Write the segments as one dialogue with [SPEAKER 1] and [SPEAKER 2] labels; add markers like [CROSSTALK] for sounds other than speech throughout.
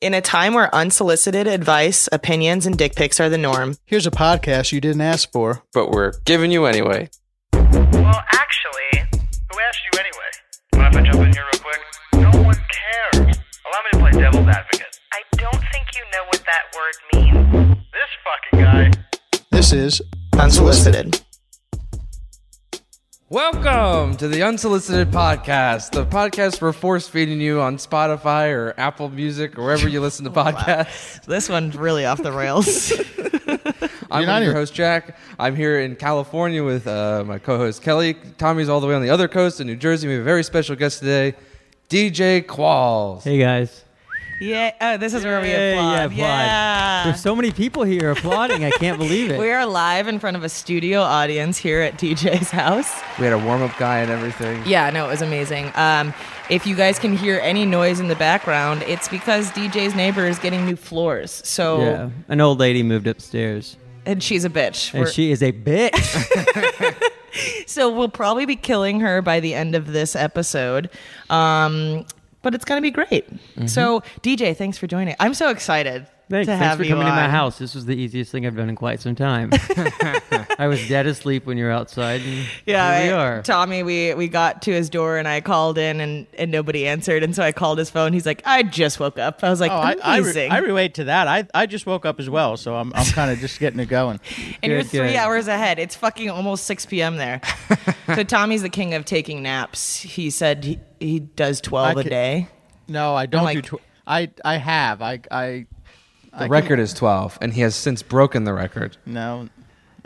[SPEAKER 1] In a time where unsolicited advice, opinions, and dick pics are the norm,
[SPEAKER 2] Here's a podcast you didn't ask for.
[SPEAKER 3] but we're giving you anyway.
[SPEAKER 4] Well, actually, who asked you anyway? Mind if I jump in here real quick? No one cares. Allow me to play devil's advocate. I don't think you know what that word means. This fucking guy.
[SPEAKER 2] This is
[SPEAKER 1] unsolicited.
[SPEAKER 3] Welcome to the Unsolicited Podcast, the podcast we're force feeding you on Spotify or Apple Music or wherever
[SPEAKER 5] [LAUGHS]
[SPEAKER 3] you listen to podcasts.
[SPEAKER 1] This one's really off the rails.
[SPEAKER 3] I'm
[SPEAKER 2] You're not here-
[SPEAKER 3] your host, Jack. I'm here in California with uh, my co host, Kelly. Tommy's all the way on the other coast in New Jersey. We have a very special guest today, DJ Qualls.
[SPEAKER 6] Hey guys.
[SPEAKER 5] Yeah. Oh, this is where we
[SPEAKER 6] Yay,
[SPEAKER 5] applaud.
[SPEAKER 6] yeah, applaud. There's so many people here applauding. I can't
[SPEAKER 5] [LAUGHS]
[SPEAKER 6] believe it.
[SPEAKER 5] We are live in front of a studio audience here at DJ's house.
[SPEAKER 3] We had a warm up guy and everything.
[SPEAKER 5] Yeah, no, it was amazing. Um, if you guys can hear any noise in the background, it's because DJ's neighbor is getting new floors. So,
[SPEAKER 6] yeah. An old lady moved upstairs.
[SPEAKER 5] and she's a bitch.
[SPEAKER 6] And
[SPEAKER 5] We're-
[SPEAKER 6] she is
[SPEAKER 5] [LAUGHS]
[SPEAKER 6] a bitch.
[SPEAKER 5] so we'll probably be killing her by the end of this episode. Um, but it's gonna be great. So, DJ, thanks for joining. I'm so excited
[SPEAKER 6] Mm-hmm. Thanks.
[SPEAKER 5] to
[SPEAKER 6] Thanks
[SPEAKER 5] have
[SPEAKER 6] for
[SPEAKER 5] you
[SPEAKER 6] coming to my
[SPEAKER 5] on.
[SPEAKER 6] house. This was the easiest thing I've done in quite some time.
[SPEAKER 5] [LAUGHS]
[SPEAKER 6] I was dead asleep when you were outside. And
[SPEAKER 5] Yeah,
[SPEAKER 6] here we
[SPEAKER 5] I-
[SPEAKER 6] are.
[SPEAKER 5] Tommy, we we got to his door and I called in and, and nobody answered, and so I called his phone. He's like, I just woke up. I was like,
[SPEAKER 2] Oh, I, I, re-
[SPEAKER 5] amazing.
[SPEAKER 2] I relate to that. I, I just woke up as well, so I'm, I'm [LAUGHS] kind of just getting it going.
[SPEAKER 5] and you're
[SPEAKER 6] Good,
[SPEAKER 5] three
[SPEAKER 6] good.
[SPEAKER 5] hours ahead. It's fucking almost six p.m.
[SPEAKER 6] [LAUGHS]
[SPEAKER 5] there. so Tommy's the king of taking naps. He said he, he does twelve
[SPEAKER 2] I
[SPEAKER 5] a
[SPEAKER 2] ca-
[SPEAKER 5] day.
[SPEAKER 2] No, I don't
[SPEAKER 5] like-
[SPEAKER 2] do. Tw- I I have. I I
[SPEAKER 3] The record is 12, and he has since broken the record.
[SPEAKER 5] Mm.
[SPEAKER 2] no.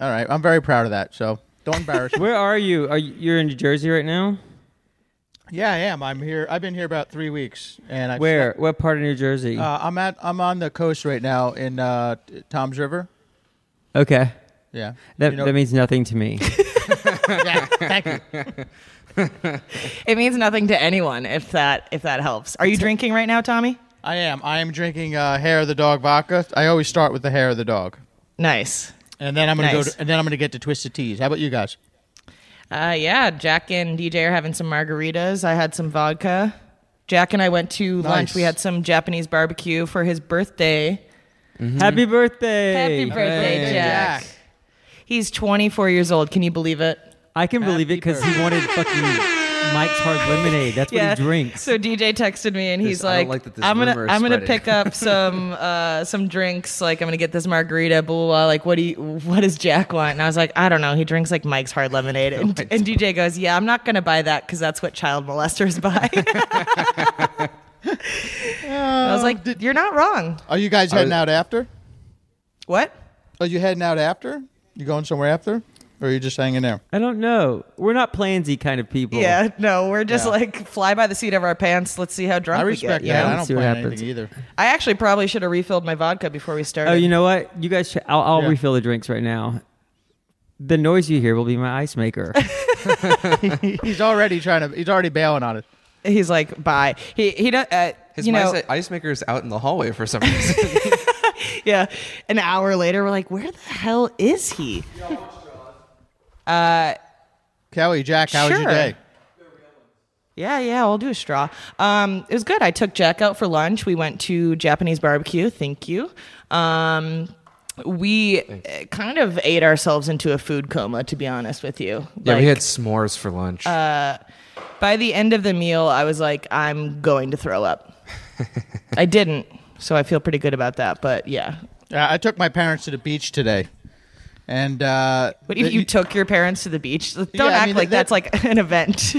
[SPEAKER 2] All right, I'm very proud of that. So don't embarrass [LAUGHS] me.
[SPEAKER 6] Where are you? Are you, you're in New Jersey right now?
[SPEAKER 2] Yeah, I am. I'm here. I've been here about three weeks, and I
[SPEAKER 6] Where? What part of New Jersey?
[SPEAKER 2] Uh, I'm at. I'm on the coast right now in uh, t- Tom's River.
[SPEAKER 6] okay.
[SPEAKER 2] Yeah.
[SPEAKER 6] That,
[SPEAKER 2] You know-
[SPEAKER 6] that
[SPEAKER 2] [LAUGHS]
[SPEAKER 6] means nothing to me.
[SPEAKER 5] It means nothing to anyone if that if that helps. Are you drinking right now, Tommy?
[SPEAKER 2] I am. I am drinking uh, hair of the dog vodka. I always start with the hair of the dog,
[SPEAKER 5] Nice.
[SPEAKER 2] and then I'm gonna go.
[SPEAKER 5] Nice.
[SPEAKER 2] To, and then I'm gonna get to twisted teas. How about you guys?
[SPEAKER 5] Uh, yeah, Jack and DJ are having some margaritas. I had some vodka. Jack and I went to lunch.
[SPEAKER 2] Nice.
[SPEAKER 5] We had some Japanese barbecue for his birthday.
[SPEAKER 6] [LAUGHS] Happy birthday.
[SPEAKER 5] Happy birthday,
[SPEAKER 6] Hey.
[SPEAKER 5] Jack. He's 24 years old. Can you believe it?
[SPEAKER 6] I can believe it because he wanted fucking Mike's Hard Lemonade. That's what he drinks.
[SPEAKER 5] So DJ texted me and he's
[SPEAKER 3] This- I don't
[SPEAKER 5] like,
[SPEAKER 3] like that this
[SPEAKER 5] "I'm gonna,
[SPEAKER 3] rumor is
[SPEAKER 5] I'm gonna
[SPEAKER 3] spreading."
[SPEAKER 5] pick
[SPEAKER 3] [LAUGHS]
[SPEAKER 5] up some, uh, some drinks. Like, I'm gonna get this margarita. Blah, blah blah. Like, what do you, what does Jack want?" And I was like, "I don't know. He drinks like Mike's Hard Lemonade." And, and DJ goes, "Yeah, I'm not gonna buy that because that's what child molesters buy." [LAUGHS] I was like,
[SPEAKER 3] Um,
[SPEAKER 5] "You're not wrong."
[SPEAKER 2] Are you guys heading out after?
[SPEAKER 5] What?
[SPEAKER 2] Are you heading out after? You going somewhere after, or are you just hanging there?
[SPEAKER 6] I don't know. We're not plansy kind of
[SPEAKER 3] Oh.
[SPEAKER 6] people.
[SPEAKER 5] Yeah, no, we're just
[SPEAKER 2] Yeah.
[SPEAKER 5] like fly by the seat of our pants. Let's see how drunk
[SPEAKER 2] I respect
[SPEAKER 5] we get. you
[SPEAKER 2] that.
[SPEAKER 5] know?
[SPEAKER 2] I don't
[SPEAKER 6] Let's see what
[SPEAKER 2] plan
[SPEAKER 6] happens.
[SPEAKER 2] anything either. [LAUGHS]
[SPEAKER 5] I actually probably should have refilled my vodka before we started.
[SPEAKER 6] Oh, you know what? You guys, sh- I'll, I'll
[SPEAKER 2] Yeah.
[SPEAKER 6] refill the drinks right now. The noise you hear will be my ice maker.
[SPEAKER 2] He's already trying to. He's already bailing on it.
[SPEAKER 5] He's like, bye. He he don't. Uh,
[SPEAKER 3] His
[SPEAKER 5] you know,
[SPEAKER 3] ice, ice maker is out in the hallway for some reason.
[SPEAKER 5] [LAUGHS] yeah. An hour later, we're like, where the hell is he?
[SPEAKER 2] Kelly, Jack, how was your
[SPEAKER 5] Sure.
[SPEAKER 2] day?
[SPEAKER 5] Yeah, yeah, I'll do a straw. Um, it was good. I took Jack out for lunch. We went to Japanese barbecue. Thank you. Um, we uh, kind of ate ourselves into a food coma, to be honest with you.
[SPEAKER 3] yeah,
[SPEAKER 5] Like, uh,
[SPEAKER 3] we had s'mores for lunch.
[SPEAKER 5] by the end of the meal, I was like, I'm going to throw
[SPEAKER 2] [LAUGHS]
[SPEAKER 5] up. I didn't, so I feel pretty good about that. But yeah,
[SPEAKER 2] Uh, I took my parents to the beach today, and uh,
[SPEAKER 5] what if
[SPEAKER 2] the-
[SPEAKER 5] you took your parents to the beach? Don't
[SPEAKER 2] Yeah, I
[SPEAKER 5] act
[SPEAKER 2] mean,
[SPEAKER 5] like
[SPEAKER 2] that-
[SPEAKER 5] that's like an
[SPEAKER 2] [LAUGHS]
[SPEAKER 5] event.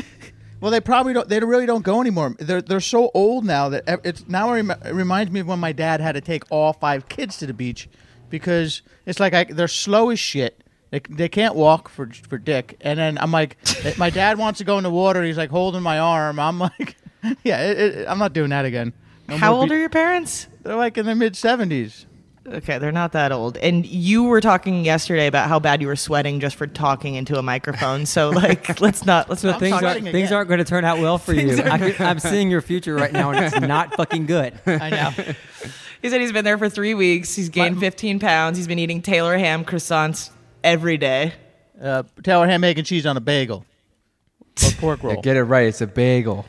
[SPEAKER 2] Well, they probably don't. They really don't go anymore. They're they're so old now that ev- it's now it rem- it reminds me of when my dad had to take all five kids to the beach because it's like I, they're slow as shit. They, they can't walk for for dick. And then I'm like, my dad wants to go in the water. He's like holding my arm. I'm like, [LAUGHS] yeah, it, it, I'm not doing that again. No
[SPEAKER 5] How
[SPEAKER 2] more
[SPEAKER 5] old
[SPEAKER 2] be-
[SPEAKER 5] are your parents?
[SPEAKER 2] They're like in their mid seventies.
[SPEAKER 5] [LAUGHS] Okay, they're not that old. And you were talking yesterday about how bad you were sweating just for talking into a microphone. [LAUGHS] So like, let's not let's
[SPEAKER 6] so
[SPEAKER 5] not
[SPEAKER 6] things,
[SPEAKER 5] talk.
[SPEAKER 6] are,
[SPEAKER 2] starting
[SPEAKER 6] things
[SPEAKER 2] again.
[SPEAKER 6] aren't going to turn out well for you. I, can- I'm seeing your future right now, and it's not fucking good.
[SPEAKER 2] I know.
[SPEAKER 5] He said he's been there for three weeks. He's gained 15 pounds. He's been eating Taylor ham croissants every day.
[SPEAKER 2] uh, Taylor ham, egg, and cheese on a bagel or pork roll.
[SPEAKER 3] Get it right. It's a bagel.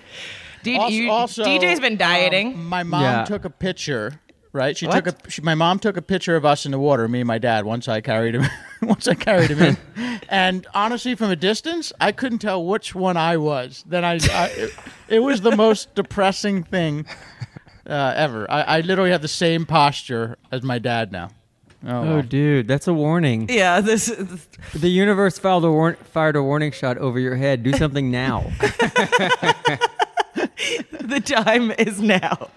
[SPEAKER 5] D-
[SPEAKER 2] Also-
[SPEAKER 5] you-
[SPEAKER 2] also,
[SPEAKER 5] DJ's been dieting.
[SPEAKER 2] um, my mom
[SPEAKER 6] Yeah.
[SPEAKER 2] took a picture. Right, she
[SPEAKER 5] What?
[SPEAKER 2] took a. She, my mom took a picture of us in the water. Me and my dad. Once I carried him. [LAUGHS] once I carried him in, and honestly, from a distance, I couldn't tell which one I was. Then I, I it, it was the most depressing thing uh, ever. I, I literally have the same posture as my dad now. Oh,
[SPEAKER 6] Oh,
[SPEAKER 2] wow.
[SPEAKER 6] dude, that's a warning.
[SPEAKER 5] yeah, this is
[SPEAKER 6] [LAUGHS] The universe filed a warn- fired a warning shot over your head. Do something now.
[SPEAKER 5] the time is now.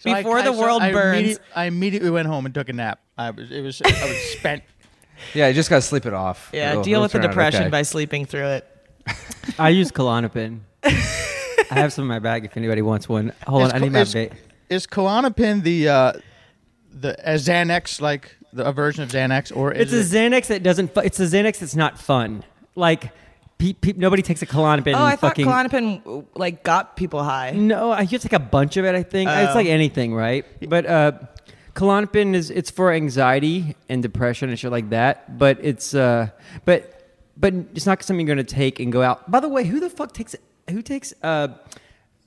[SPEAKER 2] So I-
[SPEAKER 5] Before
[SPEAKER 2] I-
[SPEAKER 5] the
[SPEAKER 2] so
[SPEAKER 5] world
[SPEAKER 2] I
[SPEAKER 5] burns.
[SPEAKER 2] immediate- I immediately went home and took a nap. I was. It was. I was spent.
[SPEAKER 3] Yeah, you just gotta sleep it off.
[SPEAKER 5] yeah,
[SPEAKER 3] It'll-
[SPEAKER 5] deal
[SPEAKER 3] it'll
[SPEAKER 5] with the
[SPEAKER 3] Oh, turn out
[SPEAKER 5] depression
[SPEAKER 3] okay.
[SPEAKER 5] by sleeping through it.
[SPEAKER 6] I use Klonopin. I have some in my bag if anybody wants one. Hold
[SPEAKER 2] Is
[SPEAKER 6] on, I
[SPEAKER 2] Kl-
[SPEAKER 6] need my
[SPEAKER 2] is-
[SPEAKER 6] ba-
[SPEAKER 2] Is Klonopin the uh, the uh, Xanax like the, a version of Xanax or is
[SPEAKER 6] It's a Xanax that doesn't. Fu- it's a Xanax that's not fun. Like, pe- pe- nobody takes a Klonopin.
[SPEAKER 5] Oh, I
[SPEAKER 6] and
[SPEAKER 5] thought
[SPEAKER 6] fucking,
[SPEAKER 5] Klonopin like got people high.
[SPEAKER 6] No, I just like a bunch of it. I think it's
[SPEAKER 5] Oh.
[SPEAKER 6] like anything, right? But uh, Klonopin is it's for anxiety and depression and shit like that. But it's uh, but but it's not something you're gonna take and go out. By the way, who the fuck takes who takes uh,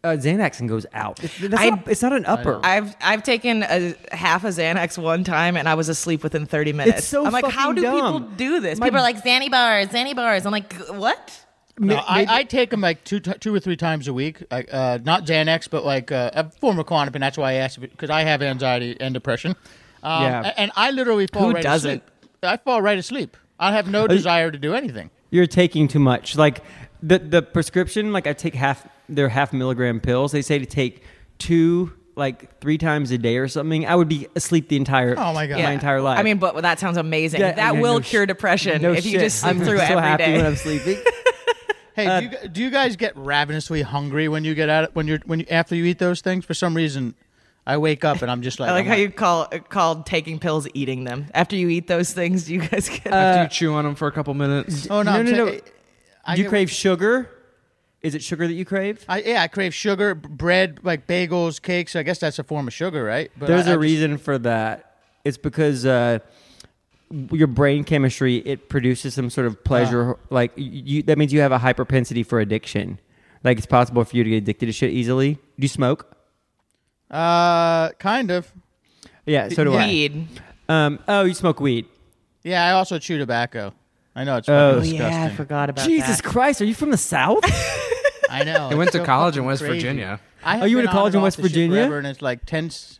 [SPEAKER 6] uh Xanax and goes out? It's, that's
[SPEAKER 5] I-
[SPEAKER 6] not, it's not an upper.
[SPEAKER 5] I've I've taken a half a Xanax one time and I was asleep within 30 minutes.
[SPEAKER 6] so
[SPEAKER 5] I'm like, how
[SPEAKER 6] fucking
[SPEAKER 5] do people
[SPEAKER 6] dumb.
[SPEAKER 5] do this?
[SPEAKER 6] My-
[SPEAKER 5] people are like Xanny bars, Xanny bars. I'm like, what?
[SPEAKER 2] No, I, I take them like two t- two or three times a week. Like uh, not Xanax, but like uh, a form of Klonopin. That's why I asked because I have anxiety and depression. Um,
[SPEAKER 6] Yeah.
[SPEAKER 2] a- and I literally fall
[SPEAKER 5] Who
[SPEAKER 2] right
[SPEAKER 5] doesn't?
[SPEAKER 2] asleep. I fall right asleep. I have no desire to do anything.
[SPEAKER 6] you're taking too much. Like the the prescription, like I take half their half milligram pills. They say to take two, like three times a day or something. I would be asleep the entire
[SPEAKER 2] Oh my God.
[SPEAKER 6] my
[SPEAKER 2] Yeah.
[SPEAKER 6] entire life.
[SPEAKER 5] I mean, but that sounds amazing.
[SPEAKER 6] Yeah,
[SPEAKER 5] that
[SPEAKER 6] yeah,
[SPEAKER 5] will
[SPEAKER 6] no sh-
[SPEAKER 5] cure depression
[SPEAKER 6] no
[SPEAKER 5] if you
[SPEAKER 6] shit.
[SPEAKER 5] just sleep
[SPEAKER 6] I'm
[SPEAKER 5] through
[SPEAKER 6] so
[SPEAKER 5] it every day.
[SPEAKER 6] happy when I'm sleeping.
[SPEAKER 2] Hey, do, you, g- do you guys get ravenously hungry when you get out of- when you're when you after you eat those things? For some reason, I wake up and I'm just like
[SPEAKER 5] I like
[SPEAKER 2] I'm
[SPEAKER 5] how you call called taking pills eating them. After you eat those things, you guys get
[SPEAKER 6] Uh,
[SPEAKER 3] After you chew on them for a couple minutes.
[SPEAKER 2] Oh no,
[SPEAKER 6] No,
[SPEAKER 2] I'm
[SPEAKER 6] no,
[SPEAKER 2] ta-
[SPEAKER 6] no.
[SPEAKER 2] [LAUGHS] I
[SPEAKER 6] Do you
[SPEAKER 2] get-
[SPEAKER 6] crave sugar? Is it sugar that you crave?
[SPEAKER 2] I, yeah, I crave sugar, b- bread, like bagels, cakes. I guess that's a form of sugar, right? But
[SPEAKER 6] There's
[SPEAKER 2] a
[SPEAKER 6] a reason for that. It's because uh, your brain chemistry it produces some sort of pleasure. Like y- you, that means you have a high propensity for addiction. Like it's possible for you to get addicted to shit easily. Do you smoke?
[SPEAKER 2] Uh, kind of.
[SPEAKER 6] Yeah, so do
[SPEAKER 5] weed.
[SPEAKER 6] I. Um, oh, you smoke weed.
[SPEAKER 2] Yeah, I also chew tobacco. I know it's
[SPEAKER 6] Oh.
[SPEAKER 2] fucking
[SPEAKER 6] Oh,
[SPEAKER 2] disgusting.
[SPEAKER 5] Yeah, I forgot about
[SPEAKER 6] Jesus
[SPEAKER 5] that.
[SPEAKER 6] Christ, are you from the South?
[SPEAKER 2] I know.
[SPEAKER 3] I went
[SPEAKER 2] it's
[SPEAKER 3] to
[SPEAKER 2] so
[SPEAKER 3] college in
[SPEAKER 2] fucking
[SPEAKER 3] West
[SPEAKER 2] crazy.
[SPEAKER 3] Virginia.
[SPEAKER 2] I have
[SPEAKER 6] Oh, you went
[SPEAKER 2] been
[SPEAKER 6] to college
[SPEAKER 2] on and
[SPEAKER 6] in
[SPEAKER 2] off
[SPEAKER 6] West
[SPEAKER 2] this shit
[SPEAKER 6] Virginia?
[SPEAKER 2] forever, and it's like tense.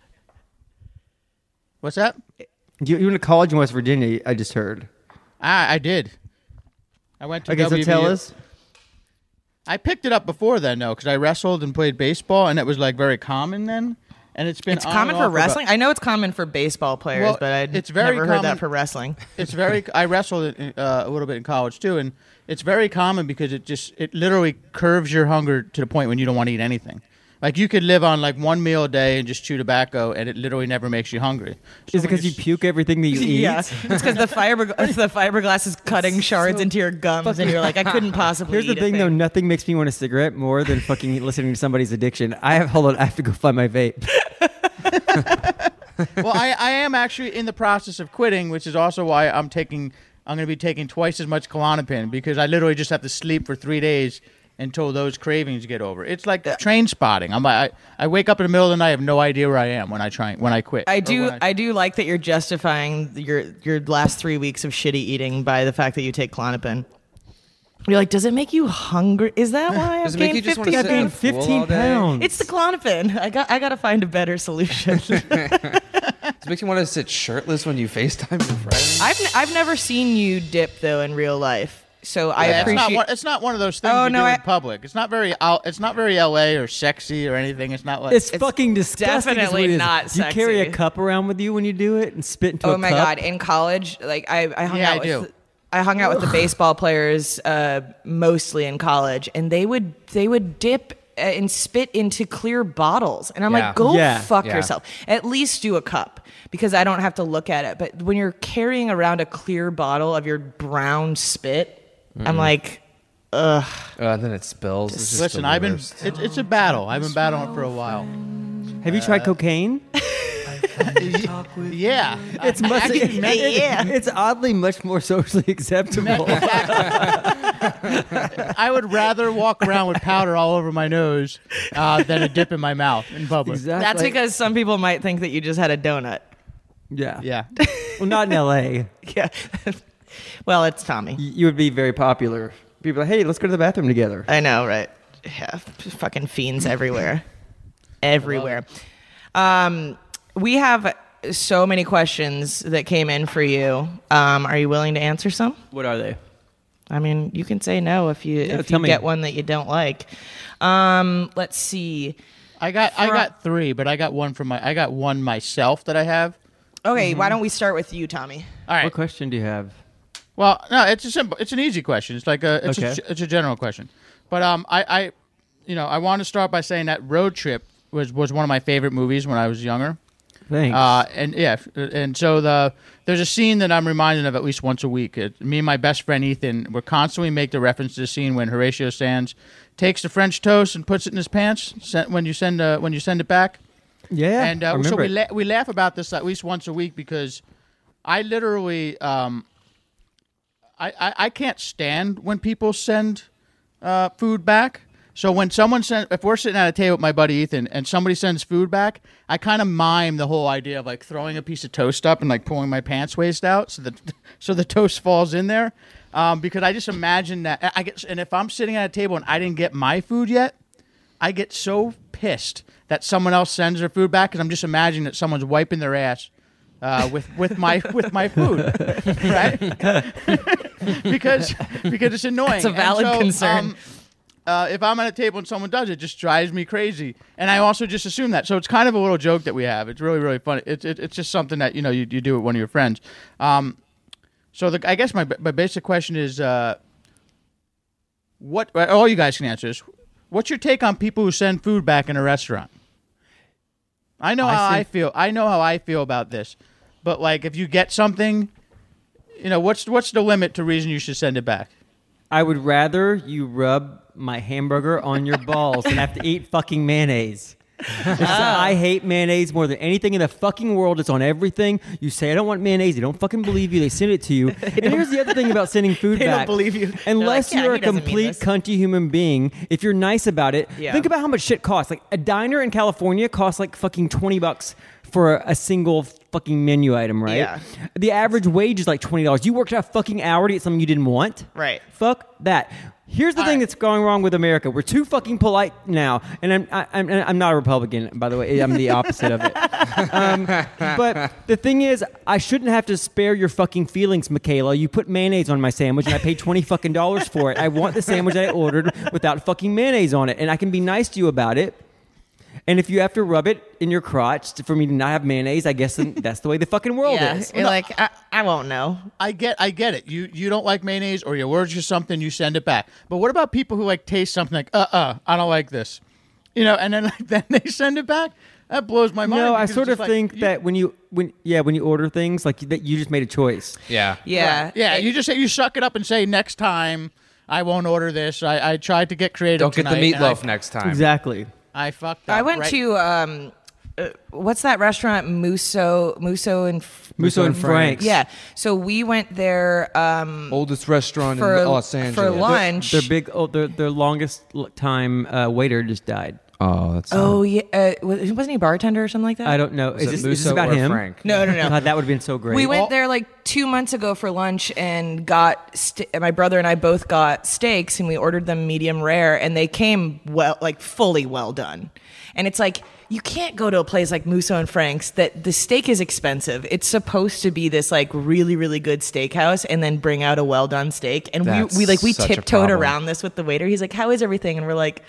[SPEAKER 2] What's that?
[SPEAKER 6] you, you went to college in West Virginia, I just heard.
[SPEAKER 2] I I did. I went to
[SPEAKER 6] Okay, so
[SPEAKER 2] WVU.
[SPEAKER 6] tell us.
[SPEAKER 2] I picked it up before then, though, because I wrestled and played baseball, and it was like very common then. And it's been
[SPEAKER 5] It's
[SPEAKER 2] on
[SPEAKER 5] common
[SPEAKER 2] and
[SPEAKER 5] for
[SPEAKER 2] off about-
[SPEAKER 5] wrestling. I know it's common for baseball players,
[SPEAKER 2] Well,
[SPEAKER 5] but I'd
[SPEAKER 2] it's very
[SPEAKER 5] never heard
[SPEAKER 2] common-
[SPEAKER 5] that for wrestling.
[SPEAKER 2] it's very i wrestled uh, a little bit in college too and it's very common because it just it literally curves your hunger to the point when you don't want to eat anything like you could live on like one meal a day and just chew tobacco and it literally never makes you hungry So
[SPEAKER 6] Is it
[SPEAKER 2] when
[SPEAKER 6] because you puke everything that
[SPEAKER 5] [LAUGHS]
[SPEAKER 6] you eat?
[SPEAKER 5] Yeah, it's because the fiber the fiberglass is cutting shards into your gums, and you're like, I couldn't possibly.
[SPEAKER 6] Here's the
[SPEAKER 5] eat a
[SPEAKER 6] thing, though. Nothing makes me want a cigarette more than fucking listening to somebody's addiction. I have hold on. I have to go find my vape.
[SPEAKER 2] well I, I am actually in the process of quitting which is also why i'm taking i'm going to be taking twice as much klonopin because i literally just have to sleep for three days until those cravings get over, it's like train spotting. I'm I, I wake up in the middle of the night, I have no idea where I am when I try when I quit.
[SPEAKER 5] I
[SPEAKER 2] or
[SPEAKER 5] do.
[SPEAKER 2] when
[SPEAKER 5] I, do like that you're justifying your your last three weeks of shitty eating by the fact that you take clonopin. You're like, does it make you hungry? Is that why I've
[SPEAKER 3] Does it make
[SPEAKER 5] gained
[SPEAKER 3] you just want
[SPEAKER 5] 15
[SPEAKER 3] to sit in a
[SPEAKER 5] pounds?
[SPEAKER 3] pool all
[SPEAKER 6] 15
[SPEAKER 3] day?
[SPEAKER 6] pounds.
[SPEAKER 5] It's the clonopin. I got. I got to find a better solution.
[SPEAKER 3] Does it make you want to sit shirtless when you FaceTime your
[SPEAKER 5] [LAUGHS]
[SPEAKER 3] friends?
[SPEAKER 5] I've n- I've never seen you dip though in real life, so I
[SPEAKER 2] Yeah, it's, not
[SPEAKER 5] appreciate.
[SPEAKER 2] one, it's not one of those things
[SPEAKER 5] Oh,
[SPEAKER 2] you
[SPEAKER 5] no,
[SPEAKER 2] do
[SPEAKER 5] I-
[SPEAKER 2] in public. It's not very out. It's not very LA or sexy or anything. It's not like
[SPEAKER 6] It's, fucking disgusting. is what
[SPEAKER 5] definitely
[SPEAKER 6] it is.
[SPEAKER 5] not
[SPEAKER 6] Do You carry a
[SPEAKER 5] sexy.
[SPEAKER 6] cup around with you when you do it and spit into a
[SPEAKER 5] oh
[SPEAKER 6] cup.
[SPEAKER 5] my god! In college, like I, I hung
[SPEAKER 2] Yeah,
[SPEAKER 5] out
[SPEAKER 2] I
[SPEAKER 5] with.
[SPEAKER 2] do.
[SPEAKER 5] I hung out with the baseball players uh, mostly in college, and they would they would dip uh, and spit into clear bottles, and I'm
[SPEAKER 3] Yeah.
[SPEAKER 5] like, go
[SPEAKER 6] Yeah.
[SPEAKER 5] fuck
[SPEAKER 3] Yeah.
[SPEAKER 5] yourself. At least do a cup because I don't have to look at it. But when you're carrying around a clear bottle of your brown spit, I'm like,
[SPEAKER 3] Uh, and then it spills. It's just
[SPEAKER 2] Listen,
[SPEAKER 3] the
[SPEAKER 2] I've been.
[SPEAKER 3] worst.
[SPEAKER 2] It's, it's a battle. I've been battling it for a while.
[SPEAKER 6] Have you tried cocaine?
[SPEAKER 2] Yeah,
[SPEAKER 6] [LAUGHS] It's much.
[SPEAKER 2] actually, meth-
[SPEAKER 6] [LAUGHS] It's oddly much more socially acceptable.
[SPEAKER 2] I would rather walk around with powder all over my nose uh, than a dip in my mouth in public.
[SPEAKER 6] Exactly.
[SPEAKER 5] That's because some people might think that you just had a donut. [LAUGHS]
[SPEAKER 6] Yeah.
[SPEAKER 2] Yeah.
[SPEAKER 6] Well, not in L.A.
[SPEAKER 5] Yeah. well, it's Tommy.
[SPEAKER 6] [LAUGHS] you would be very popular. People are like, hey, let's go to the bathroom together.
[SPEAKER 5] I know, right? Yeah, f- fucking fiends everywhere. everywhere. Um, we have so many questions that came in for you. Um, are you willing to answer some?
[SPEAKER 6] What are they?
[SPEAKER 5] I mean, you can say no if you if
[SPEAKER 6] tell
[SPEAKER 5] you
[SPEAKER 6] me.
[SPEAKER 5] get one that you don't like. Um, let's see.
[SPEAKER 2] I got I got three, but I got one from my I got one myself that I have.
[SPEAKER 5] Okay,
[SPEAKER 6] Mm-hmm.
[SPEAKER 5] why don't we start with you, Tommy?
[SPEAKER 2] All right.
[SPEAKER 6] What question do you have?
[SPEAKER 2] Well, no, it's a simple, it's an easy question. It's like a it's,
[SPEAKER 6] Okay.
[SPEAKER 2] a, it's a general question, but um, I, I, you know, I want to start by saying that Road Trip was was one of my favorite movies when I was younger.
[SPEAKER 6] Thanks.
[SPEAKER 2] Uh, and yeah, f- and so the there's a scene that I'm reminded of at least once a week. It, me and my best friend Ethan we constantly make the reference to the scene when Horatio Sands takes the French toast and puts it in his pants sen- when you send uh, when you send it back.
[SPEAKER 6] yeah.
[SPEAKER 2] And uh,
[SPEAKER 6] I
[SPEAKER 2] so
[SPEAKER 6] remember
[SPEAKER 2] we
[SPEAKER 6] it.
[SPEAKER 2] la- we laugh about this at least once a week because I literally um, I, I I can't stand when people send uh, food back. So when someone sends, if we're sitting at a table with my buddy Ethan and somebody sends food back, I kind of mime the whole idea of like throwing a piece of toast up and like pulling my pants waist out so that [LAUGHS] so the toast falls in there, um, because I just imagine that I- I get. And if I'm sitting at a table and I didn't get my food yet, I get so pissed that someone else sends their food back because I'm just imagining that someone's wiping their ass uh, with with my with my food, [LAUGHS] right? because because it's annoying.
[SPEAKER 5] That's a
[SPEAKER 2] And
[SPEAKER 5] valid
[SPEAKER 2] so,
[SPEAKER 5] concern.
[SPEAKER 2] um, uh, if I'm at a table and someone does it, it just drives me crazy, and I also just assume that. So it's kind of a little joke that we have. It's really really funny. It's it, it's just something that you know you, you do with one of your friends. Um, so the, I guess my my basic question is, uh, what uh, all you guys can answer is, what's your take on people who send food back in a restaurant? I know
[SPEAKER 6] I
[SPEAKER 2] how I
[SPEAKER 6] send-
[SPEAKER 2] feel. I know how I feel about this, but like if you get something, you know what's what's the limit to reason you should send it back?
[SPEAKER 6] I would rather you rub my hamburger on your balls than have to eat fucking mayonnaise. It's- I hate mayonnaise more than anything in the fucking world. It's on everything. You say I don't want mayonnaise. They don't fucking believe you. They send it
[SPEAKER 5] [LAUGHS]
[SPEAKER 6] to you. and here's the other thing about sending food
[SPEAKER 5] They don't
[SPEAKER 6] back.
[SPEAKER 5] believe you. They're like,
[SPEAKER 6] Unless
[SPEAKER 5] "Yeah,
[SPEAKER 6] you're a
[SPEAKER 5] he doesn't mean
[SPEAKER 6] complete
[SPEAKER 5] this."
[SPEAKER 6] cunty human being, if you're nice about it,
[SPEAKER 5] Yeah.
[SPEAKER 6] think about how much shit costs. Like a diner in California costs like fucking twenty bucks for a single fucking menu item, right?
[SPEAKER 5] Yeah.
[SPEAKER 6] The average wage is like twenty dollars. You worked a fucking hour to get something you didn't want.
[SPEAKER 5] Right.
[SPEAKER 6] Fuck that. Here's the thing that's going wrong with America. We're too fucking polite now, and I'm I, I'm I'm not a Republican, by the way. I'm the opposite
[SPEAKER 5] [LAUGHS]
[SPEAKER 6] of it. Um, but the thing is, I shouldn't have to spare your fucking feelings, Michaela. You put mayonnaise on my sandwich, and I paid twenty fucking dollars for it. I want the sandwich that I ordered without fucking mayonnaise on it, and I can be nice to you about it. And if you have to rub it in your crotch to- for me to not have mayonnaise, I guess then that's the way the fucking world
[SPEAKER 5] Yeah,
[SPEAKER 6] is.
[SPEAKER 5] you're like I, I won't know.
[SPEAKER 2] I get I get it. You you don't like mayonnaise or your words or something, you send it back. But what about people who like taste something like uh uh I don't like this, you know, and then [LAUGHS] like then they send it back. That blows my mind.
[SPEAKER 6] No, I
[SPEAKER 2] because it's
[SPEAKER 6] sort
[SPEAKER 2] just
[SPEAKER 6] of
[SPEAKER 2] like,
[SPEAKER 6] think
[SPEAKER 2] you-
[SPEAKER 6] that when you when yeah when you order things like that you just made a choice.
[SPEAKER 3] Yeah.
[SPEAKER 5] Yeah.
[SPEAKER 2] yeah, you just say you suck it up and say next time I won't order this. I, I tried to get creative.
[SPEAKER 3] Don't get the
[SPEAKER 2] tonight, and I-
[SPEAKER 3] meatloaf next time.
[SPEAKER 6] Exactly.
[SPEAKER 2] I fucked.
[SPEAKER 6] Uh,
[SPEAKER 2] Up,
[SPEAKER 5] I went
[SPEAKER 2] right?
[SPEAKER 5] to um, uh, what's that restaurant? Muso, Muso and F-
[SPEAKER 6] Musso and Frank's.
[SPEAKER 5] yeah. So we went there um,
[SPEAKER 3] Oldest restaurant
[SPEAKER 5] for
[SPEAKER 3] in Los Angeles.
[SPEAKER 5] for lunch.
[SPEAKER 6] Their big oh, their their longest l- time uh, waiter just died.
[SPEAKER 3] Oh, that's
[SPEAKER 5] oh yeah, uh, wa- wasn't he a bartender or something like that?
[SPEAKER 6] I don't know. Is
[SPEAKER 3] it
[SPEAKER 6] this, is this
[SPEAKER 3] Musso
[SPEAKER 6] about
[SPEAKER 3] or
[SPEAKER 6] him?
[SPEAKER 3] Frank?
[SPEAKER 5] No, no, no.
[SPEAKER 6] God, that would have been so great.
[SPEAKER 5] We
[SPEAKER 2] All-
[SPEAKER 5] went there like two months ago for lunch and got st- my brother and I both got steaks and we ordered them medium rare and they came well, like fully well done. And it's like you can't go to a place like Musso and Frank's that the steak is expensive. It's supposed to be this like really really good steakhouse and then bring out a well done steak. And
[SPEAKER 3] That's
[SPEAKER 5] we, we like we
[SPEAKER 3] such a
[SPEAKER 5] tiptoed
[SPEAKER 3] problem.
[SPEAKER 5] around this with the waiter. He's like, "How is everything?" And we're like,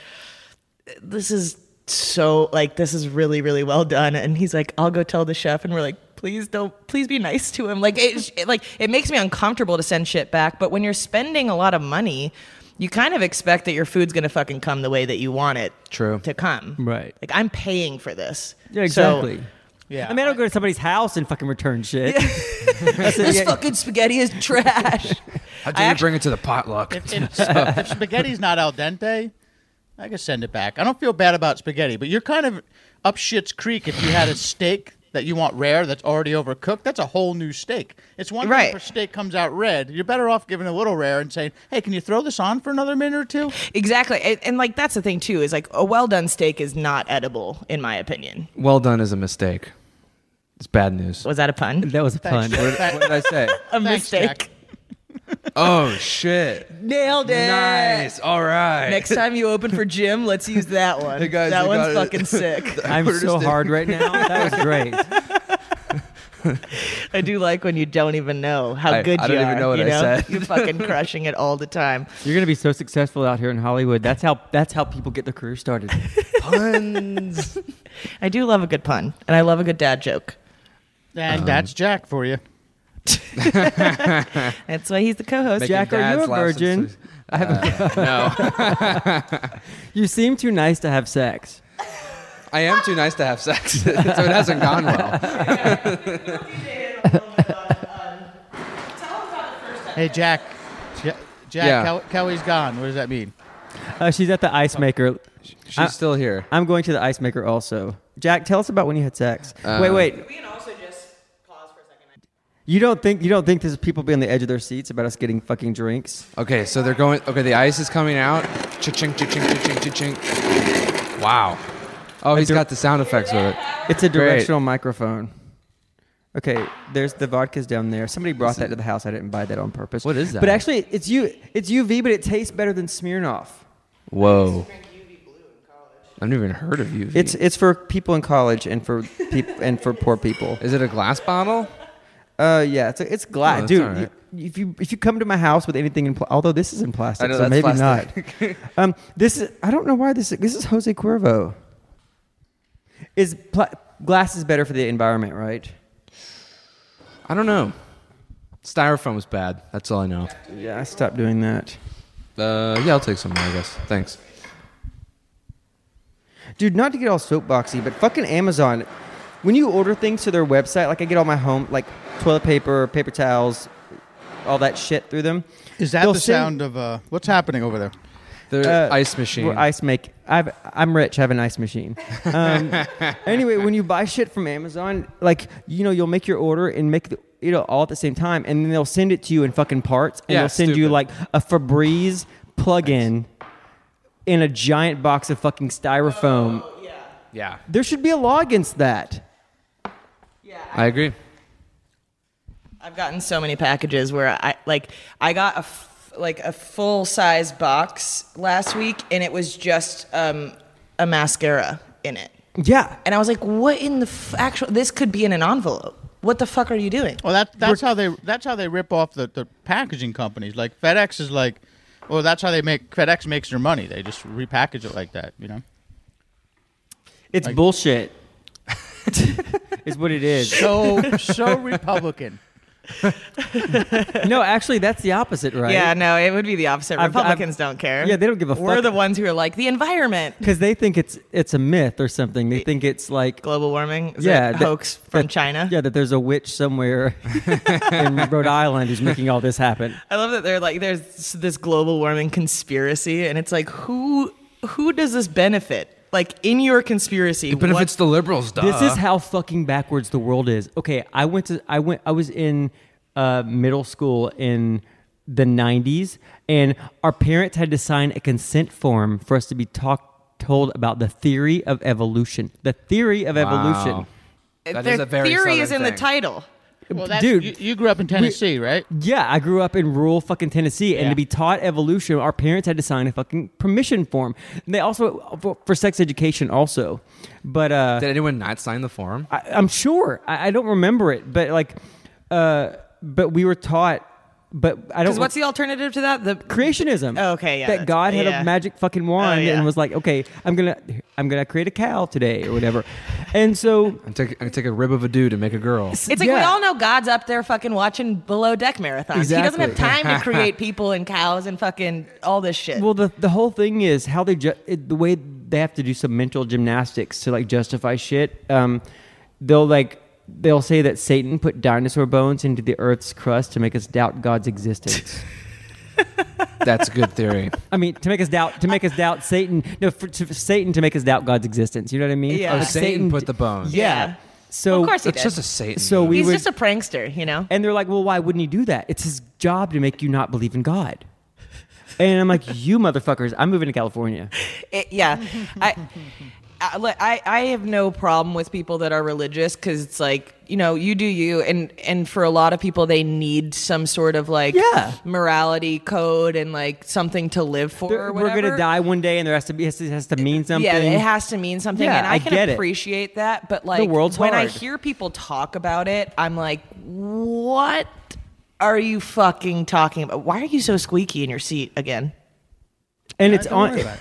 [SPEAKER 5] this is so like this is really really well done and he's like i'll go tell the chef and we're like please don't please be nice to him like it, it like it makes me uncomfortable to send shit back but when you're spending a lot of money you kind of expect that your food's gonna fucking come the way that you want it
[SPEAKER 3] True.
[SPEAKER 5] to come
[SPEAKER 6] Right.
[SPEAKER 5] like i'm paying for this
[SPEAKER 6] yeah,
[SPEAKER 5] So,
[SPEAKER 6] exactly.
[SPEAKER 2] Yeah.
[SPEAKER 6] I mean, I don't go to somebody's house and fucking return shit. [LAUGHS] That's
[SPEAKER 5] [LAUGHS]
[SPEAKER 6] it,
[SPEAKER 5] this
[SPEAKER 6] yeah.
[SPEAKER 5] fucking spaghetti is trash [LAUGHS]
[SPEAKER 3] How dare
[SPEAKER 5] I
[SPEAKER 3] you
[SPEAKER 5] actu-
[SPEAKER 3] bring it to the
[SPEAKER 2] [LAUGHS]
[SPEAKER 3] potluck?
[SPEAKER 2] if, if spaghetti's not al dente, I could send it back. I don't feel bad about spaghetti, but you're kind of up shit's creek if you had a steak that you want rare that's already overcooked, that's a whole new steak. It's one thing
[SPEAKER 5] Right.
[SPEAKER 2] if a steak comes out red. You're better off giving it a little rare and saying, "Hey, can you throw this on for another minute or two?
[SPEAKER 5] Exactly. And, and like that's the thing too is like a well done steak is not edible in my opinion.
[SPEAKER 3] Well done is a mistake. It's bad news.
[SPEAKER 5] Was that a pun?
[SPEAKER 6] That was a pun.
[SPEAKER 3] What, what did I say?
[SPEAKER 5] A
[SPEAKER 2] Thanks,
[SPEAKER 5] mistake.
[SPEAKER 2] Jack.
[SPEAKER 3] oh shit!
[SPEAKER 5] Nailed it.
[SPEAKER 3] Nice. All right.
[SPEAKER 5] [LAUGHS] Next time you open for Jim, let's use
[SPEAKER 3] [LAUGHS]
[SPEAKER 5] that one.
[SPEAKER 3] Hey, guys,
[SPEAKER 5] that
[SPEAKER 3] I
[SPEAKER 5] one's
[SPEAKER 3] got it.
[SPEAKER 5] fucking sick.
[SPEAKER 3] [LAUGHS]
[SPEAKER 6] I'm
[SPEAKER 3] Put it
[SPEAKER 6] so
[SPEAKER 3] aside.
[SPEAKER 6] hard right now. That was
[SPEAKER 5] [LAUGHS]
[SPEAKER 6] great.
[SPEAKER 5] I do like when you don't even know how
[SPEAKER 3] I-
[SPEAKER 5] good
[SPEAKER 3] I
[SPEAKER 5] you
[SPEAKER 3] don't even
[SPEAKER 5] are,
[SPEAKER 3] know what
[SPEAKER 5] you
[SPEAKER 3] I said.
[SPEAKER 5] You're fucking crushing it all the time.
[SPEAKER 6] You're gonna be so successful out here in Hollywood. That's how that's how people get their career started.
[SPEAKER 3] Puns.
[SPEAKER 5] I do love a good pun, and I love a good dad joke.
[SPEAKER 2] And that's Jack for you.
[SPEAKER 5] That's why he's the co-host.
[SPEAKER 6] Jack, are you
[SPEAKER 3] dads
[SPEAKER 6] a
[SPEAKER 3] laugh since
[SPEAKER 6] virgin?
[SPEAKER 3] we-
[SPEAKER 6] [LAUGHS]
[SPEAKER 3] Uh, no,
[SPEAKER 6] You seem too nice to have sex.
[SPEAKER 3] I am too nice to have sex, [LAUGHS] so it hasn't gone well.
[SPEAKER 2] Hey, Jack. Ja- Jack,
[SPEAKER 3] Yeah.
[SPEAKER 2] Kel- Kelly's gone. What does that mean?
[SPEAKER 6] Uh, she's at the ice maker.
[SPEAKER 3] She's
[SPEAKER 6] I-
[SPEAKER 3] still here.
[SPEAKER 6] I'm going to the ice maker also. Jack, tell us about when you had sex.
[SPEAKER 3] Uh,
[SPEAKER 6] wait, wait.
[SPEAKER 5] We can also just pause for a second.
[SPEAKER 6] You don't think you don't think there's people be on the edge of their seats about us getting fucking drinks?
[SPEAKER 3] Okay, so they're going. Okay, the ice is coming out. Cha-ching, cha-ching, cha-ching, cha-ching. Wow. Oh, he's
[SPEAKER 6] dir-
[SPEAKER 3] got the sound effects with it.
[SPEAKER 6] It's a
[SPEAKER 3] Great.
[SPEAKER 6] directional microphone. Okay, there's the vodkas down there. Somebody brought that to the house. I didn't buy that on purpose.
[SPEAKER 3] What is that?
[SPEAKER 6] But actually, it's you. It's UV, but it tastes better than Smirnoff.
[SPEAKER 3] Whoa. I've never even heard of UV.
[SPEAKER 6] It's it's for people in college and for people and for poor people.
[SPEAKER 3] is it a glass bottle?
[SPEAKER 6] Uh, yeah, it's it's
[SPEAKER 3] Oh,
[SPEAKER 6] glass,
[SPEAKER 3] that's
[SPEAKER 6] dude.
[SPEAKER 3] all right.
[SPEAKER 6] you- if you if you come to my house with anything in pl- although this is in plastic,
[SPEAKER 3] I know
[SPEAKER 6] so
[SPEAKER 3] that's
[SPEAKER 6] maybe
[SPEAKER 3] plastic. [LAUGHS]
[SPEAKER 6] not. um, this is I don't know why this is, this is Jose Cuervo. Is pla- glass is better for the environment, right?
[SPEAKER 3] I don't know. Styrofoam is bad. That's all I know.
[SPEAKER 6] Yeah, I stopped doing that.
[SPEAKER 3] Uh, yeah, I'll take some more, I guess. Thanks.
[SPEAKER 6] Dude, not to get all soapboxy, but fucking Amazon. When you order things to their website, like I get all my home, like toilet paper, paper towels, all that shit through them.
[SPEAKER 2] Is that
[SPEAKER 6] They'll
[SPEAKER 2] the
[SPEAKER 6] send-
[SPEAKER 2] sound of uh, what's happening over there?
[SPEAKER 3] The
[SPEAKER 6] Uh,
[SPEAKER 3] ice machine.
[SPEAKER 6] Well, ice make. I've, I'm rich. I have an ice machine. Um,
[SPEAKER 3] [LAUGHS]
[SPEAKER 6] anyway, when you buy shit from Amazon, like you know, you'll make your order and make the, you know all at the same time, and then they'll send it to you in fucking parts, and
[SPEAKER 3] Yeah,
[SPEAKER 6] they'll send you
[SPEAKER 3] stupid.
[SPEAKER 6] like a Febreze plug-in in a giant box of fucking styrofoam.
[SPEAKER 3] yeah,
[SPEAKER 6] There should be a law against that.
[SPEAKER 3] I agree.
[SPEAKER 5] I've gotten so many packages where I like I got a f- like a full size box last week, and it was just um, a mascara in it,
[SPEAKER 6] Yeah.
[SPEAKER 5] and I was like, "What in the f- actual? This could be in an envelope. What the fuck are you doing?"
[SPEAKER 2] Well, that, that's how they that's how they rip off the, the packaging companies. Like FedEx is like, well, that's how they make FedEx makes their money. They just repackage it like that, you know.
[SPEAKER 6] It's bullshit.
[SPEAKER 3] [LAUGHS]
[SPEAKER 6] is what it is.
[SPEAKER 2] So so Republican.
[SPEAKER 6] No, actually, that's the opposite, right?
[SPEAKER 5] Yeah, no, it would be the opposite.
[SPEAKER 6] I've-
[SPEAKER 5] Republicans
[SPEAKER 6] I've-
[SPEAKER 5] don't care.
[SPEAKER 6] Yeah, they don't give a
[SPEAKER 5] We're
[SPEAKER 6] fuck.
[SPEAKER 5] the ones who are like the environment,
[SPEAKER 6] Because they think it's it's a myth or something. They think it's like
[SPEAKER 5] global warming, is
[SPEAKER 6] Yeah,
[SPEAKER 5] a
[SPEAKER 6] that-
[SPEAKER 5] hoax from
[SPEAKER 6] that-
[SPEAKER 5] China.
[SPEAKER 6] Yeah, that there's a witch
[SPEAKER 5] [LAUGHS]
[SPEAKER 6] somewhere in Rhode Island who's making all this happen.
[SPEAKER 5] I love that they're like there's this global warming conspiracy, and it's like who who does this benefit? Like in your conspiracy,
[SPEAKER 3] It benefits the liberals, duh.
[SPEAKER 6] This
[SPEAKER 5] Uh-huh.
[SPEAKER 6] is how fucking backwards the world is. Okay, I went to I went I was in uh, middle school in the 90s and our parents had to sign a consent form for us to be talked told about the theory of evolution. The theory of evolution.
[SPEAKER 3] Wow. That
[SPEAKER 5] their
[SPEAKER 3] is a very
[SPEAKER 5] theory is in
[SPEAKER 3] Southern
[SPEAKER 5] the
[SPEAKER 3] thing.
[SPEAKER 5] title.
[SPEAKER 2] Well, that's,
[SPEAKER 6] Dude.
[SPEAKER 2] you, you grew up in Tennessee, right?
[SPEAKER 6] Yeah, I grew up in rural fucking Tennessee, and
[SPEAKER 2] Yeah.
[SPEAKER 6] to be taught evolution, our parents had to sign a fucking permission form. And they also for, for sex education also, but uh,
[SPEAKER 3] Did anyone not sign the form?
[SPEAKER 6] I, I'm sure I, I don't remember it, but like, uh, but we were taught, but I don't.
[SPEAKER 5] Because what's the alternative to that? The
[SPEAKER 6] creationism?
[SPEAKER 5] Oh, okay, yeah,
[SPEAKER 6] that
[SPEAKER 5] that's-
[SPEAKER 6] God had
[SPEAKER 5] yeah.
[SPEAKER 6] a magic fucking wand
[SPEAKER 5] Oh, yeah.
[SPEAKER 6] and was like, okay, I'm gonna I'm gonna create a cow today or whatever, and so
[SPEAKER 3] I'm take, I'm gonna take a rib of a dude and make a
[SPEAKER 6] [LAUGHS]
[SPEAKER 3] girl.
[SPEAKER 5] it's like we
[SPEAKER 6] yeah.
[SPEAKER 5] all know God's up there fucking watching below deck marathons. He doesn't have
[SPEAKER 6] Exactly.
[SPEAKER 5] time
[SPEAKER 3] [LAUGHS]
[SPEAKER 5] to create people and cows and fucking all this shit.
[SPEAKER 6] Well, the the whole thing is how they ju- it, the way they have to do some mental gymnastics to like justify shit. Um, they'll like they'll say that Satan put dinosaur bones into the Earth's crust to make us doubt God's existence.
[SPEAKER 3] That's a good theory.
[SPEAKER 6] [LAUGHS] I mean, to make us doubt to make us doubt Satan. No, for, to, for Satan to make us doubt God's existence. You know what I mean?
[SPEAKER 5] Yeah. Oh,
[SPEAKER 6] Like
[SPEAKER 3] Satan put the bones.
[SPEAKER 6] Yeah.
[SPEAKER 5] Yeah.
[SPEAKER 6] So
[SPEAKER 5] of course he
[SPEAKER 3] It's
[SPEAKER 5] did.
[SPEAKER 3] just a Satan.
[SPEAKER 6] So
[SPEAKER 3] man.
[SPEAKER 6] we
[SPEAKER 5] He's
[SPEAKER 6] would,
[SPEAKER 5] just a prankster, you know.
[SPEAKER 6] and they're like, "Well, why wouldn't he do that? It's his job to make you not believe in God." And I'm like, "You motherfuckers, I'm moving to California."
[SPEAKER 5] It- Eh, yeah, I. I, look, I, I have no problem with people that are religious because it's like you know you do you and and for a lot of people they need some sort of like
[SPEAKER 6] Yeah.
[SPEAKER 5] morality code and like something to live for or
[SPEAKER 6] They're- We're
[SPEAKER 5] whatever.
[SPEAKER 6] gonna die one day, and there has to be has to, has to mean something.
[SPEAKER 5] Yeah, it has to mean something,
[SPEAKER 6] Yeah,
[SPEAKER 5] and I,
[SPEAKER 6] I
[SPEAKER 5] can
[SPEAKER 6] get it.
[SPEAKER 5] appreciate that. But like,
[SPEAKER 6] world's
[SPEAKER 5] when I
[SPEAKER 6] hard.
[SPEAKER 5] hear people talk about it, I'm like, what are you fucking talking about? Why are you so squeaky in your seat again?
[SPEAKER 6] and it's
[SPEAKER 2] Don't
[SPEAKER 6] on.
[SPEAKER 2] worry about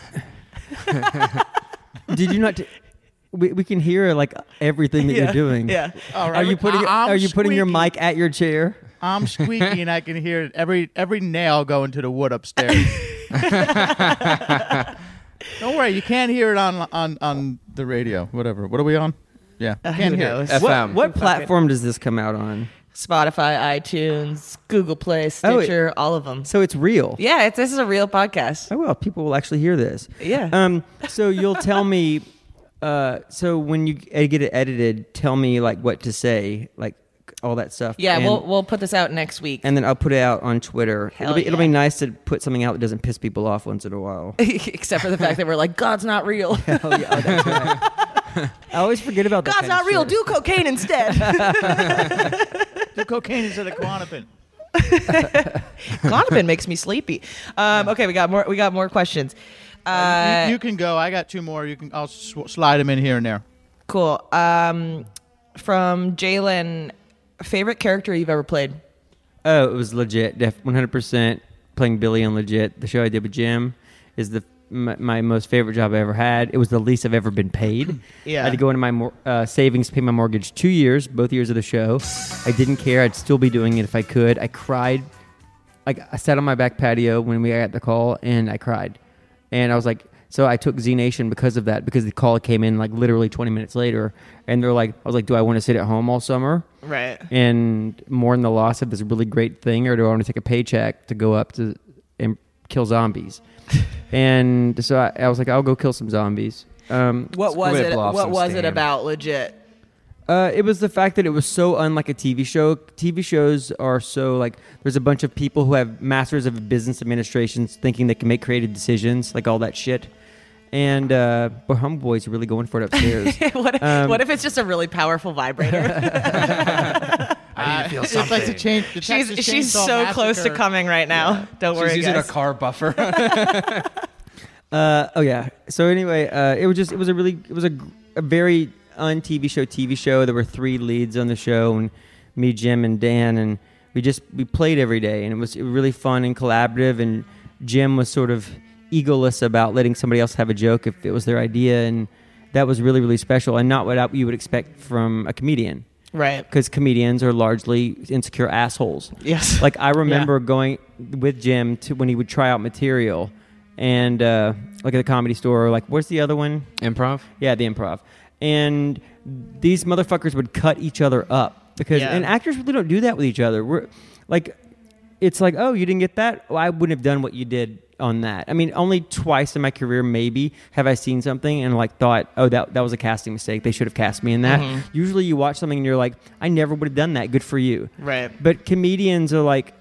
[SPEAKER 2] it.
[SPEAKER 6] Did you not? T- we, we can hear like everything that you're
[SPEAKER 5] [LAUGHS]
[SPEAKER 6] doing.
[SPEAKER 5] Yeah.
[SPEAKER 2] All right.
[SPEAKER 6] Are you putting
[SPEAKER 2] I- I'm
[SPEAKER 6] Are you putting your
[SPEAKER 2] squeaky.
[SPEAKER 6] mic at your chair?
[SPEAKER 2] I'm squeaky and I can hear every every nail going to the wood upstairs. Don't worry, you can't hear it on on on the radio. Whatever. What are we on? Yeah, can't
[SPEAKER 5] who
[SPEAKER 2] hear.
[SPEAKER 5] knows?
[SPEAKER 2] It.
[SPEAKER 3] F-
[SPEAKER 6] What,
[SPEAKER 3] FM.
[SPEAKER 6] what platform does this come out on?
[SPEAKER 5] Spotify, iTunes, Google Play,
[SPEAKER 6] Oh, it-
[SPEAKER 5] Stitcher, all of them.
[SPEAKER 6] So it's real.
[SPEAKER 5] Yeah, it's, this is a real podcast.
[SPEAKER 6] Oh well, people will actually hear this.
[SPEAKER 5] Yeah.
[SPEAKER 6] Um. So you'll tell me. [LAUGHS] Uh. So when you e- get it edited, tell me like what to say, like all that stuff.
[SPEAKER 5] Yeah,
[SPEAKER 6] and,
[SPEAKER 5] we'll we'll put this out next week.
[SPEAKER 6] and then I'll put it out on Twitter.
[SPEAKER 5] Hell
[SPEAKER 6] it'll be It'll
[SPEAKER 5] yeah.
[SPEAKER 6] be nice to put something out that doesn't piss people off once in a while.
[SPEAKER 5] [LAUGHS] Except for the fact that we're like, God's not real.
[SPEAKER 6] oh [LAUGHS] yeah, oh, that's right. I always forget about
[SPEAKER 5] [LAUGHS]
[SPEAKER 6] that.
[SPEAKER 5] God's
[SPEAKER 6] kind of
[SPEAKER 5] not real.
[SPEAKER 6] shit.
[SPEAKER 5] Do cocaine
[SPEAKER 6] [LAUGHS]
[SPEAKER 5] instead. [LAUGHS]
[SPEAKER 2] The cocaine instead of Klonopin.
[SPEAKER 5] Clonopin makes me sleepy. Um, okay, we got more. We got more questions. [LAUGHS] Uh,
[SPEAKER 2] you, you can go. I got two more. You can. I'll sw- slide them in here and there.
[SPEAKER 5] Cool. Um, from Jalen, favorite character you've ever played?
[SPEAKER 6] Oh, it was legit. Def, 100% playing Billy on legit. The show I did with Jim is the my, my most favorite job I ever had. It was the least I've ever been paid.
[SPEAKER 2] Yeah.
[SPEAKER 6] I had to go into my mor- uh, savings, pay my mortgage two years, both years of the show. I didn't care. I'd still be doing it if I could. I cried. Like I sat on my back patio when we got the call, and I cried. And I was like, so I took Z Nation because of that, because the call came in like literally 20 minutes later, and they're like, I was like, do I want to sit at home all summer?
[SPEAKER 5] Right.
[SPEAKER 6] and mourn the loss of this really great thing, or do I want to take a paycheck to go up to and kill zombies? and so I, I was like, I'll go kill some zombies. Um,
[SPEAKER 5] What was
[SPEAKER 3] gonna
[SPEAKER 5] it?
[SPEAKER 3] blow off
[SPEAKER 5] What
[SPEAKER 3] some
[SPEAKER 5] was it
[SPEAKER 3] steam.
[SPEAKER 5] about? Legit. [LAUGHS]
[SPEAKER 6] uh, it was the fact that it was so unlike a TV show. TV shows are so like there's a bunch of people who have masters of business administrations thinking they can make creative decisions, like all that shit. And uh, but Homeboy's really going for it upstairs.
[SPEAKER 5] what,
[SPEAKER 6] Um,
[SPEAKER 5] what if it's just a really powerful
[SPEAKER 6] [LAUGHS]
[SPEAKER 5] vibrator?
[SPEAKER 3] I need to feel
[SPEAKER 2] It's like the
[SPEAKER 3] something.
[SPEAKER 2] change. The
[SPEAKER 5] she's
[SPEAKER 2] Texas
[SPEAKER 5] she's
[SPEAKER 2] Chainsaw
[SPEAKER 5] so close to
[SPEAKER 2] Massacre.
[SPEAKER 5] coming right now. Don't worry,
[SPEAKER 3] She's using
[SPEAKER 5] guys.
[SPEAKER 3] a car buffer.
[SPEAKER 6] [LAUGHS] Uh, oh yeah. So anyway, uh, it was just it was a really it was a, gr- a very un TV show TV show. There were three leads on the show, and me, Jim, and Dan, and we just we played every day, and it was really fun and collaborative. And Jim was sort of egoless about letting somebody else have a joke if it was their idea, and that was really really special and not what I- you would expect from a comedian
[SPEAKER 5] right.
[SPEAKER 6] because comedians are largely insecure assholes.
[SPEAKER 5] Yes.
[SPEAKER 6] [LAUGHS] Like I remember going with Jim to when he would try out material, and uh, like at the comedy store, like where's the other one?
[SPEAKER 3] Improv.
[SPEAKER 6] Yeah, the improv. And these motherfuckers would cut each other up because
[SPEAKER 5] Yeah.
[SPEAKER 6] and actors really don't do that with each other. We're like, it's like, oh, you didn't get that. Well, I wouldn't have done what you did on that. I mean, only twice in my career, maybe, have I seen something and like thought, oh, that that was a casting mistake. They should have cast me in that.
[SPEAKER 5] Mm-hmm.
[SPEAKER 6] Usually, you watch something and you're like, I never would have done that. Good for you.
[SPEAKER 5] Right.
[SPEAKER 6] But comedians are like,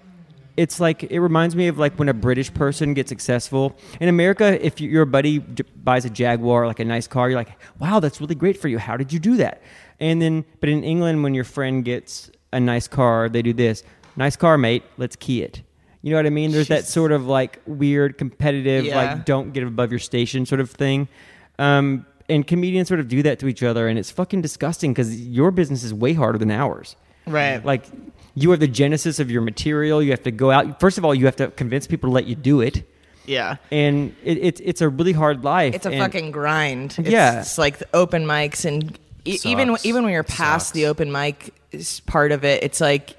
[SPEAKER 6] it's like it reminds me of like when a British person gets successful in America. If you, your buddy j- buys a Jaguar, like a nice car, you're like, "Wow, that's really great for you. How did you do that?" And then, but in England, when your friend gets a nice car, they do this: "Nice car, mate. Let's key it." You know what I mean? There's that sort of like weird competitive,
[SPEAKER 5] Yeah.
[SPEAKER 6] like don't get above your station sort of thing. Um, and comedians sort of do that to each other, and it's fucking disgusting because your business is way harder than ours
[SPEAKER 5] Right.
[SPEAKER 6] like you have the genesis of your material you have to go out first of all you have to convince people to let you do it
[SPEAKER 5] yeah.
[SPEAKER 6] and it, it's it's a really hard life
[SPEAKER 5] It's a
[SPEAKER 6] and-
[SPEAKER 5] fucking grind. It's,
[SPEAKER 6] Yeah.
[SPEAKER 5] It's like the open mics and e- even
[SPEAKER 3] Sucks.
[SPEAKER 5] even when you're past
[SPEAKER 3] Sucks.
[SPEAKER 5] the open mic s- part of it, it's like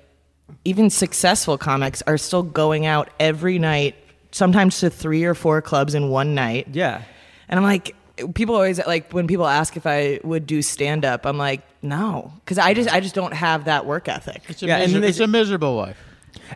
[SPEAKER 5] even successful comics are still going out every night, sometimes to three or four clubs in one night.
[SPEAKER 6] yeah
[SPEAKER 5] And I'm like, people always like when people ask if I would do stand up, I'm like, no, because I just I just don't have that work ethic.
[SPEAKER 2] It's a,
[SPEAKER 6] Yeah, and
[SPEAKER 2] miser-
[SPEAKER 6] then they-
[SPEAKER 2] it's a miserable life.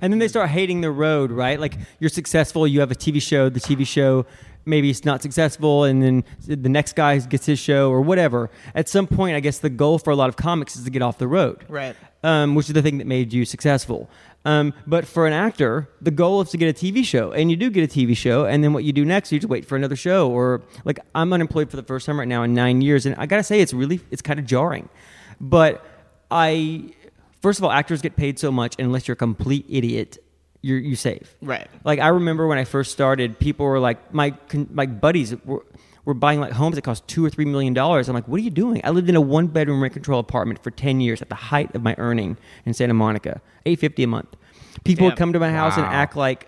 [SPEAKER 6] and then they start hating the road right like you're successful you have a tv show the tv show maybe it's not successful, and then the next guy gets his show or whatever. At some point, I guess the goal for a lot of comics is to get off the road,
[SPEAKER 5] Right.
[SPEAKER 6] Um, which is the thing that made you successful. Um, but for an actor, the goal is to get a TV show, and you do get a TV show, and then what you do next, you just wait for another show, or like I'm unemployed for the first time right now in nine years, and I gotta say it's really it's kind of jarring. But I, first of all, actors get paid so much, and unless you're a complete idiot, you're you save.
[SPEAKER 5] Right.
[SPEAKER 6] Like I remember when I first started, people were like, my con- my buddies were, were buying like homes that cost two or three million dollars. I'm like, what are you doing? I lived in a one bedroom rent control apartment for ten years at the height of my earning in Santa Monica, eight fifty a month. People would
[SPEAKER 5] Damn.
[SPEAKER 6] come to my house and
[SPEAKER 3] Wow.
[SPEAKER 6] act like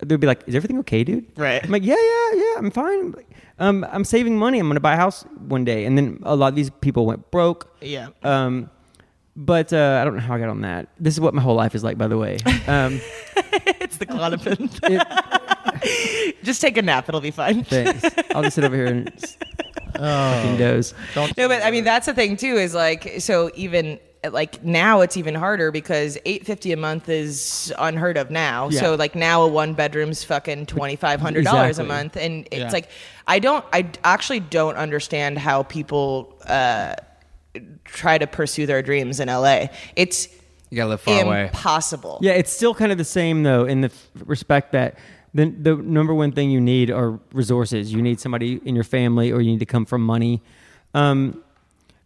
[SPEAKER 6] they'd be like, "Is everything okay, dude?"
[SPEAKER 5] Right.
[SPEAKER 6] I'm like, "Yeah, yeah, yeah. I'm fine. Um, I'm saving money. I'm gonna buy a house one day." And then a lot of these people went broke.
[SPEAKER 5] Yeah.
[SPEAKER 6] Um, but uh, I don't know how I got on that. This is what my whole life is like, by
[SPEAKER 5] [LAUGHS]
[SPEAKER 6] the way. Um,
[SPEAKER 5] It's the clonopin. [LAUGHS] Just take a nap; it'll be fine.
[SPEAKER 6] Thanks. I'll just sit over here and s- fucking doze.
[SPEAKER 5] No, but I mean that's the thing too. Is like so even like now it's even harder because eight fifty a month is unheard of now.
[SPEAKER 6] Yeah.
[SPEAKER 5] So like now a one bedroom's fucking twenty five hundred dollars
[SPEAKER 6] Exactly.
[SPEAKER 5] a month, and it's
[SPEAKER 2] Yeah.
[SPEAKER 5] like I don't. I d- actually don't understand how people uh, try to pursue their dreams in LA. It's
[SPEAKER 3] You gotta live far away.
[SPEAKER 5] impossible.
[SPEAKER 6] Yeah, it's still kind of the same though, in the f- respect that the the number one thing you need are resources. You need somebody in your family, or you need to come from money. Um,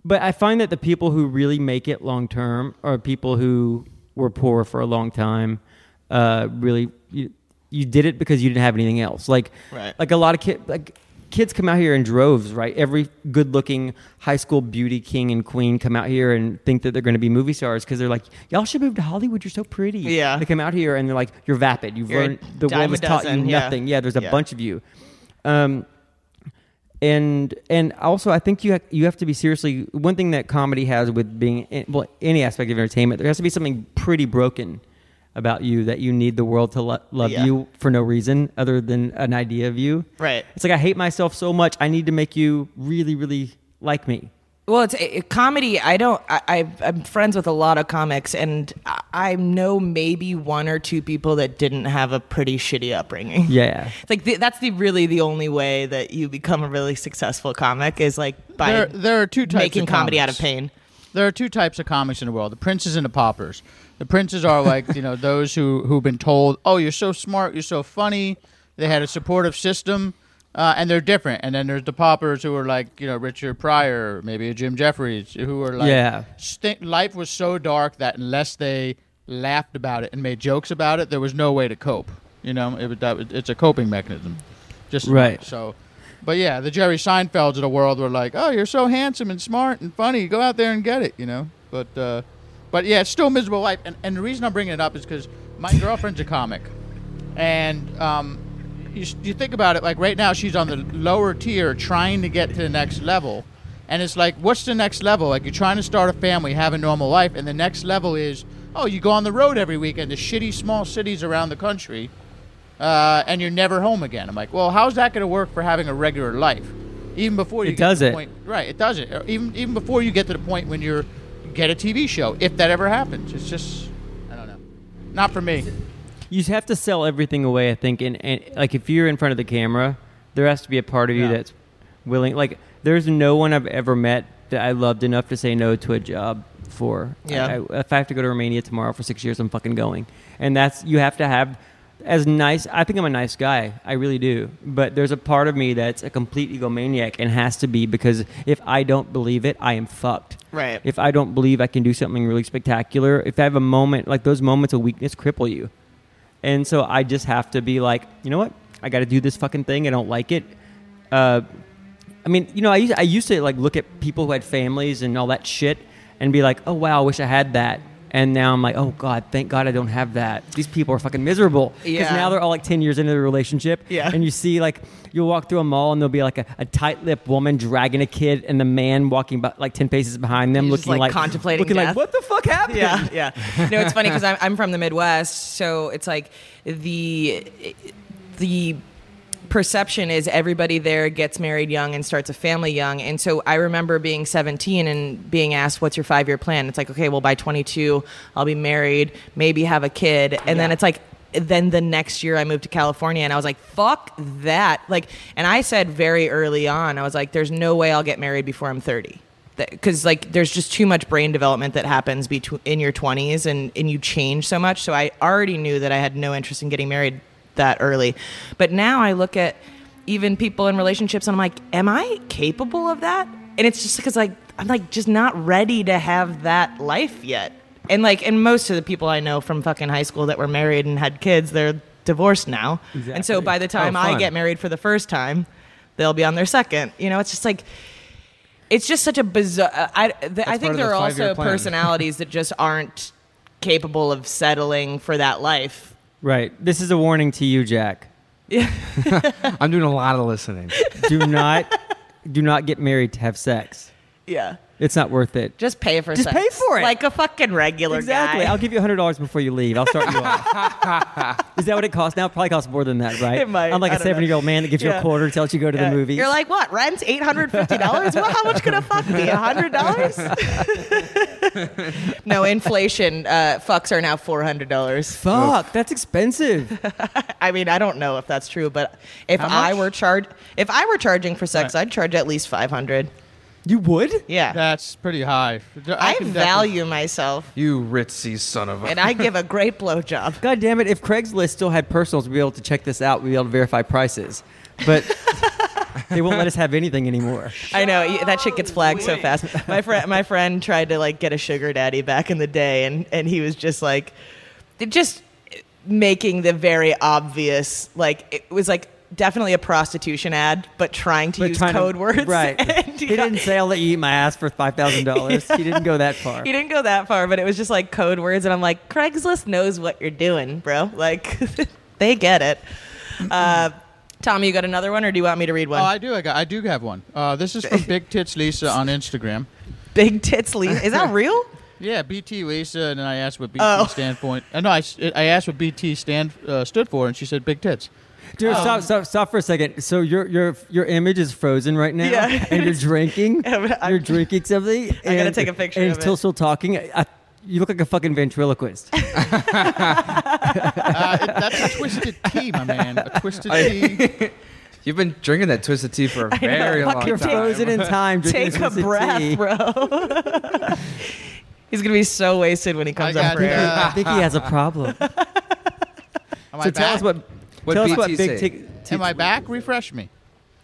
[SPEAKER 6] but I find that the people who really make it long term are people who were poor for a long time. Uh, really, you, you did it because you didn't have anything else. Like,
[SPEAKER 5] Right.
[SPEAKER 6] like a lot of kids, like kids come out here in droves, right? Every good-looking high school beauty king and queen come out here and think that they're going to be movie stars because they're like, y'all should move to Hollywood. You're so pretty.
[SPEAKER 5] Yeah.
[SPEAKER 6] They come out here and they're like, you're vapid. You've
[SPEAKER 5] You're a
[SPEAKER 6] learned the
[SPEAKER 5] dime
[SPEAKER 6] world
[SPEAKER 5] a
[SPEAKER 6] has taught you
[SPEAKER 5] dozen, yeah.
[SPEAKER 6] nothing. Yeah, there's a
[SPEAKER 5] Yeah.
[SPEAKER 6] bunch of you. Um, and and also I think you ha- you have to be seriously one thing that comedy has with being in, well any aspect of entertainment there has to be something pretty broken about you that you need the world to lo- love
[SPEAKER 5] Yeah.
[SPEAKER 6] you for no reason other than an idea of you.
[SPEAKER 5] Right.
[SPEAKER 6] It's like I hate myself so much I need to make you really really like me.
[SPEAKER 5] Well, it's it, it- comedy. I don't. I, I, I'm friends with a lot of comics, and I, I know maybe one or two people that didn't have a pretty shitty upbringing.
[SPEAKER 6] Yeah.
[SPEAKER 5] It's like the, that's the really the only way that you become a really successful comic is like by
[SPEAKER 2] There- there are two types
[SPEAKER 5] making
[SPEAKER 2] of
[SPEAKER 5] comedy out of
[SPEAKER 2] comics.
[SPEAKER 5] pain.
[SPEAKER 2] there are two types of comics in the world: the princes and the paupers. The princes are like you know those who who've been told, "Oh, you're so smart, you're so funny." They had a supportive system, uh, and they're different. And then there's the paupers who are like you know Richard Pryor, maybe a Jim Jeffries, who are like,
[SPEAKER 6] Yeah.
[SPEAKER 2] sti- life was so dark that unless they laughed about it and made jokes about it, there was no way to cope. You know, it, was- that, was- it's a coping mechanism, just
[SPEAKER 6] Right.
[SPEAKER 2] So, but yeah, the Jerry Seinfelds of the world were like, "Oh, you're so handsome and smart and funny. Go out there and get it," you know. But, uh, but yeah, it's still a miserable life. And, and the reason I'm bringing it up is because my girlfriend's a comic, and um, you, s- you think about it, like right now she's on the lower tier, trying to get to the next level, and it's like, what's the next level? Like you're trying to start a family, have a normal life, and the next level is, oh, you go on the road every weekend to shitty small cities around the country uh, and you're never home again. I'm like, well, how's that going to work for having a regular life? Even before you
[SPEAKER 6] It
[SPEAKER 2] get to the
[SPEAKER 6] doesn't.
[SPEAKER 2] point, right? It doesn't. Or Even even before you get to the point when you're get a TV show, if that ever happens, it's just I don't know. Not for me.
[SPEAKER 6] you just have to sell everything away i think and, and like if you're in front of the camera there has to be a part of you
[SPEAKER 2] Yeah.
[SPEAKER 6] that's willing like there's no one i've ever met that i loved enough to say no to a job for
[SPEAKER 5] Yeah.
[SPEAKER 6] I- I- if i have to go to romania tomorrow for six years i'm fucking going and that's you have to have as nice i think i'm a nice guy i really do but there's a part of me that's a complete egomaniac and has to be because if i don't believe it i am fucked
[SPEAKER 5] Right.
[SPEAKER 6] if i don't believe i can do something really spectacular if i have a moment like those moments of weakness cripple you and so I just have to be like, you know what? I got to do this fucking thing. I don't like it. Uh, I mean, you know, I used, I used to like look at people who had families and all that shit and be like, oh wow, I wish I had that. And now I'm like, oh god, thank God I don't have that. These people are fucking miserable because
[SPEAKER 5] Yeah.
[SPEAKER 6] now they're all like ten years into their relationship.
[SPEAKER 5] Yeah.
[SPEAKER 6] and you see like you'll walk through a mall and there'll be like a, a tight-lipped woman dragging a kid and the man walking by, like ten paces behind them,
[SPEAKER 5] He's just,
[SPEAKER 6] looking
[SPEAKER 5] like,
[SPEAKER 6] like
[SPEAKER 5] contemplating
[SPEAKER 6] looking
[SPEAKER 5] death.
[SPEAKER 6] like what the fuck happened?
[SPEAKER 5] Yeah, yeah. No, it's funny because I'm I'm from the Midwest, so it's like the the perception is everybody there gets married young and starts a family young. And so I remember being 17 and being asked, What's your five year plan? It's like, Okay, well, by 22, I'll be married, maybe have a kid. And then it's like, then the next year I moved to California and I was like, fuck that. Like, and I said very early on, I was like, there's no way I'll get married before I'm 30. Because like there's just too much brain development that happens between in your 20s and and you change so much. So I already knew that I had no interest in getting married that early, but now I look at even people in relationships and I'm like, am I capable of that? And it's just because like I'm like just not ready to have that life yet and like and most of the people I know from fucking high school that were married and had kids, they're divorced now. And so by the time
[SPEAKER 3] Oh,
[SPEAKER 5] I
[SPEAKER 3] fun.
[SPEAKER 5] get married for the first time, they'll be on their second. You know, it's just like it's just such a bizarre. I the, I
[SPEAKER 3] part
[SPEAKER 5] think
[SPEAKER 3] of
[SPEAKER 5] there are
[SPEAKER 3] the five-year
[SPEAKER 5] also
[SPEAKER 3] plan.
[SPEAKER 5] personalities that just aren't capable of settling for that life.
[SPEAKER 6] [LAUGHS] Right. This is a warning to you, Jack.
[SPEAKER 3] I'm doing a lot of listening.
[SPEAKER 5] [LAUGHS]
[SPEAKER 6] Do not, do not get married to have sex.
[SPEAKER 5] Yeah,
[SPEAKER 6] It's not worth it.
[SPEAKER 5] just pay for
[SPEAKER 6] Just
[SPEAKER 5] sex.
[SPEAKER 6] pay for it.
[SPEAKER 5] like a fucking regular
[SPEAKER 6] Exactly.
[SPEAKER 5] guy.
[SPEAKER 6] I'll give you hundred dollars before you leave. I'll start you off.
[SPEAKER 5] [LAUGHS]
[SPEAKER 6] Is that what it costs now? It probably costs more than that, right?
[SPEAKER 5] It might.
[SPEAKER 6] I'm like
[SPEAKER 5] I
[SPEAKER 6] a
[SPEAKER 5] don't know.
[SPEAKER 6] seventy year old man that gives you
[SPEAKER 5] Yeah.
[SPEAKER 6] a quarter, tells you to go to
[SPEAKER 5] Yeah.
[SPEAKER 6] the movies.
[SPEAKER 5] Uh, You're like, what? Rent's eight hundred fifty dollars. Well, how much could a fuck be? hundred dollars? [LAUGHS] no, inflation. Uh, fucks are now four hundred dollars.
[SPEAKER 6] fuck, that's expensive.
[SPEAKER 5] I mean, I don't know if that's true, but if
[SPEAKER 2] How
[SPEAKER 5] I
[SPEAKER 2] much?
[SPEAKER 5] were charged, if I were charging for sex, I'd charge at least five hundred. [LAUGHS]
[SPEAKER 6] You would?
[SPEAKER 5] Yeah,
[SPEAKER 2] That's pretty high.
[SPEAKER 5] I,
[SPEAKER 2] can definitely-
[SPEAKER 5] value myself,
[SPEAKER 3] You ritzy son of a.
[SPEAKER 5] and I give a great blowjob.
[SPEAKER 6] God damn it! If Craigslist still had personals, we'd be able to check this out. We'd be able to verify prices, but
[SPEAKER 5] [LAUGHS]
[SPEAKER 6] they won't let us have anything anymore.
[SPEAKER 5] I know y- that shit gets flagged so fast. My friend, my friend tried to like get a sugar daddy back in the day, and and he was just like, just making the very obvious. Like it was like definitely a prostitution ad, but trying to
[SPEAKER 6] But
[SPEAKER 5] use
[SPEAKER 6] trying to-
[SPEAKER 5] code words.
[SPEAKER 6] [LAUGHS] right?
[SPEAKER 5] [LAUGHS] And
[SPEAKER 6] he
[SPEAKER 5] got-
[SPEAKER 6] didn't say I'll let you eat my ass for five
[SPEAKER 5] [LAUGHS]
[SPEAKER 6] thousand dollars. He didn't go that far.
[SPEAKER 5] He didn't go that far, but it was just like code words, and I'm like, Craigslist knows what you're doing, bro. Like, [LAUGHS] they get it. Uh, Tommy, you got another one, or do you want me to read one?
[SPEAKER 2] Oh, I do. I, got, I do have one. Uh, this is
[SPEAKER 5] [LAUGHS]
[SPEAKER 2] from Big Tits Lisa on Instagram.
[SPEAKER 5] Big tits, Lisa. Is
[SPEAKER 6] [LAUGHS]
[SPEAKER 5] that real?
[SPEAKER 2] Yeah, BT Lisa, and then I asked what BT
[SPEAKER 5] Oh.
[SPEAKER 2] stand for. Uh, no, I, s- I asked what BT stand uh, stood for, and she said Big Tits.
[SPEAKER 6] Dude,
[SPEAKER 5] um,
[SPEAKER 6] stop, stop, stop for a second. So your your your image is frozen right now,
[SPEAKER 5] Yeah. [LAUGHS]
[SPEAKER 6] and you're drinking.
[SPEAKER 5] I'm- I'm-
[SPEAKER 6] you're drinking something. I'm
[SPEAKER 5] gonna take a picture
[SPEAKER 6] And
[SPEAKER 5] of
[SPEAKER 6] it's still
[SPEAKER 5] it.
[SPEAKER 6] still talking. I, I, you look like a fucking
[SPEAKER 5] [LAUGHS]
[SPEAKER 6] ventriloquist.
[SPEAKER 2] Uh, it- that's a twisted tea, my man. A twisted
[SPEAKER 6] [LAUGHS]
[SPEAKER 2] tea.
[SPEAKER 3] [LAUGHS] You've been drinking that twisted tea for a very long
[SPEAKER 5] Fuck,
[SPEAKER 3] time.
[SPEAKER 6] You're
[SPEAKER 5] [LAUGHS]
[SPEAKER 6] frozen in time. drinking
[SPEAKER 5] Take a
[SPEAKER 6] this
[SPEAKER 5] breath,
[SPEAKER 6] tea.
[SPEAKER 5] bro. [LAUGHS] He's gonna be so wasted when he comes
[SPEAKER 2] I
[SPEAKER 5] up
[SPEAKER 2] got
[SPEAKER 5] for
[SPEAKER 2] it.
[SPEAKER 5] air.
[SPEAKER 6] I think he has a problem. so
[SPEAKER 2] Am I
[SPEAKER 6] tell
[SPEAKER 2] back?
[SPEAKER 6] us what.
[SPEAKER 3] What
[SPEAKER 6] tell us what
[SPEAKER 3] BT
[SPEAKER 6] big
[SPEAKER 3] say?
[SPEAKER 6] tick-
[SPEAKER 2] Am I back? Refresh me.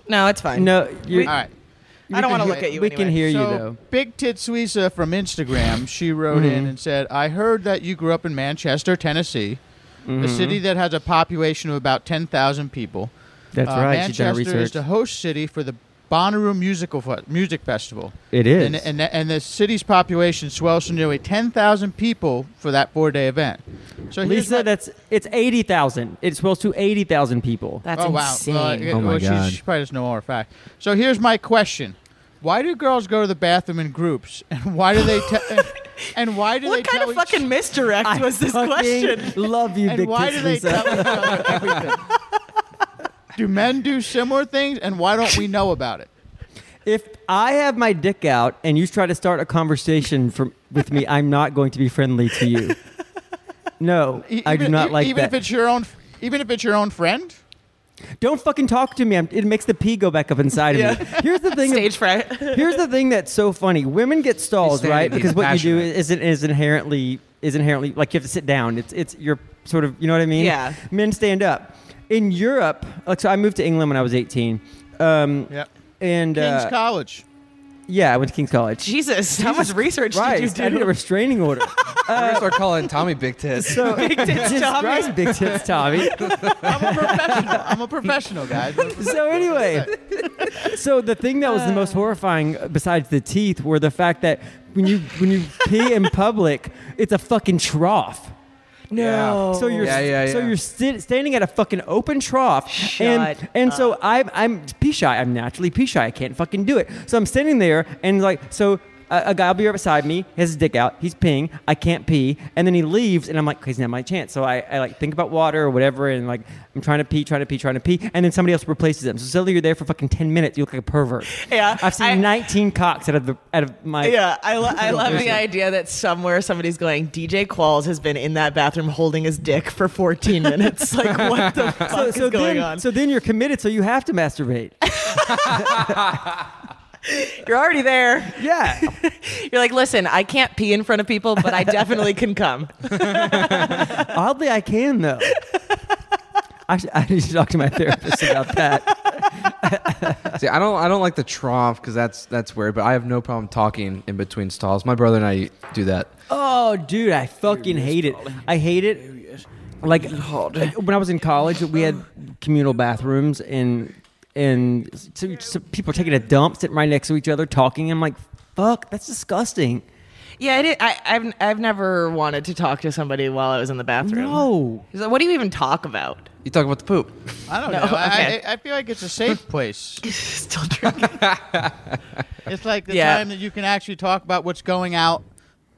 [SPEAKER 5] No, it's fine.
[SPEAKER 6] No, you.
[SPEAKER 2] All right.
[SPEAKER 5] I don't
[SPEAKER 2] can
[SPEAKER 5] want to
[SPEAKER 2] hear-
[SPEAKER 5] look at you.
[SPEAKER 6] we
[SPEAKER 5] anyway.
[SPEAKER 6] can hear
[SPEAKER 2] so,
[SPEAKER 6] you though. Mm-hmm.
[SPEAKER 2] Big Tit Suiza from Instagram, she wrote in and said, I heard that you grew up in Manchester, Tennessee,
[SPEAKER 6] Mm-hmm.
[SPEAKER 2] a city that has a population of about 10,000 people.
[SPEAKER 6] That's
[SPEAKER 2] Uh,
[SPEAKER 6] right. She's
[SPEAKER 2] Manchester
[SPEAKER 6] done
[SPEAKER 2] is
[SPEAKER 6] research.
[SPEAKER 2] the host city for the Bonnaroo Musical Fe- Music Festival.
[SPEAKER 6] It is.
[SPEAKER 2] And, and, and the city's population swells to nearly 10,000 people for that four day event. So here's
[SPEAKER 6] Lisa,
[SPEAKER 2] my-
[SPEAKER 6] that's it's eighty thousand. It swells to eighty thousand people.
[SPEAKER 5] That's
[SPEAKER 2] oh, wow.
[SPEAKER 5] insane.
[SPEAKER 2] Well, it-
[SPEAKER 3] Oh, my
[SPEAKER 2] well, she's-
[SPEAKER 3] God.
[SPEAKER 2] She probably doesn't know all her facts. So here's my question. Why do girls go to the bathroom in groups? [LAUGHS] And why do they te-
[SPEAKER 5] [LAUGHS]
[SPEAKER 2] and, and why do they
[SPEAKER 5] what kind
[SPEAKER 2] tell
[SPEAKER 5] of
[SPEAKER 2] each-
[SPEAKER 5] fucking misdirect was this
[SPEAKER 6] Fucking
[SPEAKER 5] question?
[SPEAKER 6] Love you,
[SPEAKER 2] And
[SPEAKER 6] big
[SPEAKER 2] why
[SPEAKER 6] tits,
[SPEAKER 2] do they
[SPEAKER 6] Lisa.
[SPEAKER 2] tell each
[SPEAKER 6] [LAUGHS]
[SPEAKER 2] other everything? do men do similar things and why don't we know about it?
[SPEAKER 6] If I have my dick out and you try to start a conversation from, with me, I'm not going to be friendly
[SPEAKER 2] [LAUGHS]
[SPEAKER 6] to you. No,
[SPEAKER 2] E-
[SPEAKER 6] I do not
[SPEAKER 2] e-
[SPEAKER 6] like
[SPEAKER 2] even
[SPEAKER 6] that.
[SPEAKER 2] if it's your own even if it's your own friend?
[SPEAKER 6] Don't fucking talk to me. I'm, it makes the pee go back up inside of me. Here's the thing.
[SPEAKER 5] [LAUGHS] Stage fright.
[SPEAKER 6] Here's the thing that's so funny. Women get stalled,
[SPEAKER 3] He's
[SPEAKER 6] right?
[SPEAKER 3] standing,
[SPEAKER 6] Because
[SPEAKER 3] he's
[SPEAKER 6] what you do
[SPEAKER 3] passionate.
[SPEAKER 6] is, is inherently is inherently like you have to sit down. It's it's you're sort of you know what I mean.
[SPEAKER 5] Yeah.
[SPEAKER 6] Men stand up. In Europe, like so, I moved to England when I was 18. Um,
[SPEAKER 2] Yep.
[SPEAKER 6] And
[SPEAKER 2] King's
[SPEAKER 6] uh,
[SPEAKER 2] College.
[SPEAKER 6] yeah, I went to King's College.
[SPEAKER 5] Jesus, how much research
[SPEAKER 6] Right,
[SPEAKER 5] did
[SPEAKER 6] I
[SPEAKER 5] you
[SPEAKER 6] did a
[SPEAKER 5] do? [LAUGHS]
[SPEAKER 6] restraining order.
[SPEAKER 3] We're gonna
[SPEAKER 6] [LAUGHS]
[SPEAKER 3] start calling Tommy Big Tits.
[SPEAKER 6] So
[SPEAKER 5] Big
[SPEAKER 6] [LAUGHS]
[SPEAKER 5] tits,
[SPEAKER 6] Jesus
[SPEAKER 5] Tommy.
[SPEAKER 6] Christ, big tits, Tommy.
[SPEAKER 2] I'm a professional. I'm a
[SPEAKER 5] [LAUGHS]
[SPEAKER 2] professional, guys.
[SPEAKER 6] so anyway, so the thing that was the most horrifying uh, besides the teeth were the fact that when you when you pee in public, it's a fucking trough.
[SPEAKER 3] No.
[SPEAKER 6] So you're
[SPEAKER 3] Yeah, yeah,
[SPEAKER 6] so
[SPEAKER 3] yeah.
[SPEAKER 6] you're sti- standing at a fucking open trough, and
[SPEAKER 5] Shut
[SPEAKER 6] and so I'm I'm pee shy. I'm naturally pee shy. I can't fucking do it. So I'm standing there and like so. a, a guy will be right beside me, has his dick out, he's peeing, I can't pee, and then he leaves, and I'm like, he's not my chance. So I, I like think about water or whatever, and like I'm trying to pee, trying to pee, trying to pee, and then somebody else replaces him. So suddenly you're there for fucking ten minutes, you look like a pervert.
[SPEAKER 5] Yeah,
[SPEAKER 6] I've seen
[SPEAKER 5] I-
[SPEAKER 6] 19 cocks out of the, out of my
[SPEAKER 5] Yeah, I, lo- I love the idea that somewhere somebody's going, DJ Qualls has been in that bathroom holding his dick for 14 minutes. [LAUGHS] Like, what the fuck is going
[SPEAKER 6] then,
[SPEAKER 5] on?
[SPEAKER 6] so then you're committed, so you have
[SPEAKER 5] [LAUGHS]
[SPEAKER 6] to masturbate.
[SPEAKER 5] You're already there.
[SPEAKER 6] Yeah.
[SPEAKER 5] You're like, listen, I can't pee in front of people, but I definitely can come.
[SPEAKER 6] Oddly, I can though. I, should, I need to talk to my therapist about that.
[SPEAKER 3] See, I don't, I don't like the tromp because that's that's weird. But I have no problem talking in between stalls. My brother and I do that.
[SPEAKER 6] [LAUGHS] Oh, dude, I fucking hate it. I hate it. Like like, when I was in college, we had communal bathrooms and and so, so people taking a dump, sitting right next to each other, talking. I'm like, fuck, that's disgusting.
[SPEAKER 5] Yeah, it is, I, I've, I've never wanted to talk to somebody while I was in the bathroom.
[SPEAKER 6] No.
[SPEAKER 5] He's like, what do you even talk about?
[SPEAKER 3] You talk about the poop.
[SPEAKER 2] I don't
[SPEAKER 5] No,
[SPEAKER 2] know. I-
[SPEAKER 5] okay.
[SPEAKER 2] I, I feel like it's a safe place.
[SPEAKER 5] [LAUGHS] Still drinking.
[SPEAKER 2] It's like the
[SPEAKER 5] Yeah.
[SPEAKER 2] time that you can actually talk about what's going out,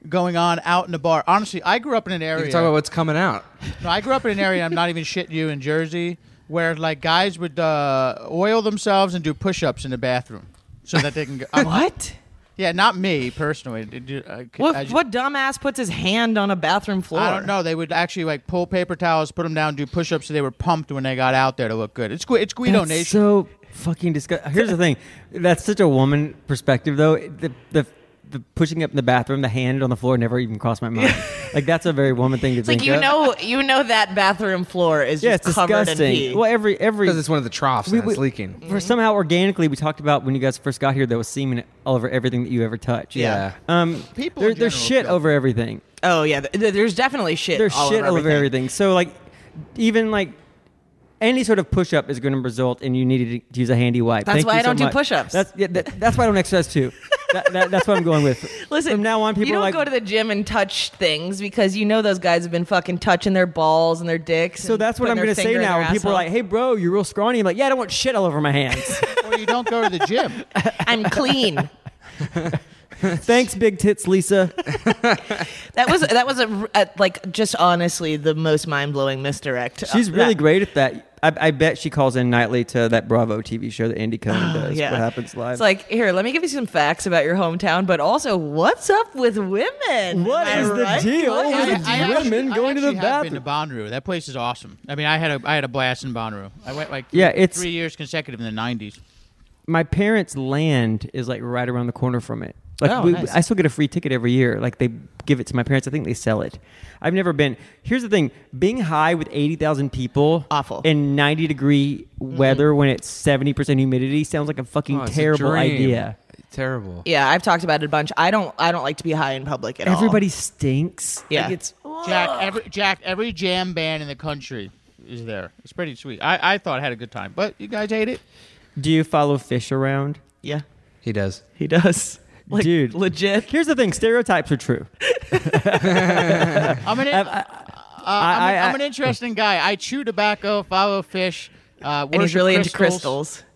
[SPEAKER 2] going on out in the bar. Honestly, I grew up in an
[SPEAKER 3] You
[SPEAKER 2] area.
[SPEAKER 3] can talk about what's coming out.
[SPEAKER 2] no, I grew up in an area. I'm not
[SPEAKER 3] [LAUGHS]
[SPEAKER 2] even shitting you in Jersey, where like guys would uh, oil themselves and do push-ups in the bathroom so that they can go.
[SPEAKER 5] [LAUGHS]
[SPEAKER 2] I'm-
[SPEAKER 5] what?
[SPEAKER 2] Yeah, not me personally. Did you- I could-
[SPEAKER 5] What,
[SPEAKER 2] I ju-
[SPEAKER 5] what dumbass puts his hand on a bathroom floor?
[SPEAKER 2] I don't know. They would actually like pull paper towels, put them down, do push-ups, so they were pumped when they got out there to look good. It's Gu- it's Guido
[SPEAKER 6] That's
[SPEAKER 2] Nation.
[SPEAKER 6] So fucking disgusting. Here's the thing. That's such a woman perspective, though. The, the the pushing up in the bathroom, the hand on the floor, never even crossed my mind. like that's a very woman thing to
[SPEAKER 5] It's
[SPEAKER 6] think
[SPEAKER 5] like you
[SPEAKER 6] of.
[SPEAKER 5] know, you know that bathroom floor is
[SPEAKER 6] yeah,
[SPEAKER 5] just
[SPEAKER 6] it's
[SPEAKER 5] covered in
[SPEAKER 6] disgusting.
[SPEAKER 5] pee. Mm-hmm.
[SPEAKER 6] Well, every every
[SPEAKER 3] Because it's one of the troughs
[SPEAKER 6] we-
[SPEAKER 3] and it's
[SPEAKER 6] we-
[SPEAKER 3] leaking.
[SPEAKER 6] For somehow organically, we talked about when you guys first got here, there was semen all over everything that you ever touched.
[SPEAKER 3] Yeah.
[SPEAKER 6] Um,
[SPEAKER 2] People
[SPEAKER 6] there-
[SPEAKER 2] in
[SPEAKER 6] there's
[SPEAKER 2] general
[SPEAKER 6] shit
[SPEAKER 2] feel-
[SPEAKER 6] over everything.
[SPEAKER 5] Oh yeah, th- th- there's definitely shit.
[SPEAKER 6] There's
[SPEAKER 5] all
[SPEAKER 6] shit
[SPEAKER 5] over
[SPEAKER 6] over everything. So like, even like. Any sort of push up is going to result in you needing to use a handy wipe.
[SPEAKER 5] That's
[SPEAKER 6] Thank
[SPEAKER 5] why
[SPEAKER 6] you
[SPEAKER 5] I
[SPEAKER 6] so
[SPEAKER 5] don't do
[SPEAKER 6] much.
[SPEAKER 5] push-ups.
[SPEAKER 6] That's, yeah, that, that's why I don't exercise
[SPEAKER 5] [LAUGHS]
[SPEAKER 6] too. that, that, that's what I'm going with.
[SPEAKER 5] Listen,
[SPEAKER 6] from now on, people
[SPEAKER 5] you don't
[SPEAKER 6] are like
[SPEAKER 5] go to the gym and touch things because you know those guys have been fucking touching their balls and their dicks.
[SPEAKER 6] So that's what I'm
[SPEAKER 5] going to
[SPEAKER 6] say now. When people are like, "Hey, bro, you're real scrawny," I'm like, "Yeah, I don't want shit all over
[SPEAKER 5] [LAUGHS]
[SPEAKER 6] my hands."
[SPEAKER 2] or you don't go to the gym.
[SPEAKER 6] [LAUGHS]
[SPEAKER 5] "I'm [LAUGHS] clean."
[SPEAKER 6] Thanks, big
[SPEAKER 5] [LAUGHS]
[SPEAKER 6] tits, Lisa.
[SPEAKER 5] That was that was a, r- a- like just honestly the most mind blowing misdirect.
[SPEAKER 6] She's
[SPEAKER 5] Uh,
[SPEAKER 6] really
[SPEAKER 5] that-
[SPEAKER 6] great at that. I, I bet she calls in nightly to that Bravo TV show that Andy Cohen does.
[SPEAKER 5] Oh, Yeah.
[SPEAKER 6] What happens live?
[SPEAKER 5] It's like, here, let me give you some facts about your hometown, but also what's up with women? Am
[SPEAKER 6] What
[SPEAKER 5] I
[SPEAKER 6] is the
[SPEAKER 5] right?
[SPEAKER 2] [LAUGHS]
[SPEAKER 6] deal
[SPEAKER 5] What is
[SPEAKER 6] with
[SPEAKER 5] the
[SPEAKER 6] the women
[SPEAKER 2] I
[SPEAKER 6] going to the
[SPEAKER 2] actually have been
[SPEAKER 6] bathroom.
[SPEAKER 2] to Bonnaroo. That place is awesome. I mean, I had a I had a blast in Bonnaroo. I went like
[SPEAKER 6] Yeah, it's-
[SPEAKER 2] three years consecutive in the '90s.
[SPEAKER 6] my parents' land is like right around the corner from it. Like
[SPEAKER 5] Oh,
[SPEAKER 6] we,
[SPEAKER 5] nice.
[SPEAKER 6] I still get a free ticket every year. Like they give it to my parents. I think they sell it. I've never been. Here's the thing: being high with eighty thousand people,
[SPEAKER 5] Awful. Mm-hmm.
[SPEAKER 6] in ninety degree weather when it's seventy percent humidity sounds like a fucking
[SPEAKER 3] Oh, it's a
[SPEAKER 6] terrible
[SPEAKER 3] dream.
[SPEAKER 6] idea.
[SPEAKER 3] Terrible.
[SPEAKER 5] Yeah, I've talked about it a bunch. I don't I don't like to be high in public at all.
[SPEAKER 6] Everybody stinks.
[SPEAKER 5] Yeah.
[SPEAKER 6] like it's
[SPEAKER 2] Jack, every Jack, every jam band in the country is there. It's pretty sweet. I, I thought I had a good time, but you guys hate it.
[SPEAKER 6] Do you follow fish around?
[SPEAKER 5] Yeah,
[SPEAKER 3] He does.
[SPEAKER 5] he does. [LAUGHS] Like,
[SPEAKER 6] Dude.
[SPEAKER 5] legit.
[SPEAKER 6] Here's the thing: stereotypes are true.
[SPEAKER 2] I'm an, uh,
[SPEAKER 6] I-
[SPEAKER 2] I'm, an-
[SPEAKER 6] I-
[SPEAKER 2] I'm an interesting guy. I chew tobacco, follow fish. Uh,
[SPEAKER 5] And he's
[SPEAKER 2] worship
[SPEAKER 5] really into
[SPEAKER 2] crystals.
[SPEAKER 5] crystals.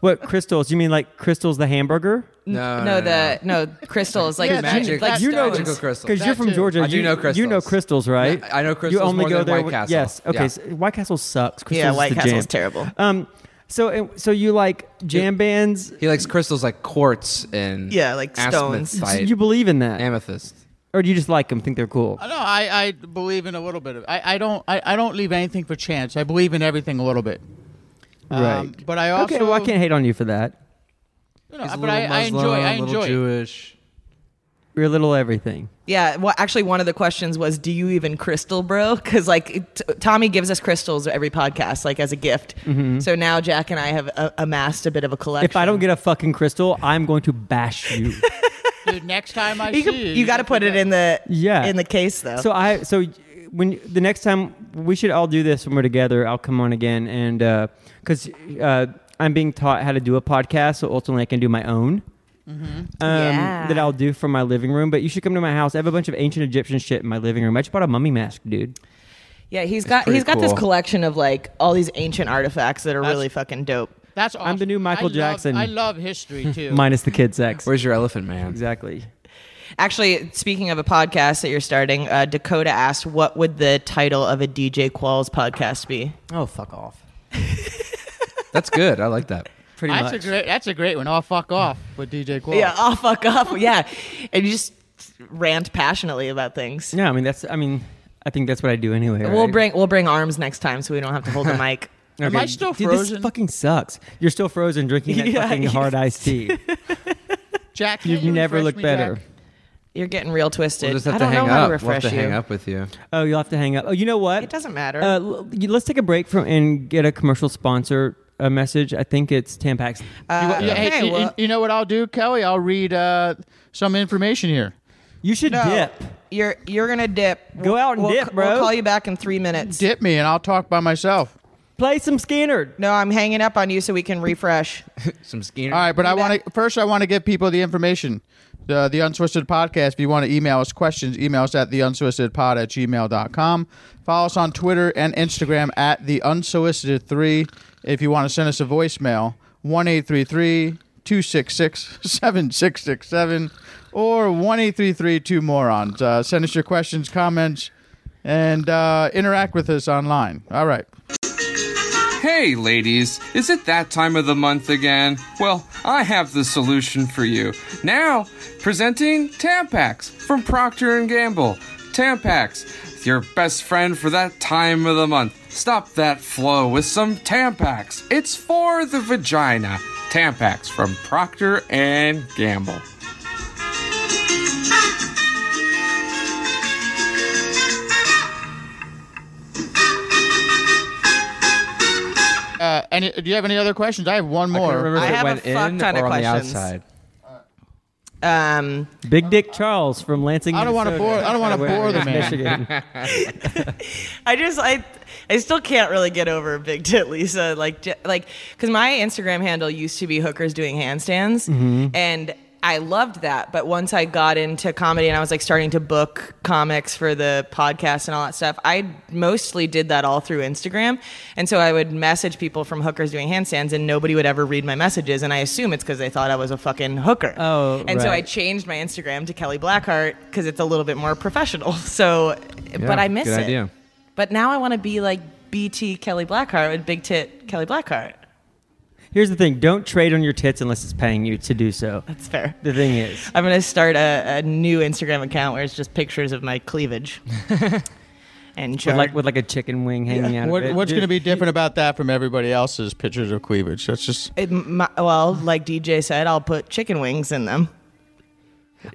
[SPEAKER 6] what crystals? You mean like crystals the hamburger?
[SPEAKER 3] No,
[SPEAKER 5] No,
[SPEAKER 3] no,
[SPEAKER 5] the no crystals like
[SPEAKER 2] Yeah,
[SPEAKER 3] magic.
[SPEAKER 5] Like
[SPEAKER 2] That's you know-
[SPEAKER 5] stones.
[SPEAKER 3] magical crystals.
[SPEAKER 6] Because you're
[SPEAKER 2] That
[SPEAKER 6] from
[SPEAKER 2] too.
[SPEAKER 6] Georgia,
[SPEAKER 3] I do
[SPEAKER 6] you
[SPEAKER 3] know
[SPEAKER 6] You know
[SPEAKER 3] crystals.
[SPEAKER 6] crystals, right?
[SPEAKER 3] Yeah, I know crystals more than White
[SPEAKER 6] when-
[SPEAKER 3] Castle.
[SPEAKER 6] Yes. Okay.
[SPEAKER 3] Yeah.
[SPEAKER 6] So White Castle sucks. Crystals
[SPEAKER 5] Yeah,
[SPEAKER 6] is
[SPEAKER 5] White
[SPEAKER 6] the
[SPEAKER 5] Castle's
[SPEAKER 6] jam.
[SPEAKER 5] terrible.
[SPEAKER 6] Um, so and- so you like jam bands?
[SPEAKER 3] He likes crystals like quartz and
[SPEAKER 5] Yeah, like stones.
[SPEAKER 6] So
[SPEAKER 3] asthmathite,
[SPEAKER 6] you believe in that,
[SPEAKER 3] amethyst.
[SPEAKER 6] or do you just like them? Think they're cool?
[SPEAKER 2] Uh, No, I, I believe in a little bit of. I, I don't I, I don't leave anything for chance. I believe in everything a little bit. Um,
[SPEAKER 6] Right.
[SPEAKER 2] But I also
[SPEAKER 6] okay. Well, I can't hate on you for that.
[SPEAKER 2] you know,
[SPEAKER 3] He's a
[SPEAKER 2] but I,
[SPEAKER 3] little
[SPEAKER 2] I enjoy. I
[SPEAKER 3] Muslim, a
[SPEAKER 2] enjoy.
[SPEAKER 3] little
[SPEAKER 2] it.
[SPEAKER 3] Jewish.
[SPEAKER 6] You're a little everything.
[SPEAKER 5] Yeah, well, actually, one of the questions was, "Do you even crystal, bro?" Because like it- t- Tommy gives us crystals every podcast, like as a gift. So now Jack and I have uh, amassed a bit of a collection.
[SPEAKER 6] If I don't get a fucking crystal, I'm going to bash you.
[SPEAKER 2] Dude, next time
[SPEAKER 6] [LAUGHS]
[SPEAKER 2] I
[SPEAKER 5] you,
[SPEAKER 2] see
[SPEAKER 5] could-
[SPEAKER 2] you,
[SPEAKER 5] you got to put it in the
[SPEAKER 6] Yeah.
[SPEAKER 5] in the case though.
[SPEAKER 6] so I so when the next time we should all do this when we're together. I'll come on again and because uh, I'm being taught how to do a podcast, so ultimately I can do my own. Um,
[SPEAKER 5] Mm-hmm. Yeah.
[SPEAKER 6] That I'll do from my living room, but you should come to my house. I have a bunch of ancient Egyptian shit in my living room. I just bought a mummy mask, dude.
[SPEAKER 5] yeah, he's got
[SPEAKER 3] pretty
[SPEAKER 5] he's got this
[SPEAKER 3] cool.
[SPEAKER 5] collection of like all these ancient artifacts that are
[SPEAKER 2] That's-
[SPEAKER 5] really fucking dope.
[SPEAKER 2] That's awesome.
[SPEAKER 6] I'm the new Michael
[SPEAKER 2] I love-
[SPEAKER 6] Jackson.
[SPEAKER 2] I love history
[SPEAKER 6] [LAUGHS]
[SPEAKER 2] too.
[SPEAKER 6] minus the kid sex.
[SPEAKER 3] Where's your elephant man?
[SPEAKER 6] Exactly.
[SPEAKER 5] Actually, speaking of a podcast that you're starting, uh, Dakota asked, "What would the title of a DJ Qualls podcast be?"
[SPEAKER 6] Oh, fuck off.
[SPEAKER 3] That's good. I like that.
[SPEAKER 6] Pretty
[SPEAKER 2] that's
[SPEAKER 6] much.
[SPEAKER 2] a great. That's a great one. I'll fuck off with DJ Qual.
[SPEAKER 5] Yeah, I'll Oh, fuck up. [LAUGHS] Yeah, and you just rant passionately about things.
[SPEAKER 6] Yeah, I mean that's. I mean, I think that's what I do anyway.
[SPEAKER 5] We'll
[SPEAKER 6] right?
[SPEAKER 5] bring we'll bring arms next time, so we don't have to hold
[SPEAKER 3] [LAUGHS]
[SPEAKER 5] the mic.
[SPEAKER 2] Am I still
[SPEAKER 6] Dude,
[SPEAKER 2] frozen?
[SPEAKER 6] This fucking sucks. You're still frozen
[SPEAKER 5] [LAUGHS]
[SPEAKER 6] drinking that
[SPEAKER 5] Yeah,
[SPEAKER 6] fucking
[SPEAKER 5] you-
[SPEAKER 6] hard iced tea.
[SPEAKER 2] Jack,
[SPEAKER 6] You've
[SPEAKER 2] can you
[SPEAKER 6] never
[SPEAKER 2] refresh
[SPEAKER 6] looked
[SPEAKER 2] me,
[SPEAKER 6] better.
[SPEAKER 2] Jack?
[SPEAKER 5] You're getting real twisted.
[SPEAKER 3] We'll just have
[SPEAKER 5] I
[SPEAKER 3] to
[SPEAKER 5] don't know
[SPEAKER 3] hang
[SPEAKER 5] how
[SPEAKER 3] up.
[SPEAKER 5] to
[SPEAKER 3] we'll
[SPEAKER 5] refresh
[SPEAKER 3] have to
[SPEAKER 5] you.
[SPEAKER 3] hang up with you.
[SPEAKER 6] Oh, you'll have to hang up. Oh, you know what?
[SPEAKER 5] It doesn't matter.
[SPEAKER 6] Uh, l- y- let's take a break from and get a commercial sponsor uh message. I think it's Tampax.
[SPEAKER 5] Uh,
[SPEAKER 2] Yeah, hey,
[SPEAKER 5] okay,
[SPEAKER 2] you-
[SPEAKER 5] well,
[SPEAKER 2] you know what I'll do, Kelly? I'll read uh, some information here.
[SPEAKER 6] you should
[SPEAKER 5] no,
[SPEAKER 6] dip.
[SPEAKER 5] You're you're gonna dip.
[SPEAKER 6] Go out and
[SPEAKER 5] we'll,
[SPEAKER 6] dip, bro.
[SPEAKER 5] We'll call you back in three minutes.
[SPEAKER 2] Dip me, and I'll talk by myself.
[SPEAKER 6] Play some Skinner.
[SPEAKER 5] No, I'm hanging up on you so we can refresh.
[SPEAKER 3] Some skinner.
[SPEAKER 2] All right, but I want to first. I want to give people the information. The, the Unswisted Podcast. If you want to email us questions, email us at the pod at gmail.com. Follow us on Twitter and Instagram at the unsolicited three. If you want to send us a voicemail, 1 266 7667 or 1 2 morons. Uh, send us your questions, comments, and uh, interact with us online. All right.
[SPEAKER 7] Hey, ladies, is it that time of the month again? Well, I have the solution for you. Now, presenting Tampax from Procter & Gamble. Tampax, your best friend for that time of the month. Stop that flow with some Tampax. It's for the vagina. Tampax from Procter & Gamble.
[SPEAKER 2] Uh, any, do you have any other questions? I have one
[SPEAKER 3] I can't
[SPEAKER 2] more.
[SPEAKER 3] remember if
[SPEAKER 5] I
[SPEAKER 3] it
[SPEAKER 5] have a
[SPEAKER 3] went
[SPEAKER 5] fuck
[SPEAKER 3] in
[SPEAKER 5] ton of
[SPEAKER 3] or on the
[SPEAKER 5] questions.
[SPEAKER 3] outside.
[SPEAKER 5] Um,
[SPEAKER 6] Big Dick Charles from Lansing.
[SPEAKER 2] I don't wanna
[SPEAKER 6] Minnesota.
[SPEAKER 2] bore- I don't wanna
[SPEAKER 6] Where-
[SPEAKER 2] bore the man.
[SPEAKER 6] Michigan.
[SPEAKER 5] I just I I still can't really get over Big Tit Lisa like j- like because my Instagram handle used to be hookers doing handstands
[SPEAKER 3] Mm-hmm.
[SPEAKER 5] and. I loved that, but once I got into comedy and I was like starting to book comics for the podcast and all that stuff, I mostly did that all through Instagram. And so I would message people from hookers doing handstands and nobody would ever read my messages. And I assume it's because they thought I was a fucking hooker.
[SPEAKER 6] Oh,
[SPEAKER 5] and so I
[SPEAKER 6] right.
[SPEAKER 5] changed my Instagram to Kelly Blackheart because it's a little bit more professional. [LAUGHS] So, but
[SPEAKER 3] Yeah,
[SPEAKER 5] I miss
[SPEAKER 3] good
[SPEAKER 5] it.
[SPEAKER 3] idea.
[SPEAKER 5] But now I want to be like BT Kelly Blackheart with big tit Kelly Blackheart.
[SPEAKER 6] Here's the thing: don't trade on your tits unless it's paying you to do so.
[SPEAKER 5] That's fair.
[SPEAKER 6] The thing is,
[SPEAKER 5] I'm gonna start a, a new Instagram account where it's just pictures of my [LAUGHS] cleavage and
[SPEAKER 6] with
[SPEAKER 5] char-
[SPEAKER 6] like with like a chicken wing hanging out.
[SPEAKER 2] What,
[SPEAKER 6] of it.
[SPEAKER 2] what's
[SPEAKER 6] Dude,
[SPEAKER 2] going to be different about that from everybody else's pictures of cleavage? That's just
[SPEAKER 5] It- my- well, like DJ said, I'll put chicken wings in them.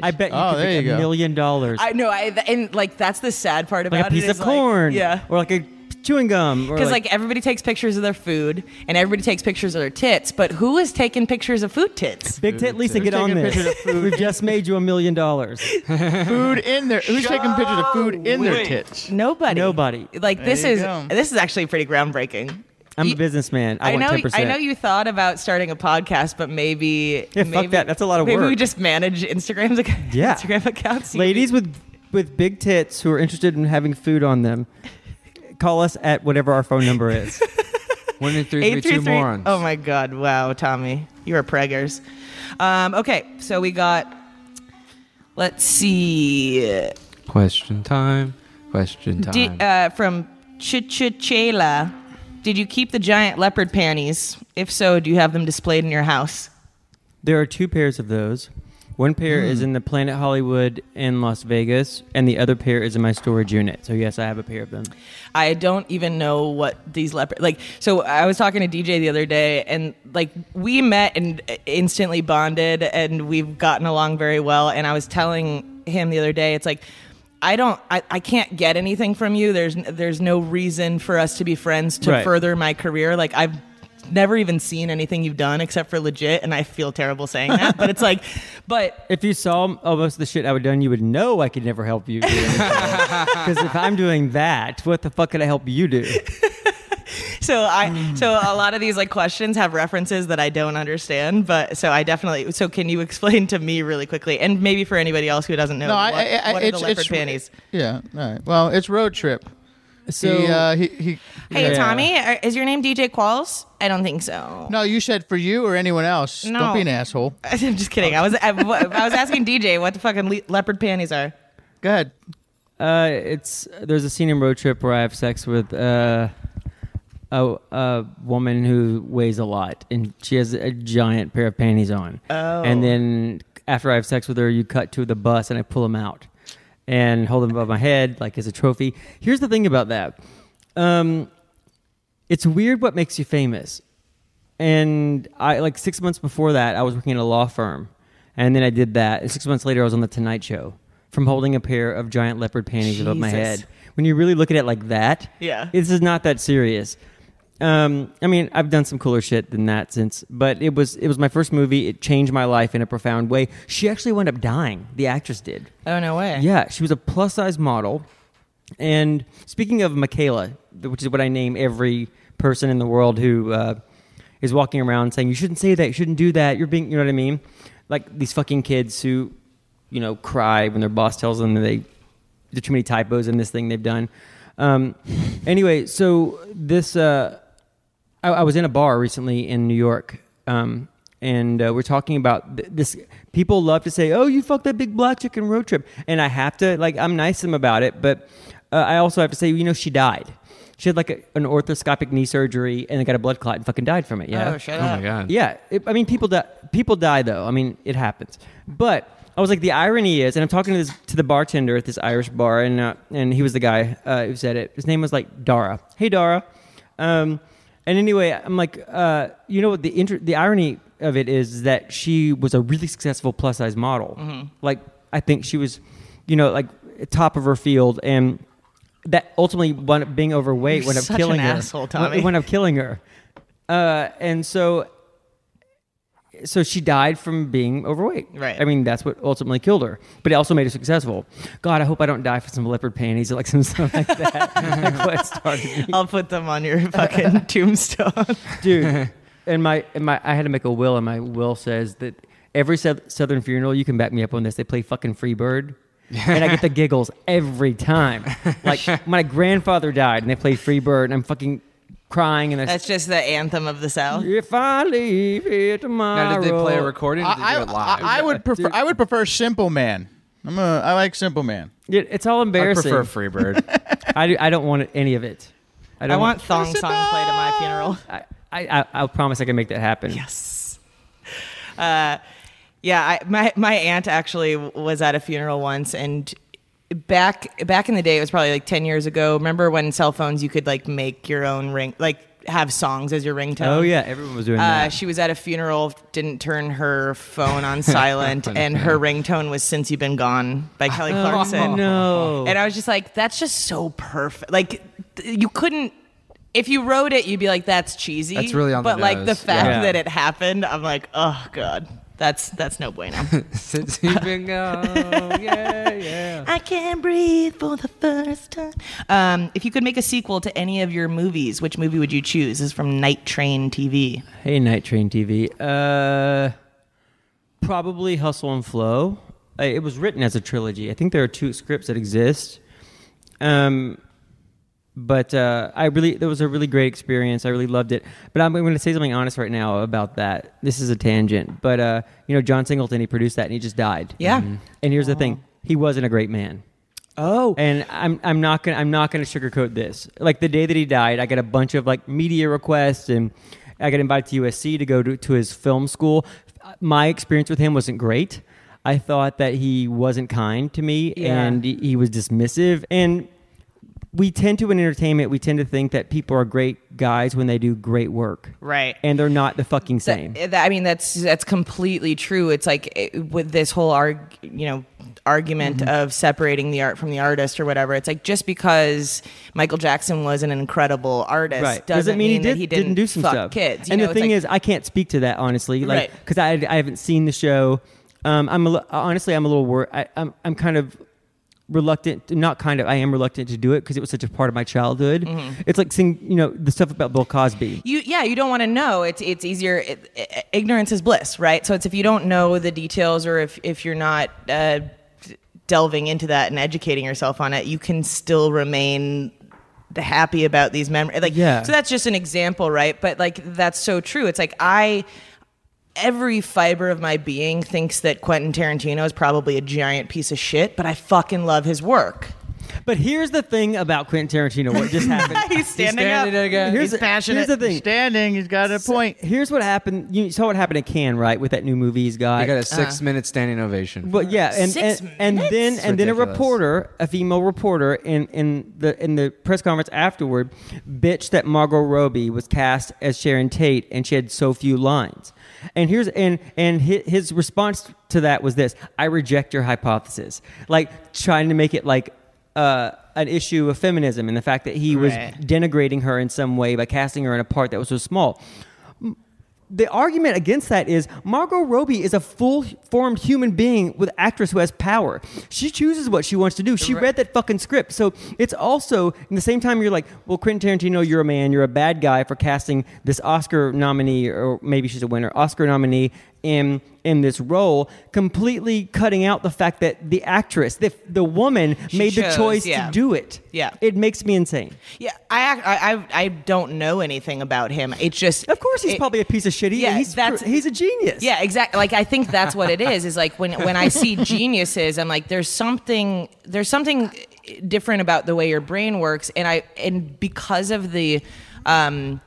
[SPEAKER 6] I bet you
[SPEAKER 2] Oh,
[SPEAKER 6] could
[SPEAKER 2] there
[SPEAKER 6] make
[SPEAKER 2] you
[SPEAKER 6] a
[SPEAKER 2] go.
[SPEAKER 6] million dollars,
[SPEAKER 5] I know. I and like that's the sad part about
[SPEAKER 6] like a
[SPEAKER 5] it
[SPEAKER 6] piece
[SPEAKER 5] is,
[SPEAKER 6] of corn,
[SPEAKER 5] yeah.
[SPEAKER 6] or like a chewing gum, or
[SPEAKER 5] Because like, everybody takes pictures of their food and everybody takes pictures of their tits, but who is taking pictures of food tits?
[SPEAKER 6] Big Tit Lisa, get on
[SPEAKER 2] taking pictures of
[SPEAKER 6] this.
[SPEAKER 2] food.
[SPEAKER 6] We've just made you a million dollars.
[SPEAKER 2] food in their. Who's taking pictures of food in their tits?
[SPEAKER 5] Nobody.
[SPEAKER 6] Nobody.
[SPEAKER 5] Like this
[SPEAKER 2] you
[SPEAKER 5] is
[SPEAKER 2] go.
[SPEAKER 5] this is actually pretty groundbreaking.
[SPEAKER 2] [LAUGHS]
[SPEAKER 6] I'm
[SPEAKER 5] You-
[SPEAKER 6] a businessman. I,
[SPEAKER 5] I,
[SPEAKER 6] want
[SPEAKER 5] know.
[SPEAKER 6] 10%.
[SPEAKER 5] I know you thought about starting a podcast, but maybe
[SPEAKER 6] Yeah, fuck
[SPEAKER 5] maybe,
[SPEAKER 6] that. That's a lot of
[SPEAKER 5] maybe
[SPEAKER 6] work.
[SPEAKER 5] we just manage Instagrams. ac-
[SPEAKER 6] [LAUGHS] Yeah.
[SPEAKER 5] Instagram accounts.
[SPEAKER 6] [LAUGHS] Ladies with with big tits who are interested in having food on them, call us at whatever our phone number is.
[SPEAKER 3] One in three, three,
[SPEAKER 5] eight three
[SPEAKER 3] two
[SPEAKER 5] three.
[SPEAKER 3] morons.
[SPEAKER 5] Oh my god! Wow, Tommy, you are preggers. Um, okay, so we got. Let's see.
[SPEAKER 3] Question time. Question time.
[SPEAKER 5] Di- uh, from Chichela. Did you keep the giant leopard panties? If so, do you have them displayed in your house?
[SPEAKER 6] There are two pairs of those. One pair is in the Planet Hollywood in Las Vegas, and the other pair is in my storage unit. So yes, I have a pair of them.
[SPEAKER 5] I don't even know what these leopard like. So I was talking to DJ the other day, and like we met and instantly bonded, and we've gotten along very well. And I was telling him the other day, it's like I don't, I, I can't get anything from you. There's n- there's no reason for us to be friends to
[SPEAKER 6] Right.
[SPEAKER 5] further my career. Like I've never even seen anything you've done except for legit, and I feel terrible saying that, but it's like, but
[SPEAKER 6] If you saw almost the shit I would done, you would know I could never help you. Because if I'm doing that, what the fuck could I help you do?
[SPEAKER 5] so I so a lot of these like questions have references that I don't understand, but so I definitely so can you explain to me really quickly and maybe for anybody else who doesn't know
[SPEAKER 2] No,
[SPEAKER 5] what,
[SPEAKER 2] I, I, I
[SPEAKER 5] what are
[SPEAKER 2] it's,
[SPEAKER 5] the leopard
[SPEAKER 2] it's,
[SPEAKER 5] panties?
[SPEAKER 2] Yeah. All right. Well, it's road trip.
[SPEAKER 6] So
[SPEAKER 2] he, uh, he, he,
[SPEAKER 5] Hey,
[SPEAKER 6] Yeah.
[SPEAKER 5] Tommy, are- is your name DJ Qualls? I don't think so. [LAUGHS]
[SPEAKER 2] no, you said for you or anyone else. Don't
[SPEAKER 5] No.
[SPEAKER 2] be an asshole.
[SPEAKER 5] I'm just kidding. I was I, I was asking DJ what the fucking le- leopard panties are.
[SPEAKER 2] Go ahead.
[SPEAKER 6] Uh, it's there's a scene in Road Trip where I have sex with uh, a a woman who weighs a lot, and she has a giant pair of panties on.
[SPEAKER 5] Oh.
[SPEAKER 6] And then after I have sex with her, you cut to the bus, and I pull them out and hold them above my head like as a trophy. Here's the thing about that. Um, it's weird what makes you famous. And I like six months before that, I was working at a law firm, and then I did that. And six months later, I was on the Tonight Show from holding a pair of giant leopard panties above my
[SPEAKER 5] Jesus.
[SPEAKER 6] head. When you really look at it like that,
[SPEAKER 5] Yeah.
[SPEAKER 6] this is not that serious. Um, I mean, I've done some cooler shit than that since, but it was it was my first movie. It changed my life in a profound way. She actually wound up dying. The actress did.
[SPEAKER 5] Oh no way.
[SPEAKER 6] Yeah, she was a plus size model. And speaking of Michaela, th- which is what I name every person in the world who uh, is walking around saying you shouldn't say that, you shouldn't do that, you're being, you know what I mean? Like these fucking kids who, you know, cry when their boss tells them that they there are too many typos in this thing they've done. Um, anyway, so this. Uh, I, I was in a bar recently in New York, um, and uh, we're talking about th- this. People love to say, "Oh, you fucked that big black chick in Road Trip," and I have to like I'm nice to them about it, but uh, I also have to say, you know, she died. She had like a, an orthoscopic knee surgery, and they got a blood clot and fucking died from it. Yeah.
[SPEAKER 5] Oh shut
[SPEAKER 7] Oh
[SPEAKER 5] up.
[SPEAKER 7] my god.
[SPEAKER 6] Yeah, it, I mean, people die. People die, though. I mean, it happens. But I was like, the irony is, and I'm talking to this to the bartender at this Irish bar, and uh, and he was the guy uh, who said it. His name was like Dara. Hey, Dara. Um, and anyway, I'm like, uh, you know what? The inter- the irony of it is that she was a really successful plus size model.
[SPEAKER 5] Mm-hmm.
[SPEAKER 6] Like, I think she was, you know, like top of her field, and that ultimately wound up being overweight,
[SPEAKER 5] You're
[SPEAKER 6] wound up
[SPEAKER 5] such
[SPEAKER 6] killing
[SPEAKER 5] an
[SPEAKER 6] her.
[SPEAKER 5] asshole, Tommy.
[SPEAKER 6] Wound up killing her. Uh, and so so she died from being overweight.
[SPEAKER 5] Right.
[SPEAKER 6] I mean, that's what ultimately killed her. But it also made her successful. God, I hope I don't die for some leopard panties or like some [LAUGHS] stuff like that. like what started me,
[SPEAKER 5] I'll put them on [LAUGHS] your fucking tombstone.
[SPEAKER 6] dude. And my and my, I had to make a will, and my will says that every South, Southern funeral, you can back me up on this. They play
[SPEAKER 3] [LAUGHS]
[SPEAKER 6] fucking Freebird. and I get the giggles every time. Like my grandfather died, and they played Freebird, and I'm fucking crying. And I
[SPEAKER 5] That's just the anthem of the South.
[SPEAKER 6] if I leave here tomorrow,
[SPEAKER 3] Now, did they play a recording? Or did
[SPEAKER 2] I,
[SPEAKER 3] they do it live?
[SPEAKER 2] I, I would prefer. I would prefer Simple Man. I'm a. I like Simple Man.
[SPEAKER 6] Yeah, it's all
[SPEAKER 3] I
[SPEAKER 6] embarrassing.
[SPEAKER 5] [LAUGHS]
[SPEAKER 3] prefer Freebird.
[SPEAKER 6] I, do, I don't want any of it. don't
[SPEAKER 5] I want thong song played at my funeral.
[SPEAKER 6] I, I, I'll promise I can make that happen.
[SPEAKER 5] Yes. Uh, yeah, I, my my aunt actually was at a funeral once, and back back in the day, it was probably like ten years ago. Remember when cell phones you could like make your own ring, like have songs as your ringtone?
[SPEAKER 6] Oh yeah, everyone was doing
[SPEAKER 5] Uh,
[SPEAKER 6] that.
[SPEAKER 5] she was at a funeral, didn't turn her phone
[SPEAKER 6] [LAUGHS]
[SPEAKER 5] on silent, and her ringtone was "Since You've Been Gone" by Kelly Clarkson.
[SPEAKER 6] Oh, no.
[SPEAKER 5] And I was just like, that's just so perfect. Like, th- you couldn't. If you wrote it, you'd be like, "That's cheesy."
[SPEAKER 3] That's really on the
[SPEAKER 5] But like the
[SPEAKER 3] nose.
[SPEAKER 5] fact
[SPEAKER 6] Yeah.
[SPEAKER 5] that it happened, I'm like, "Oh god, that's that's no bueno."
[SPEAKER 3] Since you've been gone,
[SPEAKER 6] Oh,
[SPEAKER 3] yeah, yeah.
[SPEAKER 5] I can't breathe for the first time. Um, if you could make a sequel to any of your movies, which movie would you choose? This is from Night Train TV.
[SPEAKER 6] hey, Night Train TV. Uh, probably Hustle and Flow. Uh, It was written as a trilogy. I think there are two scripts that exist. Um, but uh, I really, that was a really great experience. I really loved it. But I'm, going to say something honest right now about that. This is a tangent, but uh, you know, John Singleton, he produced that and he just died. Mm-hmm.
[SPEAKER 5] Yeah.
[SPEAKER 6] And here's the thing: he wasn't a great man.
[SPEAKER 5] Oh,
[SPEAKER 6] And I'm I'm not gonna I'm not gonna sugarcoat this. Like the day that he died, I got a bunch of like media requests, and I got invited to USC to go to, to his film school. My experience with him wasn't great. I thought that he wasn't kind to me,
[SPEAKER 5] Yeah.
[SPEAKER 6] and he, he was dismissive. And we tend to in entertainment, we tend to think that people are great guys when they do great work,
[SPEAKER 5] Right.
[SPEAKER 6] And they're not the fucking same.
[SPEAKER 5] That- that- I mean, that's that's completely true. It's like it, with this whole arg, you know, argument
[SPEAKER 6] Mm-hmm.
[SPEAKER 5] of separating the art from the artist or whatever. It's like just because Michael Jackson was an incredible artist
[SPEAKER 6] right.
[SPEAKER 5] doesn't, mean, that he didn't,
[SPEAKER 6] do some
[SPEAKER 5] fuck
[SPEAKER 6] stuff.
[SPEAKER 5] kids. You
[SPEAKER 6] and
[SPEAKER 5] know,
[SPEAKER 6] the
[SPEAKER 5] it's
[SPEAKER 6] thing
[SPEAKER 5] like-
[SPEAKER 6] is, I can't speak to that honestly, like
[SPEAKER 5] Right.
[SPEAKER 6] because I, I haven't seen the show. Um, I'm a, li- honestly I'm a little worried. I'm I'm kind of reluctant, not kind of. I am reluctant to do it because it was such a part of my childhood.
[SPEAKER 5] Mm-hmm.
[SPEAKER 6] It's like seeing you know the stuff about Bill Cosby.
[SPEAKER 5] you yeah you don't want to know it's it's easier it, i ignorance is bliss right so it's if you don't know the details or if if you're not uh, delving into that and educating yourself on it you can still remain the happy about these memories. Like,
[SPEAKER 6] Yeah.
[SPEAKER 5] So that's just an example, right? But like, that's so true. It's like I. Every fiber of my being thinks that Quentin Tarantino is probably a giant piece of shit, but I fucking love his work.
[SPEAKER 6] But here's the thing about Quentin Tarantino. What just happened?
[SPEAKER 5] [LAUGHS] He's standing,
[SPEAKER 3] standing
[SPEAKER 5] up.
[SPEAKER 3] again.
[SPEAKER 6] Here's
[SPEAKER 5] He's passionate.
[SPEAKER 6] Here's the thing.
[SPEAKER 2] Standing, he's got a point.
[SPEAKER 6] Here's what happened. You saw what happened at Cannes, right? With that new movie he's got.
[SPEAKER 3] I
[SPEAKER 5] uh,
[SPEAKER 3] got a six minute standing ovation.
[SPEAKER 6] Well, yeah, and
[SPEAKER 5] Six
[SPEAKER 6] and, and then
[SPEAKER 5] minutes?
[SPEAKER 6] and then a
[SPEAKER 3] Ridiculous.
[SPEAKER 6] reporter, a female reporter, in in the in the press conference afterward, bitched that Margot Robbie was cast as Sharon Tate and she had so few lines. And here's and and his, his response to that was this: I reject your hypothesis. Like trying to make it like. Uh, an issue of feminism and the fact that he was
[SPEAKER 5] Right.
[SPEAKER 6] denigrating her in some way by casting her in a part that was so small the argument against that is Margot Robbie is a full formed human being with actress who has power. She chooses what she wants to do. She read that fucking script. So it's also in the same time you're like, well, Quentin Tarantino, you're a man, you're a bad guy for casting this Oscar nominee, or maybe she's a winner, Oscar nominee in in this role, completely cutting out the fact that the actress, the the woman, made the
[SPEAKER 5] chose,
[SPEAKER 6] choice
[SPEAKER 5] yeah.
[SPEAKER 6] to do it.
[SPEAKER 5] Yeah.
[SPEAKER 6] It makes me insane.
[SPEAKER 5] Yeah, I, ac- I I I don't know anything about him. It's just
[SPEAKER 6] Of course he's
[SPEAKER 5] it-
[SPEAKER 6] probably a piece of shit. He,
[SPEAKER 5] Yeah,
[SPEAKER 6] he's,
[SPEAKER 5] that's-
[SPEAKER 6] he's a genius.
[SPEAKER 5] Yeah, exactly. Like I think that's what it is. Is like when when I
[SPEAKER 6] [LAUGHS]
[SPEAKER 5] see geniuses, I'm like, there's something there's something different about the way your brain works, and I and because of the, um,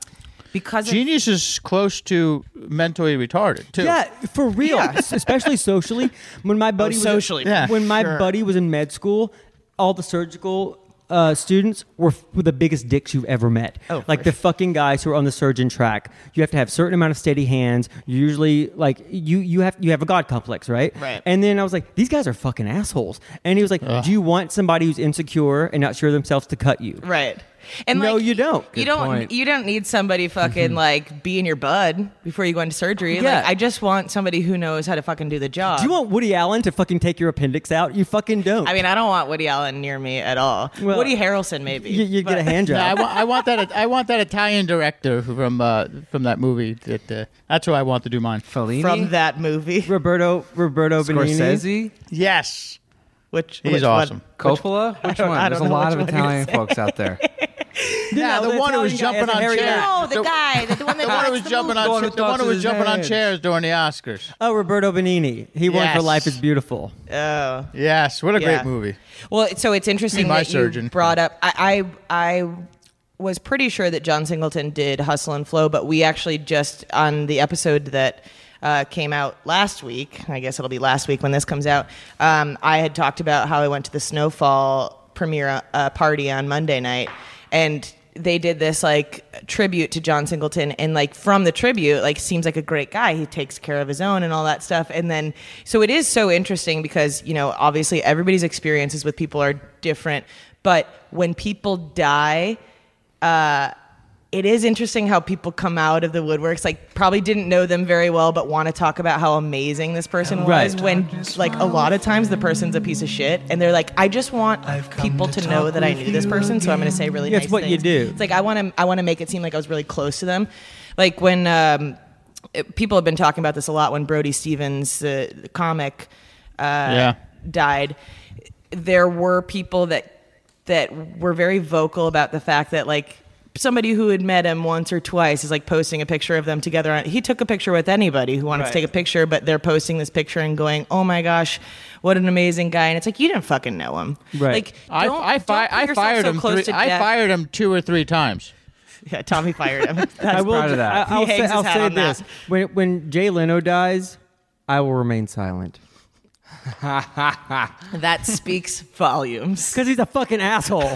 [SPEAKER 5] because of
[SPEAKER 2] Genius is close to mentally retarded too.
[SPEAKER 6] Yeah, for real. Especially socially. When my buddy was
[SPEAKER 5] Oh, socially.
[SPEAKER 2] Yeah,
[SPEAKER 6] when my
[SPEAKER 2] sure.
[SPEAKER 6] buddy was in med school, all the surgical uh, students were, f- were the biggest dicks you've ever met. Oh, like the fucking guys who are on the surgeon track. You have to have certain amount of steady hands. You Usually, like you, you have you have a god complex, right?
[SPEAKER 5] Right.
[SPEAKER 6] And then I was like, these guys are fucking assholes. And he was like, Do you want somebody who's insecure and not sure of themselves to cut you?
[SPEAKER 5] right. And
[SPEAKER 6] No,
[SPEAKER 5] like,
[SPEAKER 6] you don't.
[SPEAKER 5] You
[SPEAKER 3] Good
[SPEAKER 5] don't.
[SPEAKER 3] point.
[SPEAKER 5] You don't need
[SPEAKER 6] [LAUGHS]
[SPEAKER 5] somebody fucking like being your bud before you go into surgery.
[SPEAKER 6] Yeah.
[SPEAKER 5] Like I just want somebody who knows how to fucking do the job.
[SPEAKER 6] Do you want Woody Allen to fucking take your appendix out? You fucking don't.
[SPEAKER 5] I mean, I don't want Woody Allen near me at all.
[SPEAKER 6] Well,
[SPEAKER 5] Woody Harrelson, maybe.
[SPEAKER 6] you, you get
[SPEAKER 5] [LAUGHS]
[SPEAKER 6] a hand
[SPEAKER 2] No, I,
[SPEAKER 6] job.
[SPEAKER 2] wa- I want that. I want that Italian director from uh, from that movie. That uh, that's who I want to do mine.
[SPEAKER 3] Fellini,
[SPEAKER 5] from that movie. [LAUGHS]
[SPEAKER 6] Roberto Roberto Benigni.
[SPEAKER 3] Scorsese,
[SPEAKER 2] Yes,
[SPEAKER 5] Which
[SPEAKER 2] he's
[SPEAKER 5] which one?
[SPEAKER 2] awesome.
[SPEAKER 3] Coppola. Which one?
[SPEAKER 5] I
[SPEAKER 3] There's a
[SPEAKER 5] don't know
[SPEAKER 3] lot
[SPEAKER 5] which
[SPEAKER 3] of
[SPEAKER 5] one you're
[SPEAKER 3] Italian folks
[SPEAKER 5] [LAUGHS]
[SPEAKER 3] out there.
[SPEAKER 2] Yeah,
[SPEAKER 6] No,
[SPEAKER 2] the,
[SPEAKER 6] the
[SPEAKER 2] one who was
[SPEAKER 6] Italian
[SPEAKER 2] jumping
[SPEAKER 6] guy has a
[SPEAKER 2] on
[SPEAKER 6] hairy
[SPEAKER 2] chairs.
[SPEAKER 6] back.
[SPEAKER 5] No, the guy, the, the one that
[SPEAKER 2] The one who
[SPEAKER 5] watched
[SPEAKER 2] was
[SPEAKER 5] the
[SPEAKER 2] jumping
[SPEAKER 5] movie.
[SPEAKER 3] The
[SPEAKER 2] on
[SPEAKER 3] one who
[SPEAKER 2] the one who
[SPEAKER 3] tosses
[SPEAKER 2] was
[SPEAKER 3] his
[SPEAKER 2] jumping on
[SPEAKER 3] head.
[SPEAKER 2] chairs during the Oscars.
[SPEAKER 5] Uh,
[SPEAKER 6] Oh, Roberto Benini. He won for
[SPEAKER 2] Yes.
[SPEAKER 6] Life is Beautiful.
[SPEAKER 5] Oh.
[SPEAKER 2] Yes, what a
[SPEAKER 5] Yeah.
[SPEAKER 2] great movie.
[SPEAKER 5] Well, it- so it's interesting
[SPEAKER 2] Be my
[SPEAKER 5] that
[SPEAKER 2] surgeon.
[SPEAKER 5] you brought up. I, I I was pretty sure that John Singleton did Hustle and Flow, but we actually just on the episode that. Uh, came out last week. I guess it'll be last week when this comes out. Um, I had talked about how I went to the Snowfall premiere uh, party on Monday night, and they did this like tribute to John Singleton and like from the tribute like seems like a great guy he takes care of his own and all that stuff and then so it is so interesting because you know obviously everybody's experiences with people are different but when people die uh, it is interesting how people come out of the woodworks like probably didn't know them very well but want to talk about how amazing this person was
[SPEAKER 6] Right.
[SPEAKER 5] when like a lot of times the person's a piece of shit and they're like i just want people to, know that i knew this person so i'm going to say really
[SPEAKER 6] Yeah,
[SPEAKER 5] nice
[SPEAKER 6] it's what you
[SPEAKER 5] things.
[SPEAKER 6] do.
[SPEAKER 5] it's like i want to i want to make it seem like i was really close to them like when um, it- people have been talking about this a lot when brody stevens the the comic Uh,
[SPEAKER 2] yeah.
[SPEAKER 5] died, there were people that that were very vocal about the fact that like somebody who had met him once or twice is like posting a picture of them together. on- He took a picture with anybody who wanted to take a picture, but they're posting this picture and going, "Oh my gosh, what an amazing guy!" And it's like you didn't fucking know him.
[SPEAKER 6] Right.
[SPEAKER 5] Like
[SPEAKER 2] I,
[SPEAKER 5] don't-
[SPEAKER 2] I, fi-
[SPEAKER 5] don't put
[SPEAKER 2] I
[SPEAKER 5] yourself
[SPEAKER 2] fired
[SPEAKER 5] so
[SPEAKER 2] him.
[SPEAKER 5] close
[SPEAKER 2] Three,
[SPEAKER 5] to
[SPEAKER 2] I
[SPEAKER 5] death.
[SPEAKER 2] fired him two or three times.
[SPEAKER 5] Yeah, Tommy fired [LAUGHS] him.
[SPEAKER 6] I
[SPEAKER 5] That's
[SPEAKER 6] will.
[SPEAKER 3] proud of that.
[SPEAKER 6] I, will
[SPEAKER 5] He
[SPEAKER 6] say,
[SPEAKER 5] hangs his
[SPEAKER 6] I'll
[SPEAKER 5] hat
[SPEAKER 6] say
[SPEAKER 5] on
[SPEAKER 6] this:
[SPEAKER 5] that.
[SPEAKER 6] when when Jay Leno dies, I will remain silent
[SPEAKER 5] that speaks [LAUGHS] volumes.
[SPEAKER 6] because he's a
[SPEAKER 5] [LAUGHS]
[SPEAKER 6] fucking asshole.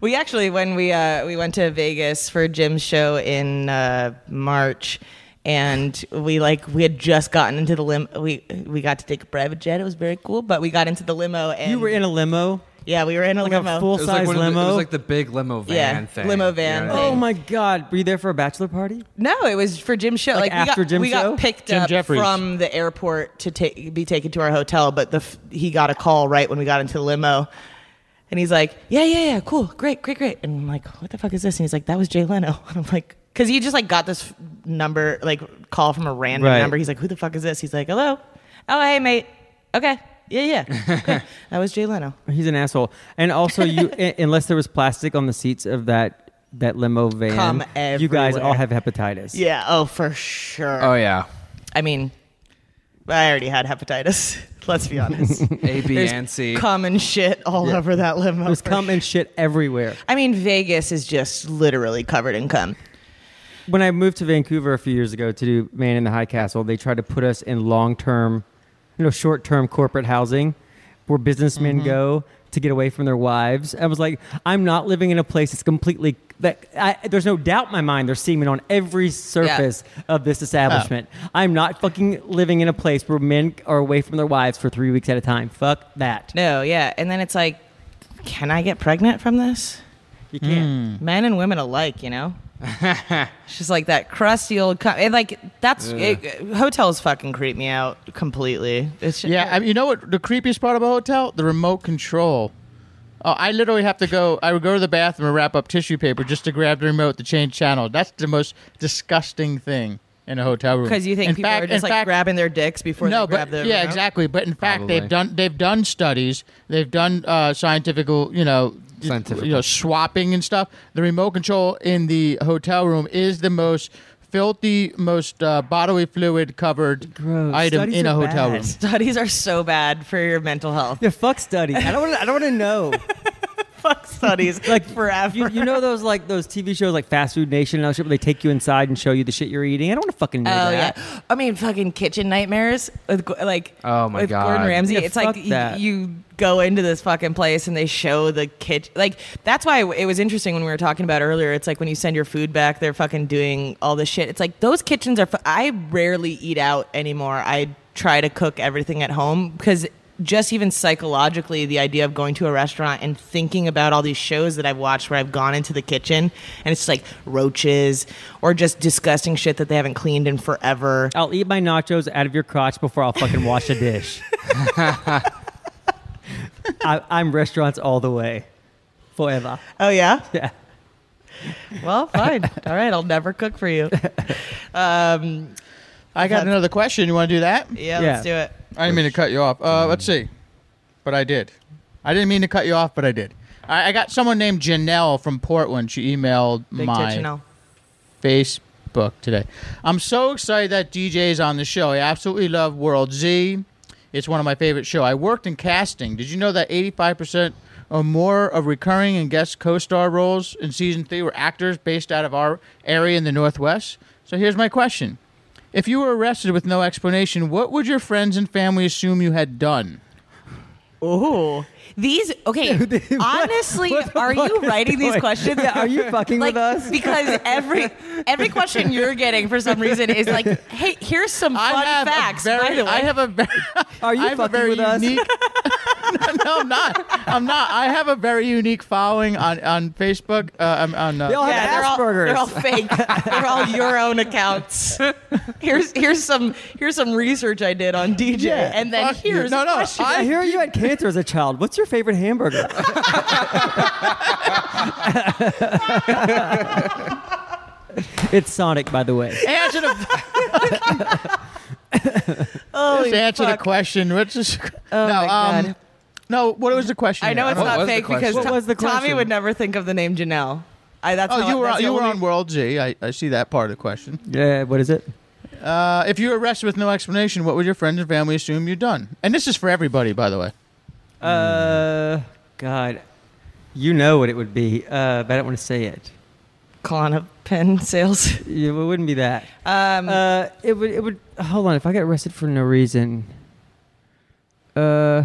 [SPEAKER 5] We actually, when we uh, we went to Vegas for Jim's show in uh, March, and we like we had just gotten into the limo. We we got to take a private jet. It was very cool, but we got into the limo and
[SPEAKER 6] you were in a limo,
[SPEAKER 5] yeah, we were in a
[SPEAKER 6] like
[SPEAKER 5] limo.
[SPEAKER 6] a full
[SPEAKER 3] It was, like
[SPEAKER 6] size
[SPEAKER 3] one of the, it
[SPEAKER 6] limo.
[SPEAKER 3] was like the big limo van
[SPEAKER 5] Yeah,
[SPEAKER 3] thing.
[SPEAKER 5] limo
[SPEAKER 3] you know
[SPEAKER 5] van
[SPEAKER 3] what I
[SPEAKER 6] oh
[SPEAKER 3] mean?
[SPEAKER 6] my god, were you there for a bachelor party?
[SPEAKER 5] no, it was for Jim's show.
[SPEAKER 6] Like
[SPEAKER 5] Like, we
[SPEAKER 6] after
[SPEAKER 5] got,
[SPEAKER 6] Jim's
[SPEAKER 5] we
[SPEAKER 6] show?
[SPEAKER 5] got picked
[SPEAKER 2] Jim
[SPEAKER 5] up
[SPEAKER 2] Jeffries.
[SPEAKER 5] from the airport to ta- be taken to our hotel, but the f- he got a call right when we got into the limo. And he's like, yeah, yeah, yeah, cool, great, great, great. And I'm like, what the fuck is this? And he's like, that was Jay Leno. [LAUGHS] And I'm like, because he just like got this number, like call from a random
[SPEAKER 6] Right.
[SPEAKER 5] number. He's like, who the fuck is this? He's like, hello. Oh, hey, mate. Okay. yeah, yeah. Okay. that was Jay Leno.
[SPEAKER 6] He's an asshole. And also, [LAUGHS] you u- unless there was plastic on the seats of that that limo van,
[SPEAKER 5] Come
[SPEAKER 6] you guys all
[SPEAKER 5] everywhere.
[SPEAKER 6] have hepatitis.
[SPEAKER 1] Yeah. Oh, for sure.
[SPEAKER 7] Oh yeah,
[SPEAKER 5] I mean,
[SPEAKER 1] I already had
[SPEAKER 5] [LAUGHS]
[SPEAKER 1] hepatitis. Let's be honest.
[SPEAKER 7] A, B, and C.
[SPEAKER 5] common shit all over that limo.
[SPEAKER 6] There's
[SPEAKER 5] for
[SPEAKER 6] cum
[SPEAKER 5] sure.
[SPEAKER 6] and shit everywhere.
[SPEAKER 5] I mean, Vegas is
[SPEAKER 1] it's just literally covered in cum.
[SPEAKER 6] When I moved to Vancouver a few years ago to do Man in the High Castle, they tried to put us in long-term, you know, short-term corporate housing where businessmen go to get away from their wives. I was like, I'm not living in a place that's completely that I, there's no doubt in my mind there's semen on every surface of this establishment. I'm not fucking living in a place where men are away from their wives for 3 weeks at a time. Fuck that.
[SPEAKER 5] no, yeah. And then it's like, can I get pregnant from this? Hmm.
[SPEAKER 6] You can't.
[SPEAKER 5] Men and women alike, you
[SPEAKER 2] [LAUGHS]
[SPEAKER 5] know. it's just like that crusty old. Com- and like that's it, hotels fucking creep me out completely. It's just,
[SPEAKER 2] Yeah, I mean, you know what? The creepiest part of a hotel, the remote control. Oh, I literally have to go. I would go to the bathroom and wrap up tissue paper just to grab the remote to change channel. That's the most disgusting thing in a hotel room.
[SPEAKER 5] because you think
[SPEAKER 2] In
[SPEAKER 5] people
[SPEAKER 2] fact-
[SPEAKER 5] are just
[SPEAKER 2] in
[SPEAKER 5] like
[SPEAKER 2] fact-
[SPEAKER 5] grabbing their dicks before
[SPEAKER 2] no,
[SPEAKER 5] they grab
[SPEAKER 2] but
[SPEAKER 5] the
[SPEAKER 2] yeah,
[SPEAKER 5] remote.
[SPEAKER 2] exactly. But in fact,
[SPEAKER 3] Probably.
[SPEAKER 2] they've done they've done studies. They've done uh, scientifical, you know, d-
[SPEAKER 3] Scientific.
[SPEAKER 2] you know, swapping and stuff. The remote control in the hotel room is the most filthy, most uh, bodily fluid covered
[SPEAKER 6] Gross.
[SPEAKER 2] item
[SPEAKER 6] Studies
[SPEAKER 2] in a
[SPEAKER 6] are
[SPEAKER 2] hotel
[SPEAKER 6] bad.
[SPEAKER 2] room.
[SPEAKER 5] Studies are so bad for your mental
[SPEAKER 2] [LAUGHS]
[SPEAKER 5] health.
[SPEAKER 6] Yeah, fuck studies. I don't want I don't want to know.
[SPEAKER 5] Fuck studies, like forever.
[SPEAKER 6] You, you know those like those TV shows like Fast Food Nation and all that shit where they take you inside and show you the shit you're eating. I don't want to fucking know
[SPEAKER 5] Oh
[SPEAKER 6] that.
[SPEAKER 5] yeah, I mean fucking kitchen nightmares with Go- like
[SPEAKER 7] Oh, my
[SPEAKER 5] with Gordon
[SPEAKER 7] God.
[SPEAKER 5] Ramsay.
[SPEAKER 6] Yeah,
[SPEAKER 5] it's
[SPEAKER 6] fuck
[SPEAKER 5] like y-
[SPEAKER 6] that.
[SPEAKER 5] you go into this fucking place and they show the kitchen. Like that's why it was interesting when we were talking about earlier. It's like when you send your food back, they're fucking doing all this shit. It's like those kitchens are. Fu- I rarely eat out anymore. I try to cook everything at home because just even psychologically the idea of going to a restaurant and thinking about all these shows that I've watched where I've gone into the kitchen and it's like roaches or just disgusting shit that they haven't cleaned in forever.
[SPEAKER 6] I'll eat my nachos out of your crotch before I'll fucking wash a
[SPEAKER 5] [LAUGHS]
[SPEAKER 6] dish. I, I'm restaurants all the way, forever.
[SPEAKER 5] Oh yeah.
[SPEAKER 6] [LAUGHS] Yeah.
[SPEAKER 5] Well,
[SPEAKER 6] [LAUGHS]
[SPEAKER 5] fine. All right, I'll never cook for you. Um,
[SPEAKER 2] I got
[SPEAKER 5] That's-
[SPEAKER 2] another question. You want to do that?
[SPEAKER 5] yeah,
[SPEAKER 6] Yeah.
[SPEAKER 5] let's do it.
[SPEAKER 2] I didn't mean to cut you off. Uh, let's see. But I did. I didn't mean to cut you off, but I did. I, I got someone named Janelle from Portland. She emailed
[SPEAKER 5] Big
[SPEAKER 2] my
[SPEAKER 5] tit Chanel.
[SPEAKER 2] Facebook today. I'm so excited that DJ is on the show. I absolutely love World Z. It's one of my favorite shows. I worked in casting. Did you know that 85% or more of recurring and guest co star roles in season three were actors based out of our area in the Northwest? So here's my question If you were arrested with no explanation, what would your friends and family assume you had done?
[SPEAKER 5] Ooh, these
[SPEAKER 6] [LAUGHS]
[SPEAKER 5] okay. honestly, are you writing these questions?
[SPEAKER 6] Yeah, are you fucking
[SPEAKER 5] Like
[SPEAKER 6] with us?
[SPEAKER 5] [LAUGHS] because
[SPEAKER 6] [LAUGHS]
[SPEAKER 5] every every question you're getting for some reason is like, hey, here's some fun
[SPEAKER 2] I have
[SPEAKER 5] facts.
[SPEAKER 2] a very,
[SPEAKER 5] by the way,
[SPEAKER 2] I have a
[SPEAKER 5] [LAUGHS]
[SPEAKER 2] very,
[SPEAKER 6] Are you
[SPEAKER 2] I have a
[SPEAKER 6] fucking
[SPEAKER 2] very
[SPEAKER 6] with us?
[SPEAKER 2] unique, [LAUGHS] no, no, I'm not. I'm not. I have a very unique following on on Facebook. Uh, on, on uh,
[SPEAKER 6] They all have
[SPEAKER 5] they're all,
[SPEAKER 6] Asperger's.
[SPEAKER 5] they're all fake. they're all
[SPEAKER 6] [LAUGHS]
[SPEAKER 5] your own accounts. Here's here's some here's some research I did on DJ,
[SPEAKER 6] Yeah.
[SPEAKER 5] and then
[SPEAKER 2] Fuck you.
[SPEAKER 5] here's
[SPEAKER 2] No, no,
[SPEAKER 5] questions.
[SPEAKER 6] I hear you had cancer as a child. What's your favorite
[SPEAKER 5] [LAUGHS]
[SPEAKER 6] hamburger? [LAUGHS] it's Sonic, by the way.
[SPEAKER 5] [LAUGHS]
[SPEAKER 2] answer the
[SPEAKER 5] Holy
[SPEAKER 2] just answer the
[SPEAKER 5] fuck. Oh
[SPEAKER 2] question. What's this? [LAUGHS] no,
[SPEAKER 5] my
[SPEAKER 2] um,
[SPEAKER 5] God.
[SPEAKER 2] no. What was the question? Oh,
[SPEAKER 5] I know
[SPEAKER 2] there?
[SPEAKER 5] it's
[SPEAKER 2] don't-
[SPEAKER 7] was
[SPEAKER 5] not
[SPEAKER 7] the
[SPEAKER 5] fake because
[SPEAKER 7] question?
[SPEAKER 6] What was the
[SPEAKER 5] Tommy
[SPEAKER 6] question?
[SPEAKER 5] would never think of the name Janelle. I, that's
[SPEAKER 2] Oh,
[SPEAKER 5] how-
[SPEAKER 2] you were
[SPEAKER 5] that's
[SPEAKER 2] on,
[SPEAKER 5] the
[SPEAKER 2] you were
[SPEAKER 5] only-
[SPEAKER 2] on World Z. I, I see that part of the question.
[SPEAKER 6] Yeah, what is it?
[SPEAKER 2] Uh, if you were arrested with no explanation, what would your friends and family assume you'd done? And this is for everybody, by the way.
[SPEAKER 6] Uh, God, you know what it would be, uh, but I don't want to say it.
[SPEAKER 5] Klonopin [LAUGHS] sales.
[SPEAKER 6] Yeah, well, It wouldn't be that.
[SPEAKER 5] Um,
[SPEAKER 6] Uh, it would. It would. Hold on. If I got arrested for no reason, uh,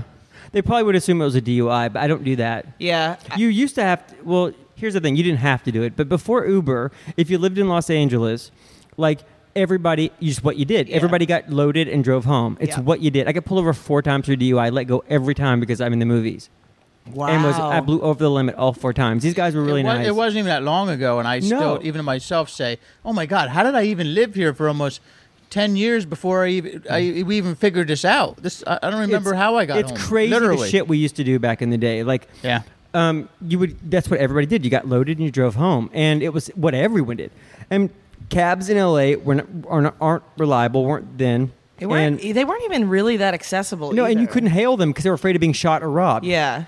[SPEAKER 6] they probably would assume it was a DUI, but I don't do that.
[SPEAKER 5] yeah.
[SPEAKER 6] You used to have. To, well, here's the thing. You didn't have to do it, but before Uber, if you lived in Los Angeles, like. Everybody, you just what you did.
[SPEAKER 5] Yeah.
[SPEAKER 6] Everybody got loaded and drove home. It's
[SPEAKER 5] Yeah.
[SPEAKER 6] what you did. I got pulled over four times for DUI. Let go every time because I'm in the movies.
[SPEAKER 5] wow.
[SPEAKER 6] and was I blew over the limit all four times. These guys were really
[SPEAKER 2] it, wa-
[SPEAKER 6] nice.
[SPEAKER 2] it wasn't even that long ago, and I
[SPEAKER 6] No.
[SPEAKER 2] still, even to myself, say, "Oh my God, how did I even live here for almost ten years before I even I, we even figured this out? This I, I don't remember
[SPEAKER 6] Mm. It's-
[SPEAKER 2] how I got.
[SPEAKER 6] It's
[SPEAKER 2] home,
[SPEAKER 6] crazy
[SPEAKER 2] literally.
[SPEAKER 6] the shit we used to do back in the day. Like
[SPEAKER 2] Yeah.
[SPEAKER 6] um, you would. That's what everybody did. You got loaded and you drove home, and it was what everyone did. And cabs in LA were not, are not, aren't reliable. weren't then.
[SPEAKER 5] They weren't. e-,
[SPEAKER 6] And-
[SPEAKER 5] they weren't even really that accessible.
[SPEAKER 6] No, and you
[SPEAKER 5] either.
[SPEAKER 6] couldn't hail them because they were afraid of being shot or robbed.
[SPEAKER 5] Yeah.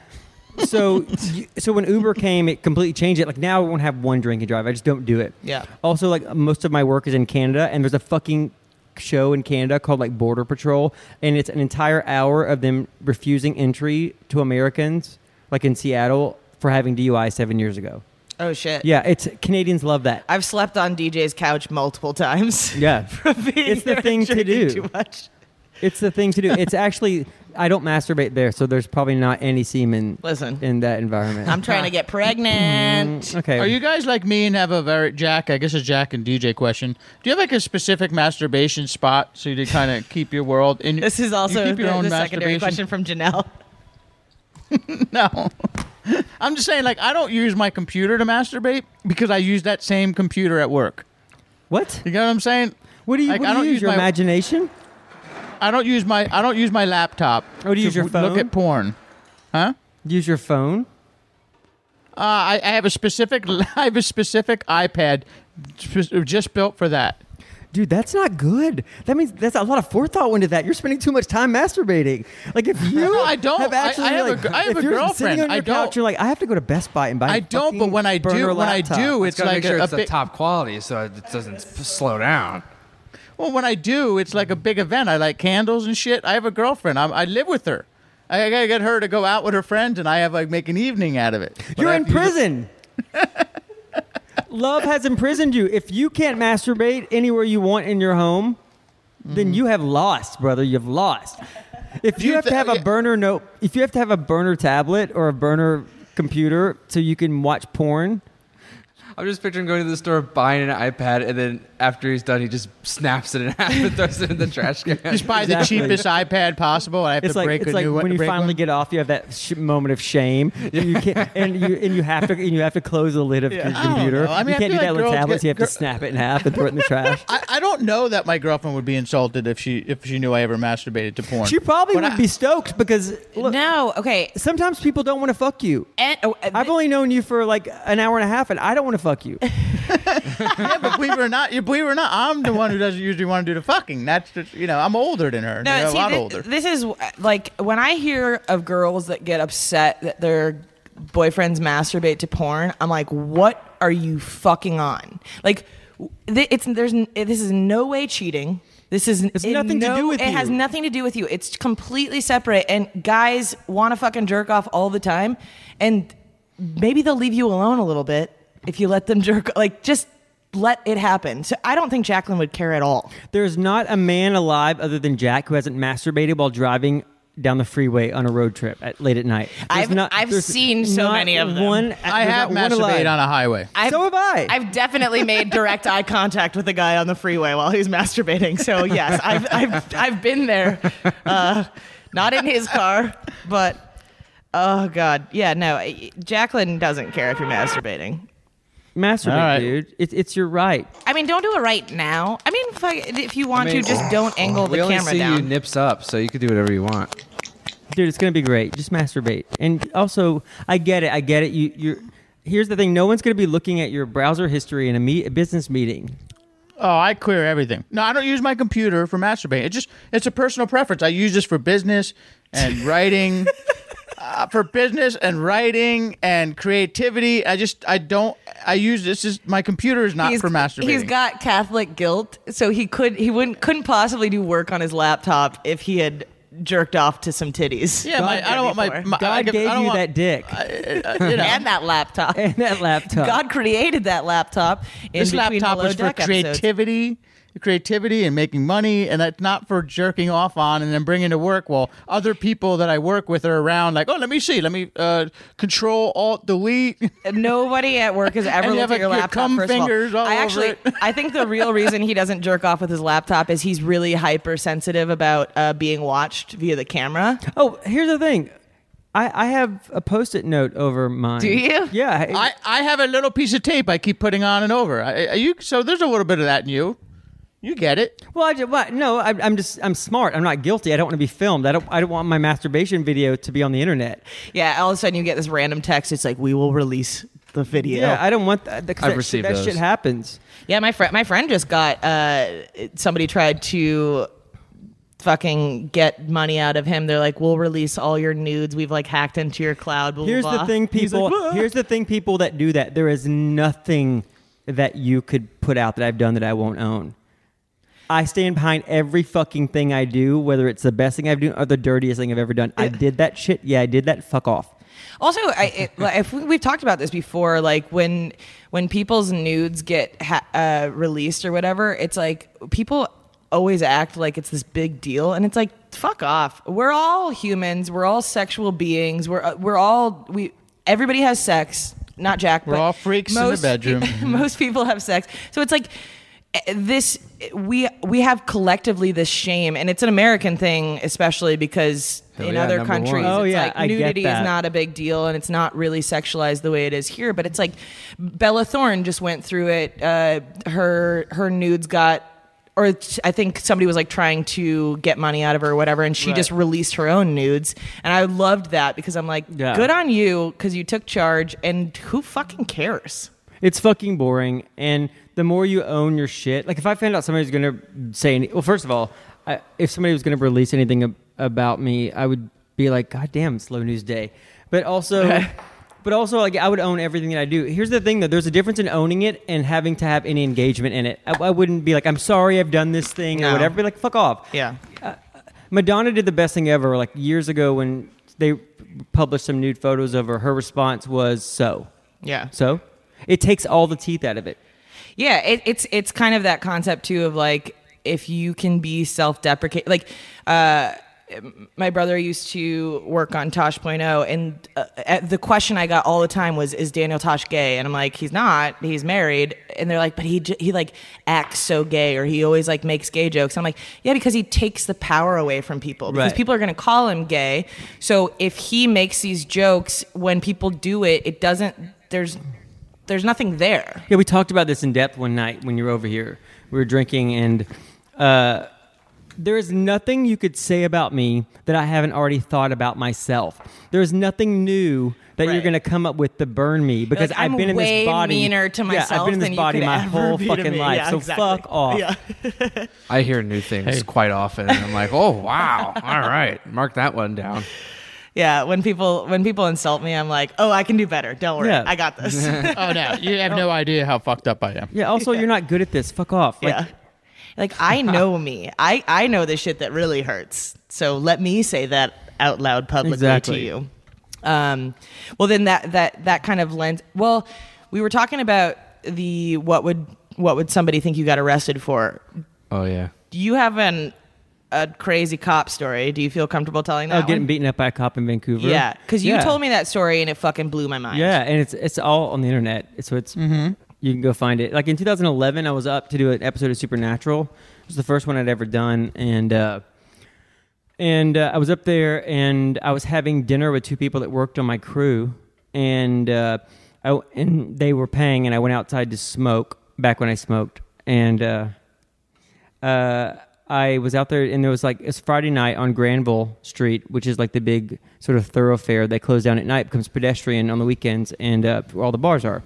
[SPEAKER 6] So, you- so when Uber came, it completely changed it. Like now, I won't have one drink and drive. I just don't do it.
[SPEAKER 5] Yeah.
[SPEAKER 6] Also, like most of my work is in Canada, and there's a fucking show in Canada called like Border Patrol, and it's an entire hour of them refusing entry to Americans, like in Seattle, for having DUI seven years ago.
[SPEAKER 5] Oh shit.
[SPEAKER 6] Yeah, it's Canadians love that.
[SPEAKER 5] I've slept on DJ's couch multiple times.
[SPEAKER 6] [LAUGHS]
[SPEAKER 5] [LAUGHS]
[SPEAKER 2] [LAUGHS]
[SPEAKER 6] yeah.
[SPEAKER 5] From being
[SPEAKER 6] It's the
[SPEAKER 5] there
[SPEAKER 6] thing to
[SPEAKER 5] drinking
[SPEAKER 6] do.
[SPEAKER 5] Too much.
[SPEAKER 6] It's the thing to do. It's actually I don't masturbate there, so there's probably not any semen.
[SPEAKER 5] Listen.
[SPEAKER 6] in that environment.
[SPEAKER 5] I'm
[SPEAKER 6] [LAUGHS]
[SPEAKER 5] trying to get pregnant.
[SPEAKER 6] okay.
[SPEAKER 2] Are you guys like me and have a very Jack? I guess a Jack and DJ question. Do you have like a specific masturbation spot so you kind
[SPEAKER 6] [LAUGHS]
[SPEAKER 2] of keep your world in?
[SPEAKER 5] This is also
[SPEAKER 2] you
[SPEAKER 5] the,
[SPEAKER 2] keep your own
[SPEAKER 5] the secondary question
[SPEAKER 2] masturbation?
[SPEAKER 5] from Janelle.
[SPEAKER 2] [LAUGHS] No, I'm just saying like I don't use my computer to masturbate because I use that same computer at work.
[SPEAKER 6] what?
[SPEAKER 2] You get what I'm saying?
[SPEAKER 6] What do you?
[SPEAKER 2] Like,
[SPEAKER 6] what
[SPEAKER 2] I
[SPEAKER 6] do
[SPEAKER 2] don't
[SPEAKER 6] you use,
[SPEAKER 2] use
[SPEAKER 6] your
[SPEAKER 2] my-
[SPEAKER 6] imagination?
[SPEAKER 2] I don't use my I don't use my laptop.
[SPEAKER 6] Oh, do you
[SPEAKER 2] to
[SPEAKER 6] use your
[SPEAKER 2] w- Look
[SPEAKER 6] phone?
[SPEAKER 2] at porn.
[SPEAKER 6] Use your phone.
[SPEAKER 2] Uh, I, I have a specific [LAUGHS] I have a specific iPad spe- just built for that.
[SPEAKER 6] Dude, that's not good. That means that's a lot of forethought went into that. You're spending too much time masturbating. Like if
[SPEAKER 2] [LAUGHS]
[SPEAKER 6] you,
[SPEAKER 2] No, I don't.
[SPEAKER 6] Have
[SPEAKER 2] I- I
[SPEAKER 6] actually,
[SPEAKER 2] have a
[SPEAKER 6] like,
[SPEAKER 2] gr- I have
[SPEAKER 6] if
[SPEAKER 2] a
[SPEAKER 6] you're
[SPEAKER 2] girlfriend.
[SPEAKER 6] Sitting on your
[SPEAKER 2] I
[SPEAKER 6] Couch,
[SPEAKER 2] don't.
[SPEAKER 6] you're like, I have to go to Best Buy and buy. I
[SPEAKER 2] I don't, but when I do, when I do, it's
[SPEAKER 7] gotta
[SPEAKER 2] like
[SPEAKER 7] make sure
[SPEAKER 2] a,
[SPEAKER 7] it's
[SPEAKER 2] a
[SPEAKER 7] the
[SPEAKER 2] big-
[SPEAKER 7] top quality, so it doesn't s- slow down.
[SPEAKER 2] Well, when I do, it's like a big event. I like candles and shit. I have a girlfriend. I'm, I live with her. I, I gotta get her to go out with her friends, and I have like make an evening out of it. But
[SPEAKER 6] you're
[SPEAKER 2] I
[SPEAKER 6] in
[SPEAKER 2] have to use it-
[SPEAKER 6] prison. Love has imprisoned you. If you can't masturbate anywhere you want in your home, then you have lost, brother. You've lost. If you,
[SPEAKER 2] Mm-hmm. you
[SPEAKER 6] have to
[SPEAKER 2] thi-
[SPEAKER 6] have a
[SPEAKER 2] yeah.
[SPEAKER 6] burner note, if you have to have a burner tablet or a burner computer so you can watch porn,
[SPEAKER 7] I'm just picturing going to the store, buying an iPad, and then after he's done, he just snaps it in half and throws it in the
[SPEAKER 5] [LAUGHS]
[SPEAKER 7] trash can.
[SPEAKER 2] Just buy
[SPEAKER 6] Exactly.
[SPEAKER 2] the cheapest iPad possible, and I have
[SPEAKER 6] it's
[SPEAKER 2] to
[SPEAKER 6] like
[SPEAKER 2] break
[SPEAKER 6] it's
[SPEAKER 2] a
[SPEAKER 6] like
[SPEAKER 2] new one.
[SPEAKER 6] when you
[SPEAKER 2] break
[SPEAKER 6] finally
[SPEAKER 2] one.
[SPEAKER 6] get off, you have that sh- moment of shame. You can't, and you and you have to and you have to close the lid of your
[SPEAKER 2] I don't
[SPEAKER 6] computer.
[SPEAKER 2] know. I mean,
[SPEAKER 6] you
[SPEAKER 2] I
[SPEAKER 6] can't do
[SPEAKER 2] feel like
[SPEAKER 6] that with
[SPEAKER 2] girls
[SPEAKER 6] tablets.
[SPEAKER 2] get-
[SPEAKER 6] you have to
[SPEAKER 2] gir-
[SPEAKER 6] snap it in half and throw it in the trash.
[SPEAKER 2] I, I don't know that my girlfriend would be insulted if she if she knew I ever masturbated to porn.
[SPEAKER 6] She
[SPEAKER 2] [LAUGHS]
[SPEAKER 6] probably
[SPEAKER 2] But
[SPEAKER 6] would
[SPEAKER 2] I-
[SPEAKER 6] be stoked because look,
[SPEAKER 5] No. Okay.
[SPEAKER 6] sometimes people don't want to fuck you.
[SPEAKER 5] And, oh, uh,
[SPEAKER 6] I've only known you for like an hour and a half, and I don't want to
[SPEAKER 5] [LAUGHS]
[SPEAKER 6] fuck you.
[SPEAKER 2] Yeah, but believe it or not, you believe it or not, I'm the one who doesn't usually want to do the fucking. That's just you know I'm older than her.
[SPEAKER 5] No,
[SPEAKER 2] you know,
[SPEAKER 5] see,
[SPEAKER 2] a lot
[SPEAKER 5] thi-
[SPEAKER 2] older.
[SPEAKER 5] This is uh, like when I hear of girls that get upset that their boyfriends masturbate to porn. I'm like, what are you fucking on? Like, w- th- it's there's n- this is in no way cheating. This is it's
[SPEAKER 6] nothing to do with
[SPEAKER 5] It has
[SPEAKER 6] you.
[SPEAKER 5] nothing to do with you. It's completely separate. And guys want to fucking jerk off all the time, and maybe they'll leave you alone a little bit if you let them [LAUGHS] jerk. Like, just let it happen. So I don't think Jacqueline would care at all.
[SPEAKER 6] There's not a man alive other than Jack who hasn't masturbated while driving down the freeway on a road trip at, late at night. There's
[SPEAKER 5] I've-
[SPEAKER 6] not-
[SPEAKER 5] I've
[SPEAKER 6] there's
[SPEAKER 5] seen so
[SPEAKER 6] not
[SPEAKER 5] many of them.
[SPEAKER 6] One,
[SPEAKER 2] I have masturbated on a highway.
[SPEAKER 5] I've,
[SPEAKER 6] So have I.
[SPEAKER 5] I've definitely made direct eye contact with a guy on the freeway while he's masturbating. So yes, I've I've, I've been there, uh, not in his car, but oh god, yeah, no. I- Jacqueline doesn't care if you're masturbating.
[SPEAKER 6] masturbate,
[SPEAKER 2] All right.
[SPEAKER 6] dude. It's it's your right.
[SPEAKER 5] I mean, don't do it right now. I mean, if, I, if you want
[SPEAKER 7] I mean,
[SPEAKER 5] to, just don't angle the
[SPEAKER 7] we only
[SPEAKER 5] camera
[SPEAKER 7] see you
[SPEAKER 5] down.
[SPEAKER 7] nips up, so you could do whatever you want.
[SPEAKER 6] dude it's gonna be great just masturbate and also i get it i get it you you're here's the thing no one's gonna be looking at your browser history in a, meet, a business meeting
[SPEAKER 2] Oh, I clear everything. No, I don't use my computer for masturbating. It just it's a personal preference. I use this for business
[SPEAKER 5] [LAUGHS]
[SPEAKER 2] and writing. uh, for business and writing and creativity. I just I don't I use this is my computer is not
[SPEAKER 5] He's-
[SPEAKER 2] for masturbating.
[SPEAKER 5] He's got Catholic guilt, so he could he wouldn't couldn't possibly do work on his laptop if he had jerked off to some titties.
[SPEAKER 2] yeah, my, I don't want my,
[SPEAKER 5] before.
[SPEAKER 2] my I,
[SPEAKER 6] god
[SPEAKER 2] give-
[SPEAKER 6] gave
[SPEAKER 2] I don't
[SPEAKER 6] you
[SPEAKER 2] want,
[SPEAKER 6] that dick
[SPEAKER 2] uh, [LAUGHS] you know,
[SPEAKER 5] and that laptop.
[SPEAKER 6] and that laptop
[SPEAKER 5] God created that laptop. In
[SPEAKER 2] this
[SPEAKER 5] between
[SPEAKER 2] laptop
[SPEAKER 5] Below
[SPEAKER 2] was for
[SPEAKER 5] Deck episodes.
[SPEAKER 2] creativity, creativity and making money, and that's not for jerking off on and then bringing to work. While other people that I work with are around, like, oh, let me see, let me uh, control alt delete.
[SPEAKER 5] Nobody at work has ever
[SPEAKER 2] [LAUGHS] And
[SPEAKER 5] looked
[SPEAKER 2] you have
[SPEAKER 5] at your
[SPEAKER 2] your
[SPEAKER 5] laptop.
[SPEAKER 2] cum
[SPEAKER 5] first of all.
[SPEAKER 2] fingers all
[SPEAKER 5] I
[SPEAKER 2] over
[SPEAKER 5] actually,
[SPEAKER 2] it.
[SPEAKER 5] I think the real reason he doesn't jerk off with his laptop is he's really hypersensitive about uh, being watched via the
[SPEAKER 2] [LAUGHS]
[SPEAKER 5] camera.
[SPEAKER 6] oh here's the thing I, I have a post-it note over mine.
[SPEAKER 5] Do you?
[SPEAKER 6] Yeah. I,
[SPEAKER 2] I, I have a little piece of tape I keep putting on and over. I, I- you so there's a little bit of that in you. You get it.
[SPEAKER 6] well, I just, well, no, I, I'm just, I'm smart. I'm not guilty. I don't want to be filmed. I don't, I don't want my masturbation video to be on the internet.
[SPEAKER 5] Yeah, all of a sudden you get this random text. It's like we will release the video.
[SPEAKER 6] Yeah. I don't want that. 'cause
[SPEAKER 7] I've
[SPEAKER 6] that, shit,
[SPEAKER 7] received
[SPEAKER 6] that
[SPEAKER 7] those.
[SPEAKER 6] shit happens.
[SPEAKER 5] Yeah, my friend, my friend just got uh, somebody tried to fucking get money out of him. They're like, we'll release all your nudes. We've like hacked into your cloud. Blah, blah,
[SPEAKER 6] Here's
[SPEAKER 5] blah."
[SPEAKER 6] the thing,
[SPEAKER 5] He's
[SPEAKER 6] people.
[SPEAKER 5] like, "Whoa."
[SPEAKER 6] here's the thing, people that do that. There is nothing that you could put out that I've done that I won't own. I stand behind every fucking thing I do, whether it's the best thing I've done or the dirtiest thing I've ever done. I did that shit. Yeah, I did that. Fuck off.
[SPEAKER 5] Also, I, it,
[SPEAKER 2] [LAUGHS]
[SPEAKER 5] like, if we, we've talked about this before, like when when people's nudes get ha- uh, released or whatever, it's like people always act like it's this big deal, and it's like fuck off. We're all humans. We're all sexual beings. We're uh, we're all we. Everybody has sex. Not Jack.
[SPEAKER 2] We're
[SPEAKER 5] but
[SPEAKER 2] all freaks in the
[SPEAKER 5] most pe-
[SPEAKER 2] bedroom.
[SPEAKER 5] [LAUGHS] most people have sex, so it's like eh, this we we have collectively this shame and it's an american thing especially because
[SPEAKER 3] Hell
[SPEAKER 5] in
[SPEAKER 3] yeah,
[SPEAKER 5] other
[SPEAKER 3] number one.
[SPEAKER 5] countries
[SPEAKER 6] Oh,
[SPEAKER 5] it's
[SPEAKER 6] yeah,
[SPEAKER 5] like
[SPEAKER 6] I get
[SPEAKER 5] nudity is
[SPEAKER 6] that.
[SPEAKER 5] not a big deal and it's not really sexualized the way it is here but it's like bella thorne just went through it uh, her her nudes got or it's- i think somebody was like trying to get money out of her or whatever and she just released her own nudes and i loved that because i'm like
[SPEAKER 6] Yeah.
[SPEAKER 5] good on you because you took charge and who fucking cares
[SPEAKER 6] It's fucking boring. And the more you own your shit, like if I found out somebody was gonna say, any, well, first of all, I, if somebody was gonna release anything ab- about me, I would be like, God damn, slow news day.
[SPEAKER 5] [LAUGHS]
[SPEAKER 6] But also, but also, like I would own everything that I do. Here's the thing, though: there's a difference in owning it and having to have any engagement in it. I, I wouldn't be like, I'm sorry, I've done this thing or
[SPEAKER 5] No.
[SPEAKER 6] whatever. Be like, fuck off.
[SPEAKER 5] yeah
[SPEAKER 6] Madonna did the best thing ever. Like years ago, when they published some nude photos of her, her response was, "So,
[SPEAKER 5] yeah
[SPEAKER 6] so." It takes all the teeth out of it.
[SPEAKER 5] Yeah, it, it's it's kind of that concept too of like if you can be self-deprecate like uh my brother used to work on Tosh.0 and uh, uh, the question I got all the time was is Daniel Tosh gay and I'm like he's not he's married and they're like but he j- he like acts so gay or he always like makes gay jokes I'm like yeah because he takes the power away from people because
[SPEAKER 6] Right.
[SPEAKER 5] people are going to call him gay so if he makes these jokes when people do it it doesn't there's there's nothing there
[SPEAKER 6] Yeah, we talked about this in depth one night when you were over here. We were drinking, and uh, there is nothing you could say about me that I haven't already thought about myself. There is nothing new that you're
[SPEAKER 5] Right.
[SPEAKER 6] going to come up with to burn me because
[SPEAKER 5] like,
[SPEAKER 6] I've
[SPEAKER 5] I'm
[SPEAKER 6] been in this
[SPEAKER 5] way
[SPEAKER 6] body.
[SPEAKER 5] meaner to
[SPEAKER 6] yeah, I've
[SPEAKER 5] myself
[SPEAKER 6] been in this
[SPEAKER 5] than you
[SPEAKER 6] body
[SPEAKER 5] could
[SPEAKER 6] my
[SPEAKER 5] ever
[SPEAKER 6] whole
[SPEAKER 5] be to
[SPEAKER 6] fucking
[SPEAKER 5] me.
[SPEAKER 6] life.
[SPEAKER 5] Yeah,
[SPEAKER 6] so
[SPEAKER 5] exactly.
[SPEAKER 6] fuck off.
[SPEAKER 5] Yeah.
[SPEAKER 3] I hear new things quite often. And I'm like, oh wow, all right, mark that one down.
[SPEAKER 5] Yeah, when people when people insult me, I'm like, "Oh, I can do better. Don't worry.
[SPEAKER 6] Yeah.
[SPEAKER 5] I got
[SPEAKER 6] [LAUGHS]
[SPEAKER 5] this." [LAUGHS] yeah.
[SPEAKER 2] [LAUGHS] Oh no, you have [LAUGHS] no idea how fucked up I am.
[SPEAKER 6] Yeah.
[SPEAKER 5] [LAUGHS]
[SPEAKER 6] Also, you're not good at this. Fuck off. Like,
[SPEAKER 5] Like
[SPEAKER 6] [LAUGHS]
[SPEAKER 5] I know me. I I know the shit that really hurts. So let me say that out loud publicly
[SPEAKER 6] Exactly.
[SPEAKER 5] to you. Um well then that that that kind of lends well, we were talking about the what would what would somebody think you got arrested for?
[SPEAKER 3] Oh yeah.
[SPEAKER 5] Do you have an a crazy cop story? Do you feel comfortable telling
[SPEAKER 6] Oh,
[SPEAKER 5] that?
[SPEAKER 6] getting
[SPEAKER 5] one?
[SPEAKER 6] beaten up by a cop in Vancouver.
[SPEAKER 5] Yeah, because you
[SPEAKER 6] Yeah.
[SPEAKER 5] told me that story and it fucking blew my mind.
[SPEAKER 6] Yeah, and it's it's all on the internet. So it's you can go find it. Like in 2011, I was up to do an episode of Supernatural. It was the first one I'd ever done, and uh, and uh, I was up there, and I was having dinner with two people that worked on my crew, and uh, I, and they were paying, and I went outside to smoke back when I smoked, and. Uh, uh, I was out there, and there was like it's Friday night on Granville Street, which is like the big sort of thoroughfare that closed down at night, becomes pedestrian on the weekends, and uh, where all the bars are.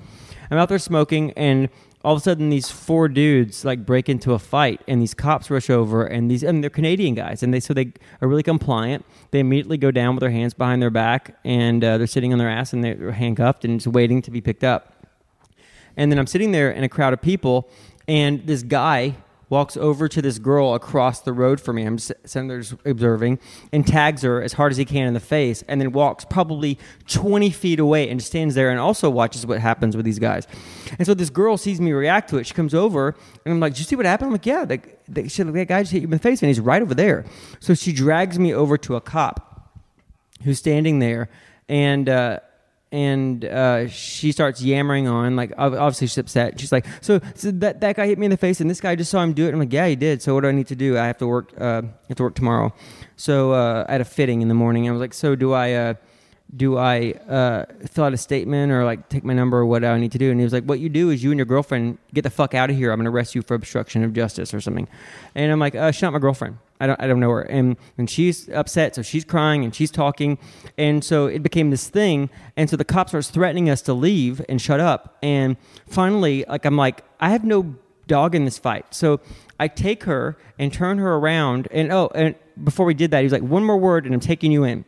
[SPEAKER 6] I'm out there smoking, and all of a sudden, these four dudes like break into a fight, and these cops rush over, and these and they're Canadian guys, and they so they are really compliant. They immediately go down with their hands behind their back, and uh, they're sitting on their ass, and they're handcuffed and just waiting to be picked up. And then I'm sitting there in a crowd of people, and this guy walks over to this girl across the road from me. I'm s- sitting there just observing and tags her as hard as he can in the face, and then walks probably 20 feet away and stands there and also watches what happens with these guys. And so this girl sees me react to it. She comes over, and I'm like, Did you see what happened? I'm like, Yeah, that, that, shit, that guy just hit you in the face, and he's right over there. So she drags me over to a cop who's standing there, and uh, and uh, she starts yammering on. Like ob- obviously she's upset. She's like, so, so that that guy hit me in the face, and this guy just saw him do it. I'm like, yeah, he did. So what do I need to do? I have to work. Uh, I have to work tomorrow. So uh, I had a fitting in the morning. I was like, so do I? Uh, do I uh, fill out a statement or like take my number or what do I need to do? And he was like, What you do is you and your girlfriend get the fuck out of here. I'm gonna arrest you for obstruction of justice or something. And I'm like, uh, She's not my girlfriend. I don't, I don't know her. And, and she's upset, so she's crying and she's talking. And so it became this thing. And so the cop starts threatening us to leave and shut up. And finally, like, I'm like, I have no dog in this fight. So I take her and turn her around. And oh, and before we did that, he was like, one more word and I'm taking you in.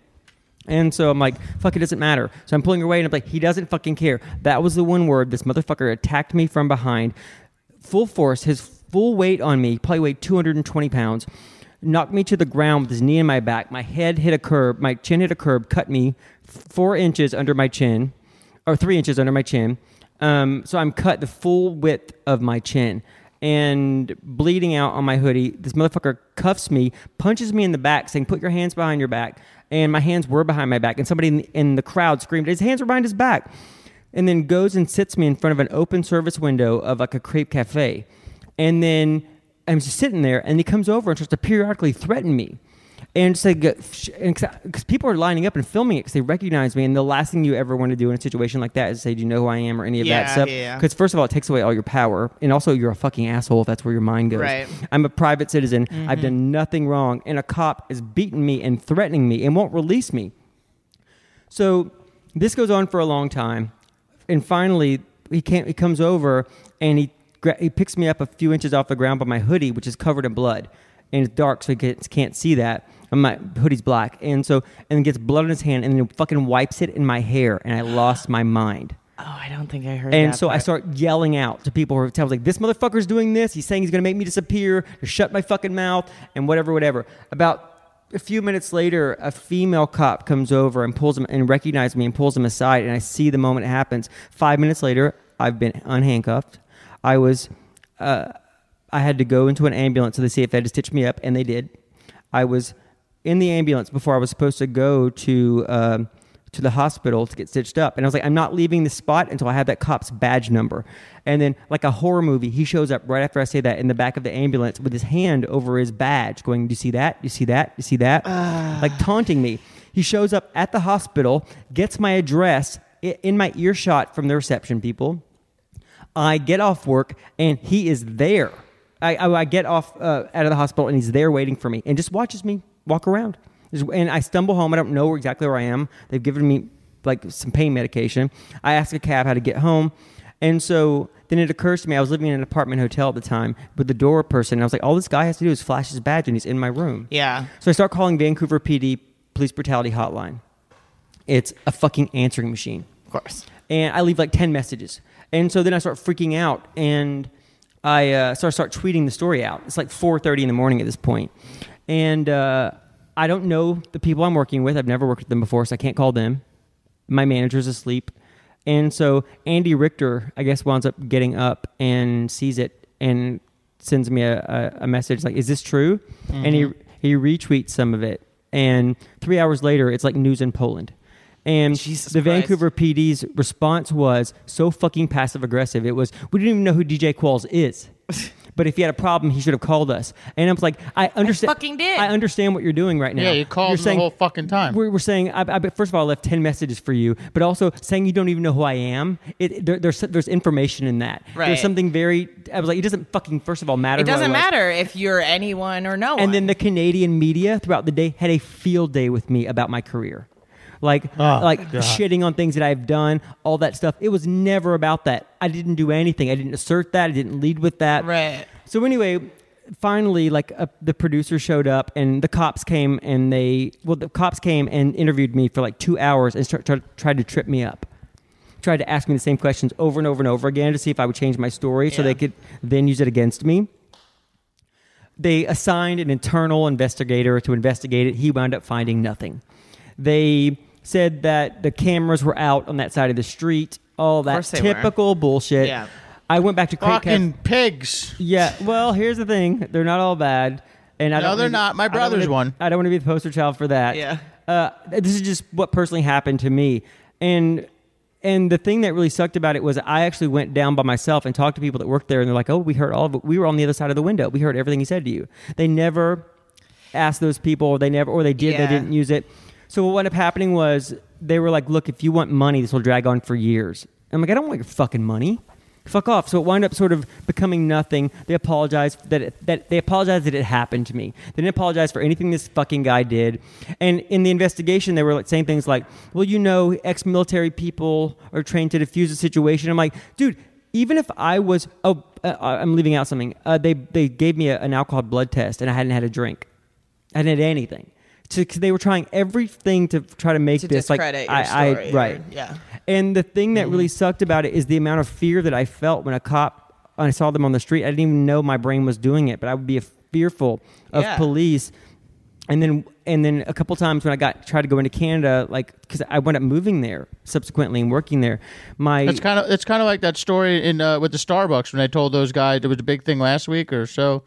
[SPEAKER 6] And so I'm like, fuck, it doesn't matter. So I'm pulling her away and I'm like, he doesn't fucking care. That was the one word. This motherfucker attacked me from behind, full force, his full weight on me, probably weighed 220 pounds, knocked me to the ground with his knee in my back. My head hit a curb, my chin hit a curb, cut me f- four inches under my chin, or three inches under my chin. Um, so I'm cut the full width of my chin and bleeding out on my hoodie. This motherfucker cuffs me, punches me in the back, saying, Put your hands behind your back. And my hands were behind my back. And somebody in the, in the crowd screamed, His hands are behind his back. And then goes and sits me in front of an open service window of like a crepe cafe. And then I'm just sitting there, and he comes over and starts to periodically threaten me. And it's like, because people are lining up and filming it because they recognize me. And the last thing you ever want to do in a situation like that is say, Do you know who I am or any of that
[SPEAKER 5] Yeah,
[SPEAKER 6] stuff?
[SPEAKER 5] yeah.
[SPEAKER 6] Because first of all, it takes away all your power, and also you're a fucking asshole if that's where your mind goes.
[SPEAKER 5] Right. Mm-hmm.
[SPEAKER 6] I'm a private citizen. I've done nothing wrong, and a cop is beating me and threatening me and won't release me. So this goes on for a long time, and finally he can't. He comes over and he gra- he picks me up a few inches off the ground by my hoodie, which is covered in blood, and it's dark, so he can't, can't see that. And my hoodie's black, and so and gets blood on his hand, and then fucking wipes it in my hair, and I lost my mind.
[SPEAKER 5] Oh, I don't think I heard
[SPEAKER 6] And
[SPEAKER 5] that
[SPEAKER 6] so I
[SPEAKER 5] part.
[SPEAKER 6] start yelling out to people who are telling like, this motherfucker's doing this. He's saying he's going to make me disappear. Just shut my fucking mouth and whatever, whatever. About a few minutes later, a female cop comes over and pulls him and recognizes me and pulls him aside. And I see the moment it happens. Five minutes later, I've been unhandcuffed. I was, uh, I had to go into an ambulance so they see if they had to stitch me up, and they did. I was in the ambulance before I was supposed to go to um, to the hospital to get stitched up, and I was like, I'm not leaving the spot until I have that cop's badge number. And then, like a horror movie, he shows up right after I say that in the back of the ambulance with his hand over his badge, going, "Do you see that? Do you see that? Do you see that?" like taunting me. He shows up at the hospital, gets my address i- in my earshot from the reception people. I get off work and he is there. I, I, I get off uh, out of the hospital and he's there waiting for me and just watches me walk around. Just- And I stumble home. I don't know exactly where I am. They've given me like some pain medication. I ask a cab how to get home. And so then it occurs to me I was living in an apartment hotel at the time with the door person. I was like, all this guy has to do is flash his badge and he's in my room.
[SPEAKER 5] Yeah.
[SPEAKER 6] So I start calling Vancouver PD police brutality hotline. It's a fucking answering machine
[SPEAKER 5] of course.
[SPEAKER 6] and I leave like ten messages. And so then I start freaking out, and I uh, so I start tweeting the story out. It's like four thirty in the morning at this point, and uh, I don't know the people I'm working with. I've never worked with them before, so I can't call them. My manager's asleep, and so Andy Richter, I guess, winds up getting up and sees it and sends me a, a, a message like, "Is this true?" And
[SPEAKER 5] Mm-hmm.
[SPEAKER 6] he he retweets some of it, and three hours later, it's like news in Poland. And
[SPEAKER 5] Jesus
[SPEAKER 6] the
[SPEAKER 5] Christ.
[SPEAKER 6] Vancouver PD's response was so fucking passive aggressive. It was, we didn't even know who DJ Qualls
[SPEAKER 5] [LAUGHS]
[SPEAKER 6] is. But if he had a problem, he should have called us. And I'm like, I understand.
[SPEAKER 5] fucking did.
[SPEAKER 6] I understand what you're doing right now.
[SPEAKER 2] Yeah, you called
[SPEAKER 6] You're
[SPEAKER 2] him the
[SPEAKER 6] saying-
[SPEAKER 2] whole fucking time.
[SPEAKER 6] We're, we're saying, I, I, first of all, I left ten messages for you, but also saying you don't even know who I am. It, it- there, there's there's information in that.
[SPEAKER 5] Right.
[SPEAKER 6] There's something very. I was like, it doesn't fucking first of all matter.
[SPEAKER 5] It
[SPEAKER 6] who I
[SPEAKER 5] doesn't
[SPEAKER 6] was.
[SPEAKER 5] matter if you're anyone or no one.
[SPEAKER 6] And then the Canadian media throughout the day had a field day with me about my career. Like, like shitting on things that I've done, all that stuff. It was never about that. I didn't do anything. I didn't assert that. I didn't lead with that.
[SPEAKER 5] Right.
[SPEAKER 6] So anyway, finally, like uh, the producer showed up and the cops came and they, well, the cops came and interviewed me for like two hours and start, start, tried to trip me up. Tried to ask me the same questions over and over and over again to see if I would change my story so
[SPEAKER 5] Yeah.
[SPEAKER 6] they could then use it against me they assigned an internal investigator to investigate it. He wound up finding nothing. They said that the cameras were out on that side of the street. All that
[SPEAKER 5] course they were.
[SPEAKER 6] typical bullshit.
[SPEAKER 5] Yeah.
[SPEAKER 6] I went back to Crate Cafe-
[SPEAKER 2] Fucking pigs.
[SPEAKER 6] Yeah. Well, here's the thing: they're not all bad, and I
[SPEAKER 2] No,
[SPEAKER 6] don't
[SPEAKER 2] they're
[SPEAKER 6] wanna-
[SPEAKER 2] not. My
[SPEAKER 6] I don't
[SPEAKER 2] brother's
[SPEAKER 6] wanna-
[SPEAKER 2] one.
[SPEAKER 6] I don't want to be the poster child for that.
[SPEAKER 5] Yeah.
[SPEAKER 6] Uh, this is just what personally happened to me, and and the thing that really sucked about it was I actually went down by myself and talked to people that worked there, and they're like, "Oh, we heard all of it. We were on the other side of the window. We heard everything he said to you." They never asked those people, or they never, or they did,
[SPEAKER 5] Yeah.
[SPEAKER 6] they didn't use it. So what ended up happening was they were like, "Look, if you want money, this will drag on for years." I'm like, "I don't want your fucking money." Fuck off. So it wound up sort of becoming nothing. They apologized that it, that they apologized that it happened to me. They didn't apologize for anything this fucking guy did. And in the investigation, they were like saying things like, "Well, you know, ex-military people are trained to defuse a situation." I'm like, dude. Even if I was a, uh, I'm leaving out something. Uh, they they gave me a, an alcohol blood test, and I hadn't had a drink. I hadn't had anything. So 'cause they were trying everything to try to make
[SPEAKER 5] To
[SPEAKER 6] this like
[SPEAKER 5] discredit your
[SPEAKER 6] I,
[SPEAKER 5] story
[SPEAKER 6] I
[SPEAKER 5] or-
[SPEAKER 6] right
[SPEAKER 5] yeah. Mm-hmm.
[SPEAKER 6] And the thing that really sucked about it is the amount of fear that I felt when a cop when I saw them on the street. I didn't even know my brain was doing it, but I would be fearful of
[SPEAKER 5] Yeah.
[SPEAKER 6] police. And then and then a couple times when I got tried to go into Canada, like because I wound up moving there subsequently and working there. My
[SPEAKER 2] It's kind of it's kind of like that story in uh, with the Starbucks when I told those guys it was a big thing last week or so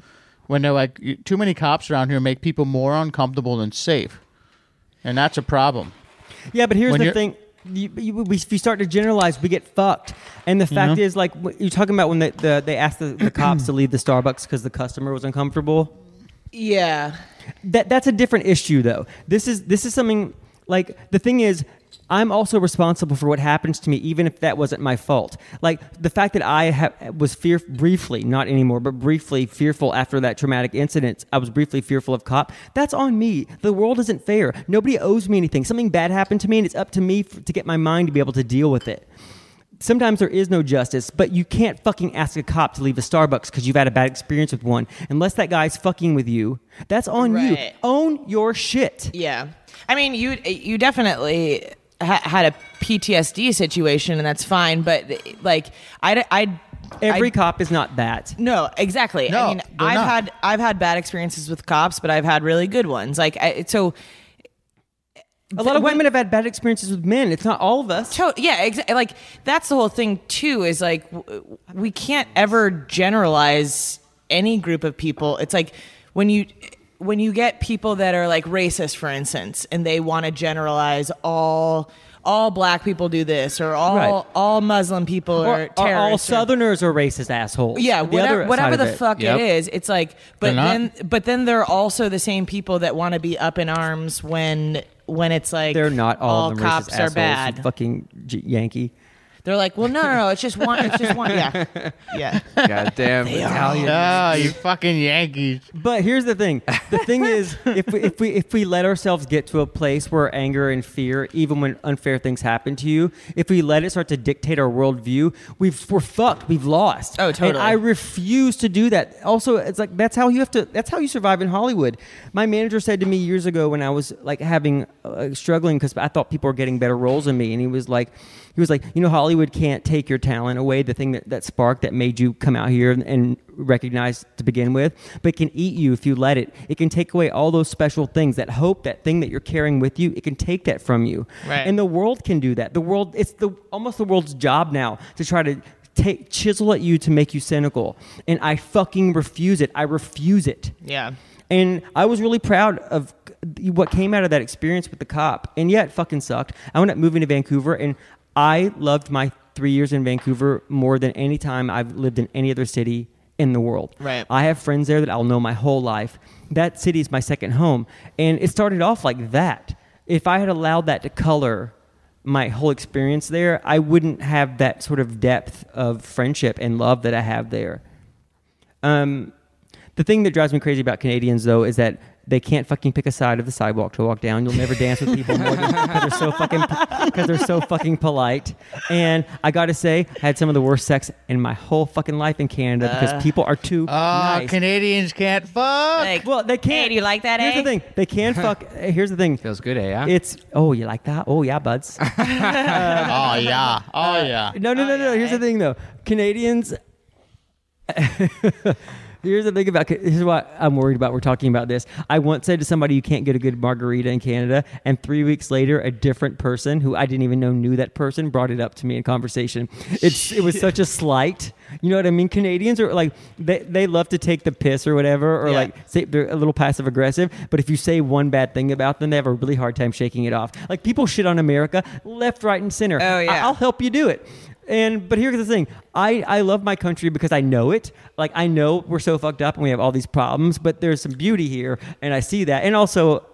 [SPEAKER 2] when they're like "You- too many cops around here make people more uncomfortable than safe, and that's a problem.
[SPEAKER 6] Yeah, but here's
[SPEAKER 2] When
[SPEAKER 6] the
[SPEAKER 2] you're-
[SPEAKER 6] thing. You, you, we, if you start to generalize, we get fucked. And the fact
[SPEAKER 2] Mm-hmm.
[SPEAKER 6] is, like, what you're talking about when the, the, they asked the, the
[SPEAKER 2] [CLEARS THROAT]
[SPEAKER 6] cops to leave the Starbucks because the customer was uncomfortable.
[SPEAKER 5] Yeah.
[SPEAKER 6] That That's a different issue, though. This is this is something like the thing is, I'm also responsible for what happens to me, even if that wasn't my fault. Like the fact that I ha- was fear briefly, not anymore, but briefly fearful after that traumatic incident. I was briefly fearful of cop. That's on me. The world isn't fair. Nobody owes me anything. Something bad happened to me, and it's up to me f- to get my mind to be able to deal with it sometimes there is no justice, but you can't fucking ask a cop to leave a Starbucks because you've had a bad experience with one, unless that guy's fucking with you. That's on you.
[SPEAKER 5] Right.
[SPEAKER 6] Own your shit.
[SPEAKER 5] Yeah. I mean, you you definitely ha- had a PTSD situation, and that's fine. But like, I I
[SPEAKER 6] Every
[SPEAKER 5] I-
[SPEAKER 6] cop is not that.
[SPEAKER 5] No, exactly.
[SPEAKER 2] No,
[SPEAKER 5] I mean,
[SPEAKER 2] they're
[SPEAKER 5] I've
[SPEAKER 2] not.
[SPEAKER 5] had I've had bad experiences with cops, but I've had really good ones. Like, I, so
[SPEAKER 6] A lot of
[SPEAKER 5] when-
[SPEAKER 6] women have had bad experiences with men. It's not all of us.
[SPEAKER 5] to- yeah, ex- like that's the whole thing too. Is like w- we can't ever generalize any group of people. It's like when you when you get people that are like racist, for instance, and they want to generalize all all black people do this or all
[SPEAKER 6] Right.
[SPEAKER 5] all Muslim people
[SPEAKER 6] Or,
[SPEAKER 5] are
[SPEAKER 6] or all
[SPEAKER 5] terrorists. or-
[SPEAKER 6] Southerners are racist assholes.
[SPEAKER 5] yeah,
[SPEAKER 6] The
[SPEAKER 5] whatever,
[SPEAKER 6] other
[SPEAKER 5] whatever
[SPEAKER 6] side
[SPEAKER 5] the
[SPEAKER 6] of it.
[SPEAKER 5] fuck
[SPEAKER 7] Yep.
[SPEAKER 5] it is, it's like, but
[SPEAKER 2] They're not.
[SPEAKER 5] then, but then they're also the same people that want to be up in arms when, when it's like
[SPEAKER 6] They're not all, of them
[SPEAKER 5] cops
[SPEAKER 6] racist
[SPEAKER 5] are
[SPEAKER 6] assholes,
[SPEAKER 5] bad.
[SPEAKER 6] You fucking J- Yankee.
[SPEAKER 5] They're like, well, no, no, no, it's just one, it's just one, yeah, [LAUGHS] yeah. [LAUGHS]
[SPEAKER 7] Goddamn Italian.
[SPEAKER 2] Ah, you fucking Yankees!
[SPEAKER 6] But here's the thing. The
[SPEAKER 5] [LAUGHS]
[SPEAKER 6] thing is, if we, if we if we let ourselves get to a place where anger and fear, even when unfair things happen to you, if we let it start to dictate our worldview, we've we're fucked. We've lost.
[SPEAKER 5] Oh,
[SPEAKER 6] And
[SPEAKER 5] totally.
[SPEAKER 6] I refuse to do that. Also, it's like that's how you have to. That's how you survive in Hollywood. My manager said to me years ago when I was like having uh, struggling because I thought people were getting better roles than me, and he was like, he was like, you know, Hollywood can't take your talent away, the thing that that spark that made you come out here and, and recognize to begin with, but it can eat you if you let it. It can take away all those special things, that hope, that thing that you're carrying with you. It can take that from you,
[SPEAKER 5] Right.
[SPEAKER 6] and the world can do that. The world, it's the almost the world's job now to try to take chisel at you to make you cynical, and I fucking refuse it. I refuse it.
[SPEAKER 5] Yeah.
[SPEAKER 6] And I was really proud of what came out of that experience with the cop, and yet it fucking sucked. I wound up moving to Vancouver, and I loved my three years in Vancouver more than any time I've lived in any other city in the world.
[SPEAKER 5] Right.
[SPEAKER 6] I have friends there that I'll know my whole life. That city is my second home. And it started off like that. If I had allowed that to color my whole experience there, I wouldn't have that sort of depth of friendship and love that I have there. Um, the thing that drives me crazy about Canadians, though, is that they can't fucking pick a side of the sidewalk to walk down. You'll never dance with people more because they're so fucking because they're so fucking polite. And I gotta say, I had some of the worst sex in my whole fucking life in Canada
[SPEAKER 5] Uh.
[SPEAKER 6] because people are too
[SPEAKER 2] Ah,
[SPEAKER 6] nice.
[SPEAKER 2] Canadians can't fuck.
[SPEAKER 5] Like,
[SPEAKER 6] well, they
[SPEAKER 5] Hey,
[SPEAKER 6] can't.
[SPEAKER 5] do you like that?
[SPEAKER 6] Here's
[SPEAKER 5] eh?
[SPEAKER 6] the thing: they can fuck. Here's the thing:
[SPEAKER 3] Feels good, eh? yeah?
[SPEAKER 6] it's oh, you like that? Oh yeah, buds.
[SPEAKER 2] oh yeah, oh yeah.
[SPEAKER 6] No, no, no, no. Here's the thing, though. Canadians. [LAUGHS] here's the thing about. Here's what I'm worried about. We're talking about this. I once said to somebody, "You can't get a good margarita in Canada," and three weeks later, a different person who I didn't even know knew that person brought it up to me in conversation. It's it was such a slight. You know what I mean? Canadians are like they they love to take the piss or whatever, or
[SPEAKER 5] Yeah.
[SPEAKER 6] like say they're a little passive aggressive. But if you say one bad thing about them, they have a really hard time shaking it off. Like people shit on America left, right, and center.
[SPEAKER 5] Oh,
[SPEAKER 6] I-
[SPEAKER 5] yeah.
[SPEAKER 6] I'll help you do it. And but here's the thing. I, I love my country because I know it. Like I know we're so fucked up and we have all these problems, but there's some beauty here and I see that. And also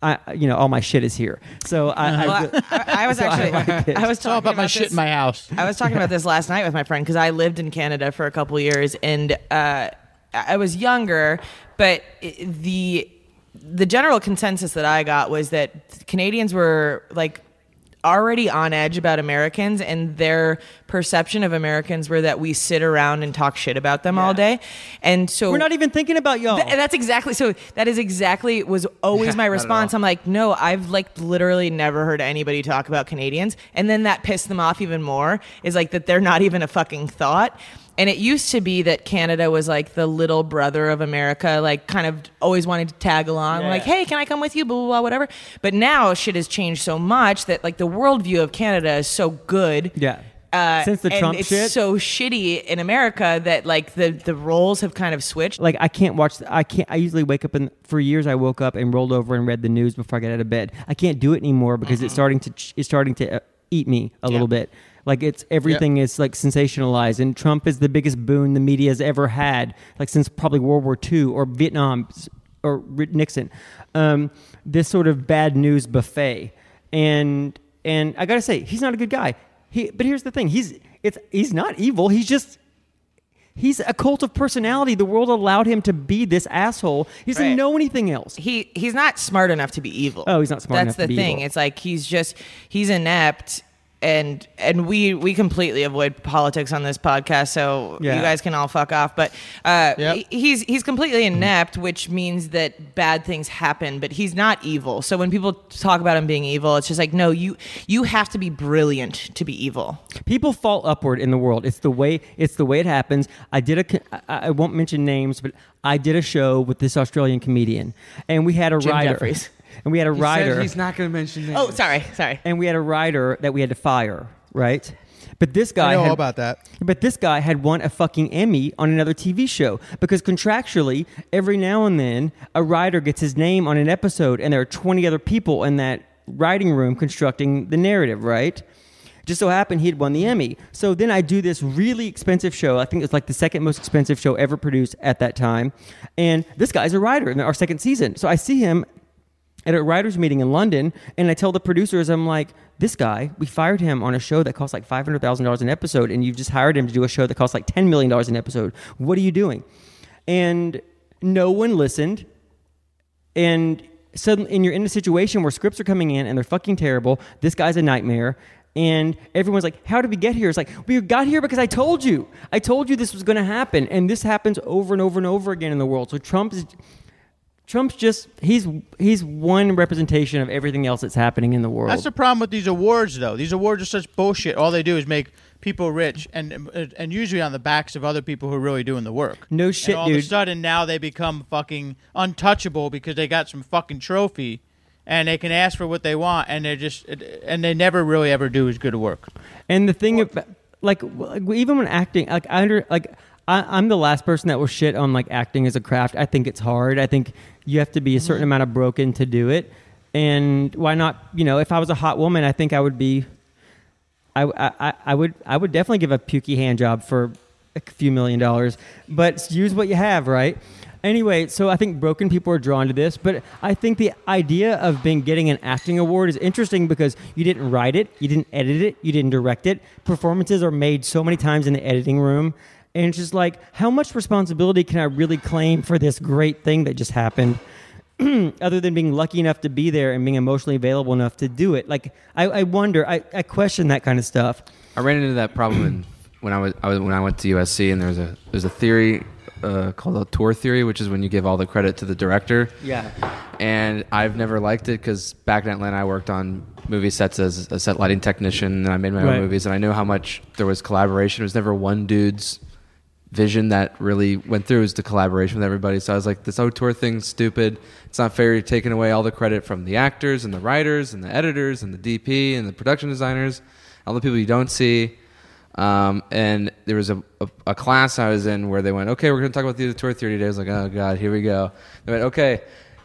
[SPEAKER 6] I you know, all my shit is here. So I, I
[SPEAKER 5] Well, I, [LAUGHS] I was
[SPEAKER 6] So I
[SPEAKER 5] actually, I,
[SPEAKER 6] like it.
[SPEAKER 5] was
[SPEAKER 2] All
[SPEAKER 5] talking
[SPEAKER 2] about my shit
[SPEAKER 5] this-
[SPEAKER 2] in my house.
[SPEAKER 5] I was talking about this last night with my friend because I lived in Canada for a couple years and uh, I I was younger, but i- the the general consensus that I got was that Canadians were like already on edge about Americans, and their perception of Americans were that we sit around and talk shit about them all day, and so
[SPEAKER 6] We're not even thinking about y'all.
[SPEAKER 5] Th- that's exactly so. That is exactly was always my
[SPEAKER 3] Not at
[SPEAKER 5] response.
[SPEAKER 3] all.
[SPEAKER 5] I'm like, no, I've like literally never heard anybody talk about Canadians, and then that pissed them off even more. Is like that they're not even a fucking thought. And it used to be that Canada was like the little brother of America, like kind of always wanting to tag along, like, hey, can I come with you? Blah, blah, blah, whatever. But now shit has changed so much that like the worldview of Canada is so good
[SPEAKER 6] yeah.
[SPEAKER 5] uh,
[SPEAKER 6] Since the
[SPEAKER 5] and
[SPEAKER 6] Trump
[SPEAKER 5] it's
[SPEAKER 6] shit,
[SPEAKER 5] so shitty in America that like the the roles have kind of switched.
[SPEAKER 6] like I can't watch. I can't. I usually wake up and for years I woke up and rolled over and read the news before I got out of bed. I can't do it anymore because it's starting to ch- it's starting to uh, eat me a little bit. Like it's everything is like sensationalized, and Trump is the biggest boon the media has ever had, like since probably World War II or Vietnam s- or Ri- Nixon. Um, this sort of bad news buffet, and and I gotta say he's not a good guy. He, but here's the thing: he's it's he's not evil. He's just He's a cult of personality. The world allowed him to be this asshole. He doesn't
[SPEAKER 5] Right.
[SPEAKER 6] know anything else.
[SPEAKER 5] he he's not smart enough to be evil.
[SPEAKER 6] Oh, he's not smart
[SPEAKER 5] That's
[SPEAKER 6] enough
[SPEAKER 5] the
[SPEAKER 6] to be
[SPEAKER 5] thing.
[SPEAKER 6] evil.
[SPEAKER 5] It's like he's just he's inept, and and we we completely avoid politics on this podcast, so
[SPEAKER 6] Yeah.
[SPEAKER 5] you guys can all fuck off. But uh,
[SPEAKER 2] Yep.
[SPEAKER 5] he- he's he's completely inept, which means that bad things happen. But he's not evil. So when people talk about him being evil, it's just like no, you you have to be brilliant to be evil.
[SPEAKER 6] People fall upward in the world. It's the way. It's the way it happens. I did a. co- I, I won't mention names, but I did a show with this Australian comedian, and we had a
[SPEAKER 5] Jim
[SPEAKER 6] writer.
[SPEAKER 5] Jeffries.
[SPEAKER 6] [LAUGHS] And we had a
[SPEAKER 7] He said
[SPEAKER 6] writer.
[SPEAKER 7] he's not going to mention names.
[SPEAKER 5] Oh, sorry, sorry.
[SPEAKER 6] and we had a writer that we had to fire. Right. But this guy.
[SPEAKER 2] I know
[SPEAKER 6] had-
[SPEAKER 2] all about that.
[SPEAKER 6] But this guy had won a fucking Emmy on another TV show because contractually, every now and then, a writer gets his name on an episode, and there are 20 other people in that writing room constructing the narrative, right? Just so happened he'd won the Emmy. So then I do this really expensive show. I think it was like the second most expensive show ever produced at that time. And this guy's a writer in our second season. So I see him at a writers meeting in London, and I tell the producers, I'm like, this guy, we fired him on a show that costs like five hundred thousand dollars an episode, and you've just hired him to do a show that costs like ten million dollars an episode. What are you doing? And no one listened and suddenly and you're in a situation where scripts are coming in and they're fucking terrible this guy's a nightmare and everyone's like how did we get here it's like we got here because i told you i told you this was going to happen and this happens over and over and over again in the world so trump's trump's just he's he's one representation of everything else that's happening in the world
[SPEAKER 2] That's the problem with these awards, though. These awards are such bullshit. All they do is make people rich, and and usually on the backs of other people who are really doing the work.
[SPEAKER 6] No shit,
[SPEAKER 2] and all
[SPEAKER 6] dude.
[SPEAKER 2] of a sudden, now they become fucking untouchable because they got some fucking trophy, and they can ask for what they want, and they're just and they never really ever do as good work.
[SPEAKER 6] And the thing, about, like, w- like, even when acting, like I under, like I, I'm the last person that will shit on like acting as a craft. I think it's hard. I think you have to be a certain amount of broken to do it. And why not? You know, if I was a hot woman, I think I would be. I, I, I- I would I would definitely give a pukey hand job for a few million dollars, but use what you have, right? Anyway, so I think broken people are drawn to this, but I think the idea of being getting an acting award is interesting because you didn't write it, you didn't edit it, you didn't direct it. Performances are made so many times in the editing room, and it's just like, how much responsibility can I really claim for this great thing that just happened? [CLEARS THROAT] other than being lucky enough to be there and being emotionally available enough to do it. Like I, I wonder, I, I question that kind of stuff.
[SPEAKER 3] I ran into that problem in, when I was, I was when I went to USC, and there's a there's a theory uh, called the tour theory, which is when you give all the credit to the director.
[SPEAKER 6] Yeah.
[SPEAKER 3] And I've never liked it because back in Atlanta, I worked on movie sets as a set lighting technician, and I made my
[SPEAKER 6] Right.
[SPEAKER 3] own movies, and I know how much there was collaboration. It was never one dude's vision that really went through. It was the collaboration with everybody. So I was like, this whole tour thing's stupid. It's not fair. You're taking away all the credit from the actors and the writers and the editors and the DP and the production designers, all the people you don't see. Um, and there was a, a, a class I was in where they went, okay, we're going to talk about the tour theory today. I was like, oh God, here we go. They went, okay,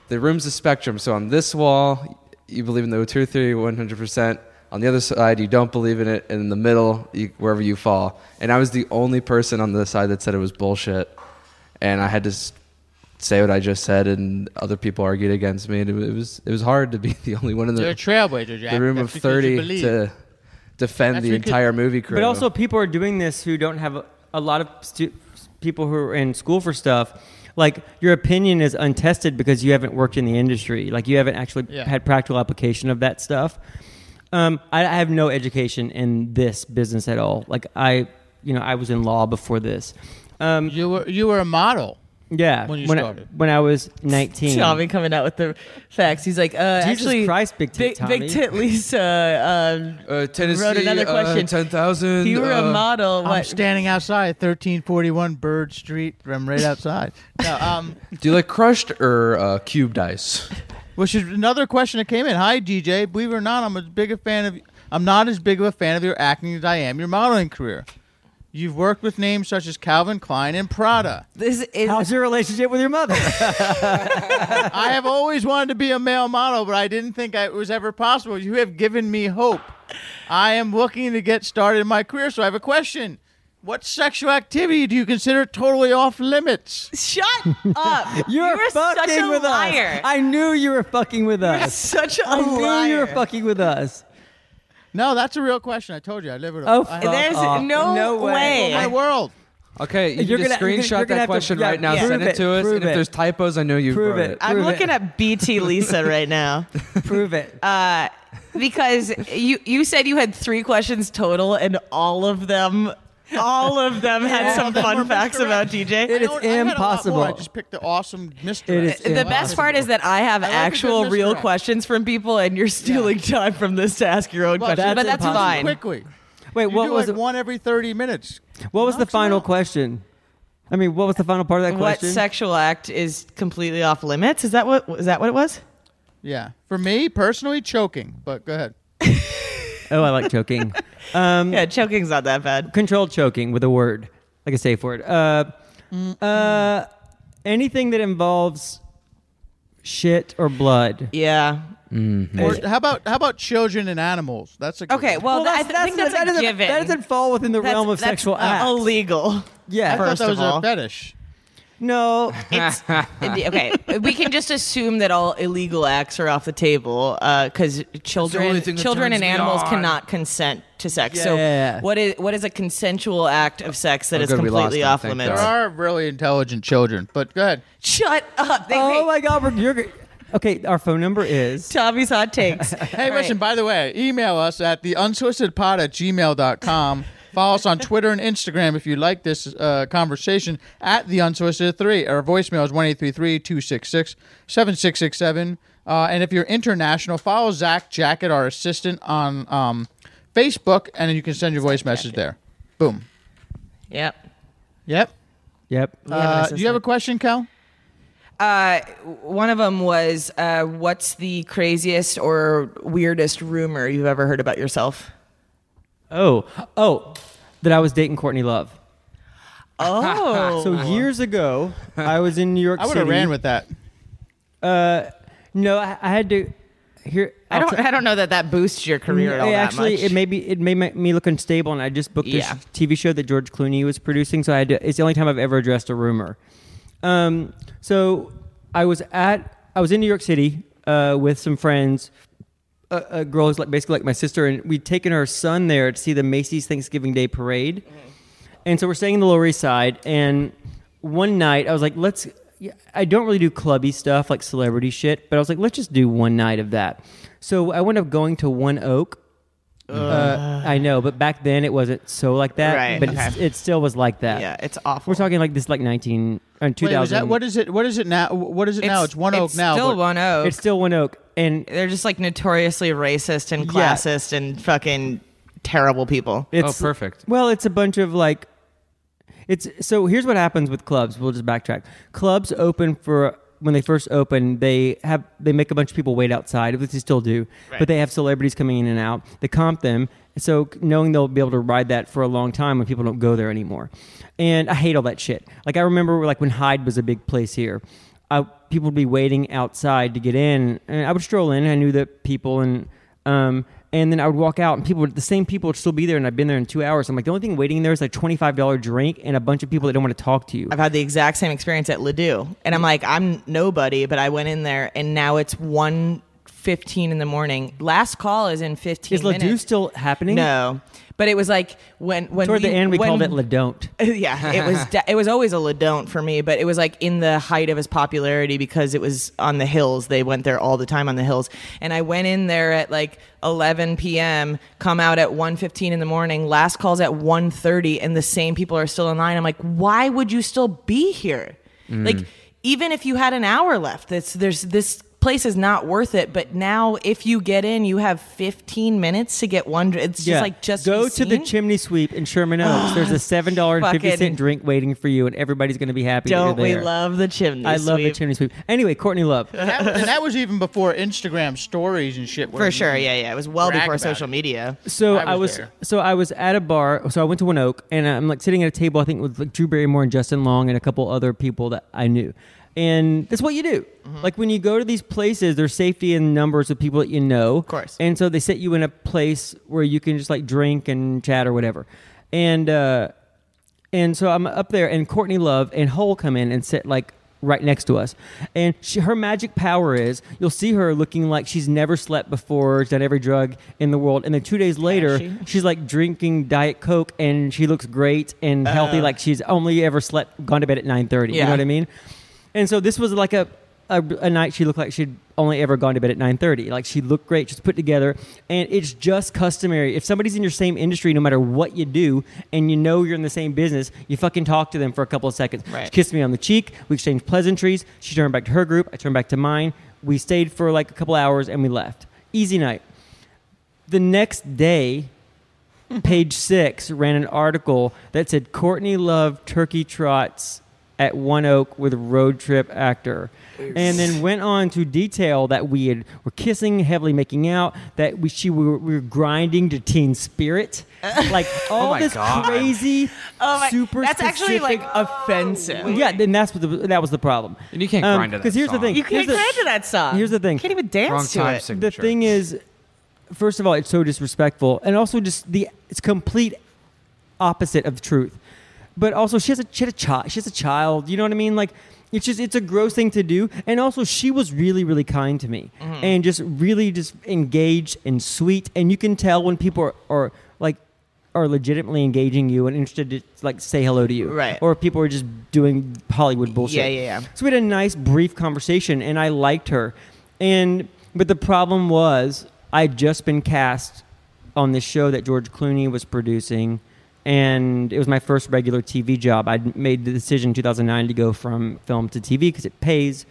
[SPEAKER 3] the room's a spectrum. So on this wall, you believe in the tour theory 100%. On the other side, you don't believe in it. And in the middle, you, wherever you fall. And I was the only person on the side that said it was bullshit. And I had to s- say what I just said, and other people argued against me. And it, was, it was hard to be [LAUGHS] the only one in
[SPEAKER 2] They're
[SPEAKER 3] the,
[SPEAKER 2] trailblazers, Jack.
[SPEAKER 3] the room
[SPEAKER 2] That's
[SPEAKER 3] of
[SPEAKER 2] because you
[SPEAKER 3] 30
[SPEAKER 2] believe.
[SPEAKER 3] to defend
[SPEAKER 2] That's
[SPEAKER 3] the
[SPEAKER 2] because-
[SPEAKER 3] entire movie crew.
[SPEAKER 6] But also, people are doing this who don't have a, a lot of stu- people who are in school for stuff. Like your opinion is untested because you haven't worked in the industry. Like you haven't actually
[SPEAKER 2] Yeah.
[SPEAKER 6] had practical application of that stuff. Um, I, I have no education in this business at all. Like I, you know, I was in law before this. Um,
[SPEAKER 2] You were you were a model.
[SPEAKER 6] yeah,
[SPEAKER 2] When you
[SPEAKER 6] I-
[SPEAKER 2] started.
[SPEAKER 6] when I was nineteen.
[SPEAKER 5] Tommy coming out with the facts. He's like, uh,
[SPEAKER 6] Jesus
[SPEAKER 5] actually,
[SPEAKER 6] Christ, Big
[SPEAKER 5] Big, big
[SPEAKER 6] Tit Tommy.
[SPEAKER 5] Tit Lisa. Uh,
[SPEAKER 3] Uh, Tennessee
[SPEAKER 5] Wrote another question.
[SPEAKER 3] ten thousand. uh,
[SPEAKER 5] you were
[SPEAKER 6] uh,
[SPEAKER 5] a model.
[SPEAKER 2] I'm
[SPEAKER 5] What?
[SPEAKER 2] standing outside 1341 Bird Street. I'm right
[SPEAKER 6] [LAUGHS]
[SPEAKER 2] outside. no, um,
[SPEAKER 3] Do you like crushed or uh, cubed ice?
[SPEAKER 2] which is another question that came in. Hi, DJ. Believe it or not, I'm as big a fan of. I'm not as big of a fan of your acting as I am your modeling career. You've worked with names such as Calvin Klein and
[SPEAKER 6] [LAUGHS]
[SPEAKER 2] Prada.
[SPEAKER 5] this is
[SPEAKER 6] [LAUGHS] How's your relationship with your mother?
[SPEAKER 2] I have always wanted to be a male model, but I didn't think I- it was ever possible. You have given me hope. I am looking to get started in my career, so I have a question. What sexual activity do you consider totally off limits?
[SPEAKER 5] shut
[SPEAKER 6] [LAUGHS]
[SPEAKER 5] up.
[SPEAKER 6] You're
[SPEAKER 5] were
[SPEAKER 6] fucking
[SPEAKER 5] such a
[SPEAKER 6] with
[SPEAKER 5] liar.
[SPEAKER 6] us. I knew you were fucking with us.
[SPEAKER 5] Such a
[SPEAKER 6] I knew you
[SPEAKER 5] liar.
[SPEAKER 6] were fucking with us.
[SPEAKER 2] No, that's a real question. I told you, I live it
[SPEAKER 6] Oh,
[SPEAKER 2] up. I
[SPEAKER 6] fuck
[SPEAKER 5] There's
[SPEAKER 6] off.
[SPEAKER 5] no,
[SPEAKER 6] No way.
[SPEAKER 5] way.
[SPEAKER 2] my world.
[SPEAKER 3] Okay, you
[SPEAKER 6] You're
[SPEAKER 3] can just
[SPEAKER 6] gonna- you're
[SPEAKER 3] screenshot
[SPEAKER 6] gonna- you're gonna
[SPEAKER 3] that
[SPEAKER 6] have to-
[SPEAKER 3] question
[SPEAKER 6] yeah,
[SPEAKER 3] right now.
[SPEAKER 6] yeah.
[SPEAKER 3] Send
[SPEAKER 6] Prove
[SPEAKER 3] it to
[SPEAKER 6] it,
[SPEAKER 3] us.
[SPEAKER 6] prove
[SPEAKER 3] And if
[SPEAKER 6] it.
[SPEAKER 3] there's typos, I know you
[SPEAKER 6] Prove
[SPEAKER 3] wrote
[SPEAKER 6] it.
[SPEAKER 3] it.
[SPEAKER 5] I'm
[SPEAKER 6] Prove it.
[SPEAKER 5] looking at
[SPEAKER 6] [LAUGHS]
[SPEAKER 5] BT Lisa right now
[SPEAKER 6] Prove it.
[SPEAKER 5] [LAUGHS] uh, because you you said you had three questions total, and all of them, all of them had some fun facts about DJ.
[SPEAKER 6] It is
[SPEAKER 2] I had a lot
[SPEAKER 6] impossible.
[SPEAKER 2] more. I just picked the awesome Mr.
[SPEAKER 6] It is
[SPEAKER 5] the best part is that I have
[SPEAKER 2] like a good
[SPEAKER 5] actual
[SPEAKER 2] mystery
[SPEAKER 5] real
[SPEAKER 2] act.
[SPEAKER 5] questions from people, and you're stealing time from this to ask your own
[SPEAKER 2] Well,
[SPEAKER 5] questions.
[SPEAKER 6] that's
[SPEAKER 5] but that's
[SPEAKER 6] impossible.
[SPEAKER 5] fine.
[SPEAKER 2] Quickly.
[SPEAKER 6] Wait,
[SPEAKER 2] You
[SPEAKER 6] what
[SPEAKER 2] do
[SPEAKER 6] was
[SPEAKER 2] like
[SPEAKER 6] it?
[SPEAKER 2] one every 30 minutes.
[SPEAKER 6] What was the
[SPEAKER 2] Knocks it
[SPEAKER 6] final
[SPEAKER 2] out.
[SPEAKER 6] question? I mean, what was the final part of that
[SPEAKER 5] What
[SPEAKER 6] question?
[SPEAKER 5] sexual act is completely off limits? Is that what is that what it was?
[SPEAKER 2] Yeah. For me, personally, choking. But go ahead.
[SPEAKER 6] oh, I like
[SPEAKER 5] [LAUGHS]
[SPEAKER 6] choking. Um,
[SPEAKER 5] Yeah, choking's not that bad.
[SPEAKER 6] Controlled choking with a word, like a safe word. Uh, uh, anything that involves shit or blood.
[SPEAKER 5] Yeah.
[SPEAKER 2] Or how about how about children and animals? That's a good
[SPEAKER 5] Okay.
[SPEAKER 2] one.
[SPEAKER 5] Well, I th- think that's,
[SPEAKER 6] that
[SPEAKER 5] a
[SPEAKER 6] doesn't-
[SPEAKER 5] given.
[SPEAKER 6] That doesn't fall within the
[SPEAKER 5] That's-
[SPEAKER 6] realm of
[SPEAKER 5] that's
[SPEAKER 6] sexual
[SPEAKER 5] uh,
[SPEAKER 6] acts.
[SPEAKER 5] Illegal.
[SPEAKER 6] Yeah.
[SPEAKER 2] I thought
[SPEAKER 5] First
[SPEAKER 2] that
[SPEAKER 5] of
[SPEAKER 2] was
[SPEAKER 5] all.
[SPEAKER 2] a fetish.
[SPEAKER 6] no.
[SPEAKER 5] [LAUGHS] It's okay. We can just assume that all illegal acts are off the table because children,
[SPEAKER 3] thing that
[SPEAKER 5] children, and
[SPEAKER 3] turns me
[SPEAKER 5] animals
[SPEAKER 3] on.
[SPEAKER 5] cannot consent to sex. So,
[SPEAKER 6] Yeah.
[SPEAKER 5] what is what is a consensual act of sex that
[SPEAKER 3] Oh,
[SPEAKER 5] is
[SPEAKER 3] good, we lost
[SPEAKER 5] completely
[SPEAKER 3] him.
[SPEAKER 5] off
[SPEAKER 3] Thank
[SPEAKER 2] There
[SPEAKER 5] limits?
[SPEAKER 3] God.
[SPEAKER 2] are really intelligent children, but go ahead.
[SPEAKER 5] Shut up! They,
[SPEAKER 6] Oh
[SPEAKER 5] oh
[SPEAKER 6] my God. We're, you're, okay. Our phone
[SPEAKER 5] [LAUGHS]
[SPEAKER 6] number is.
[SPEAKER 5] Tommy's hot
[SPEAKER 6] [LAUGHS]
[SPEAKER 5] takes.
[SPEAKER 2] Hey, listen, by the way, email us at the unsolicitedpod at [LAUGHS] gmail.com. Follow us on Twitter and Instagram if you like this uh, conversation at the unsolicited three. Our voicemail is 1833 266 7667. Uh, And if you're international, follow Zach Jacket, our assistant, on um, Facebook, and then you can send your voice message there. Boom.
[SPEAKER 5] yep.
[SPEAKER 2] Yep.
[SPEAKER 6] Yep.
[SPEAKER 5] have an
[SPEAKER 2] Uh, do you have a question, Cal?
[SPEAKER 5] Uh, one of them was, uh, "What's the craziest or weirdest rumor you've ever heard about yourself?"
[SPEAKER 6] Oh. Oh. That I was dating Courtney Love.
[SPEAKER 5] [LAUGHS] Oh,
[SPEAKER 6] So years ago, I was in New York
[SPEAKER 2] I would
[SPEAKER 6] City.
[SPEAKER 2] have ran with that.
[SPEAKER 6] Uh, no, I, I had to. Here,
[SPEAKER 5] [LAUGHS] I
[SPEAKER 6] I'll
[SPEAKER 5] don't.
[SPEAKER 6] t-
[SPEAKER 5] I don't know that that boosts your career at all.
[SPEAKER 6] It
[SPEAKER 5] that
[SPEAKER 6] actually,
[SPEAKER 5] much.
[SPEAKER 6] it made me it made my, me look unstable, and I just booked this
[SPEAKER 5] Yeah.
[SPEAKER 6] TV show that George Clooney was producing. So I had to, it's the only time I've ever addressed a rumor. Um, so I was at I was in New York City uh, with some friends. A, a girl who's like basically like my sister, and we'd taken her son there to see the Macy's Thanksgiving Day Parade.
[SPEAKER 5] Mm-hmm.
[SPEAKER 6] And so we're staying in the Lower East Side. And one night I was like, let's, yeah, I don't really do clubby stuff like celebrity shit, but I was like, let's just do one night of that. So I wound up going to One Oak. Uh, I know, but back then it wasn't so like that.
[SPEAKER 5] Right,
[SPEAKER 6] but
[SPEAKER 5] okay.
[SPEAKER 6] it's, it still was like that.
[SPEAKER 5] yeah, it's awful.
[SPEAKER 6] We're talking like this, like uh, 19 and 2000.
[SPEAKER 2] Wait, was that, what is it? What is it now? What is it now? It's one oak now.
[SPEAKER 5] Still
[SPEAKER 2] but-
[SPEAKER 5] one oak.
[SPEAKER 6] It's still One Oak. And
[SPEAKER 5] They're just like notoriously racist and
[SPEAKER 6] Yeah.
[SPEAKER 5] classist and fucking terrible people.
[SPEAKER 6] It's
[SPEAKER 3] Oh, perfect.
[SPEAKER 6] Well, it's a bunch of like it's so here's what happens with clubs. We'll just backtrack. Clubs open for when they first open, they have they make a bunch of people wait outside, which they still do. But they have celebrities coming in and out. They comp them. So knowing they'll be able to ride that for a long time when people don't go there anymore. And I hate all that shit. Like I remember like when Hyde was a big place here. I, people would be waiting outside to get in, and I would stroll in. I knew the people, and um, and then I would walk out, and people, would, the same people would still be there, and I've been there in two hours. I'm like, the only thing waiting there is like twenty five dollar drink and a bunch of people that don't want to talk to you.
[SPEAKER 5] I've had the exact same experience at Ledoux. And I'm like, I'm nobody, but I went in there and now it's one fifteen in the morning. Last call is in fifteen.
[SPEAKER 6] Is Ladue
[SPEAKER 5] minutes.
[SPEAKER 6] still happening?
[SPEAKER 5] No, but it was like when when
[SPEAKER 6] Toward the end, we
[SPEAKER 5] when-
[SPEAKER 6] called it La Don't.
[SPEAKER 5] [LAUGHS] yeah, it
[SPEAKER 6] [LAUGHS]
[SPEAKER 5] was de- it was always a don't for me, but it was like in the height of his popularity because it was on the hills. They went there all the time on the hills, and I went in there at like 11 p.m. Come out at 1:15 in the morning. Last calls at 1:30, and the same people are still in line. I'm like, why would you still be here?
[SPEAKER 6] Mm.
[SPEAKER 5] Like, even if you had an hour left, this there's this place is not worth it. But now, if you get in, you have 15 minutes to get one. dr- It's just like just
[SPEAKER 6] go
[SPEAKER 5] be
[SPEAKER 6] to the
[SPEAKER 5] seen.
[SPEAKER 6] chimney sweep in
[SPEAKER 5] [SIGHS]
[SPEAKER 6] Sherman Oaks. There's a seven dollar and fifty
[SPEAKER 5] Fucking-
[SPEAKER 6] cent drink waiting for you, and everybody's going to be happy. that
[SPEAKER 5] Don't
[SPEAKER 6] you're
[SPEAKER 5] we
[SPEAKER 6] there.
[SPEAKER 5] love the chimney?
[SPEAKER 6] I love the
[SPEAKER 5] sweep?
[SPEAKER 6] chimney sweep. Anyway, Courtney Love.
[SPEAKER 2] That,
[SPEAKER 5] [LAUGHS]
[SPEAKER 2] and that was even before Instagram stories and shit. were-
[SPEAKER 5] For sure, yeah, yeah. It was well
[SPEAKER 2] Brag
[SPEAKER 5] before
[SPEAKER 2] about
[SPEAKER 5] social
[SPEAKER 2] it.
[SPEAKER 5] media.
[SPEAKER 6] So
[SPEAKER 2] I
[SPEAKER 6] I
[SPEAKER 2] was
[SPEAKER 6] was,
[SPEAKER 2] there.
[SPEAKER 6] so I was at a bar. So I went to One Oak, and I'm like sitting at a table. I think with like Drew Barrymore and Justin Long and a couple other people that I knew. And that's what you do.
[SPEAKER 2] Mm-hmm.
[SPEAKER 6] Like when you go to these places, there's safety in numbers of people that you know. Of
[SPEAKER 5] course.
[SPEAKER 6] And so they set you in a place where you can just like drink and chat or whatever. And uh, and so I'm up there, and Courtney Love and Hole come in and sit like right next to us. And she, her magic power is you'll see her looking like she's never slept before, done every drug in the world, and then two days later
[SPEAKER 5] she?
[SPEAKER 6] she's like drinking Diet Coke, and she looks great and healthy, like she's only ever slept, gone to bed at nine thirty. You
[SPEAKER 5] Uh. Yeah.
[SPEAKER 6] know what I mean? And so this was like a. A, a night she looked like she'd only ever gone to bed at 9.30 like she looked great she's put together and it's just customary if somebody's in your same industry no matter what you do and you know you're in the same business you fucking talk to them for a couple of seconds
[SPEAKER 5] Right.
[SPEAKER 6] she kissed me on the cheek we exchanged pleasantries she turned back to her group i turned back to mine we stayed for like a couple hours and we left easy night the next day page six ran an article that said Courtney Love turkey trots at One Oak with road trip actor, and then went on to detail that we had, were kissing heavily, making out that we she we were, we were grinding to
[SPEAKER 3] [LAUGHS]
[SPEAKER 6] Teen Spirit, like all
[SPEAKER 3] Oh my
[SPEAKER 6] this
[SPEAKER 3] God. Oh
[SPEAKER 6] crazy, super.
[SPEAKER 5] That's actually like
[SPEAKER 6] specific-
[SPEAKER 5] offensive.
[SPEAKER 6] yeah. Then that's what the, that was the problem.
[SPEAKER 3] And you can't grind to that
[SPEAKER 6] because here's the
[SPEAKER 3] song.
[SPEAKER 6] thing.
[SPEAKER 5] you can't
[SPEAKER 6] here's the-
[SPEAKER 5] dance to that song.
[SPEAKER 6] here's the thing.
[SPEAKER 5] can't even
[SPEAKER 3] Wrong
[SPEAKER 5] dance
[SPEAKER 3] time
[SPEAKER 5] to it.
[SPEAKER 6] the
[SPEAKER 3] signature.
[SPEAKER 6] thing is first of all it's so disrespectful and also just the it's complete opposite of truth but also she has a she, had a child she has a child you know what i mean like it's just it's a gross thing to do and also she was really really kind to me and just really just engaged and sweet and you can tell when people are, are like are legitimately engaging you and interested to like say hello to you
[SPEAKER 5] Right.
[SPEAKER 6] or people are just doing hollywood bullshit
[SPEAKER 5] Yeah, yeah, yeah.
[SPEAKER 6] so we had a nice brief conversation, and I liked her. And but the problem was, I had just been cast on this show that George Clooney was producing, and it was my first regular TV job. I made the decision in 2009 to go from film to TV because it pays,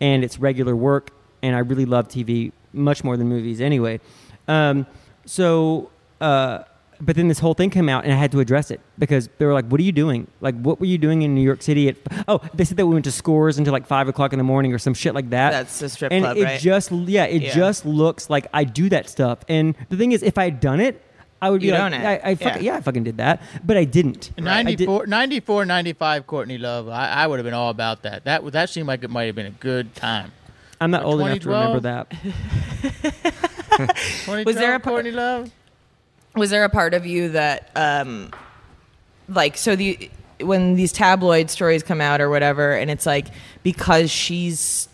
[SPEAKER 6] and it's regular work, and I really love TV much more than movies anyway. Um, so. Uh, but then this whole thing came out and I had to address it because they were like, "What are you doing? Like, what were you doing in New York City?" At oh, they said that we went to scores until like five o'clock in the morning or some shit like that.
[SPEAKER 5] That's a strip
[SPEAKER 6] and
[SPEAKER 5] club,
[SPEAKER 6] it
[SPEAKER 5] right?
[SPEAKER 6] just yeah, it
[SPEAKER 5] Yeah.
[SPEAKER 6] just looks like I do that stuff. And the thing is, if I had done it, I would be
[SPEAKER 5] You'd
[SPEAKER 6] like,
[SPEAKER 5] own it.
[SPEAKER 6] I, I fuck, yeah.
[SPEAKER 5] Yeah.
[SPEAKER 6] I fucking did that, but I didn't. I did-
[SPEAKER 2] 94, 94, 95 Courtney Love. I, I would have been all about that. That would- that seemed like it might have been a good time.
[SPEAKER 6] I'm not old enough to remember
[SPEAKER 2] 2012?
[SPEAKER 6] that.
[SPEAKER 2] Was
[SPEAKER 5] there a po-
[SPEAKER 2] Courtney Love?
[SPEAKER 5] Was there a part of you that, um, like, so the when these tabloid stories come out or whatever, and it's like because she's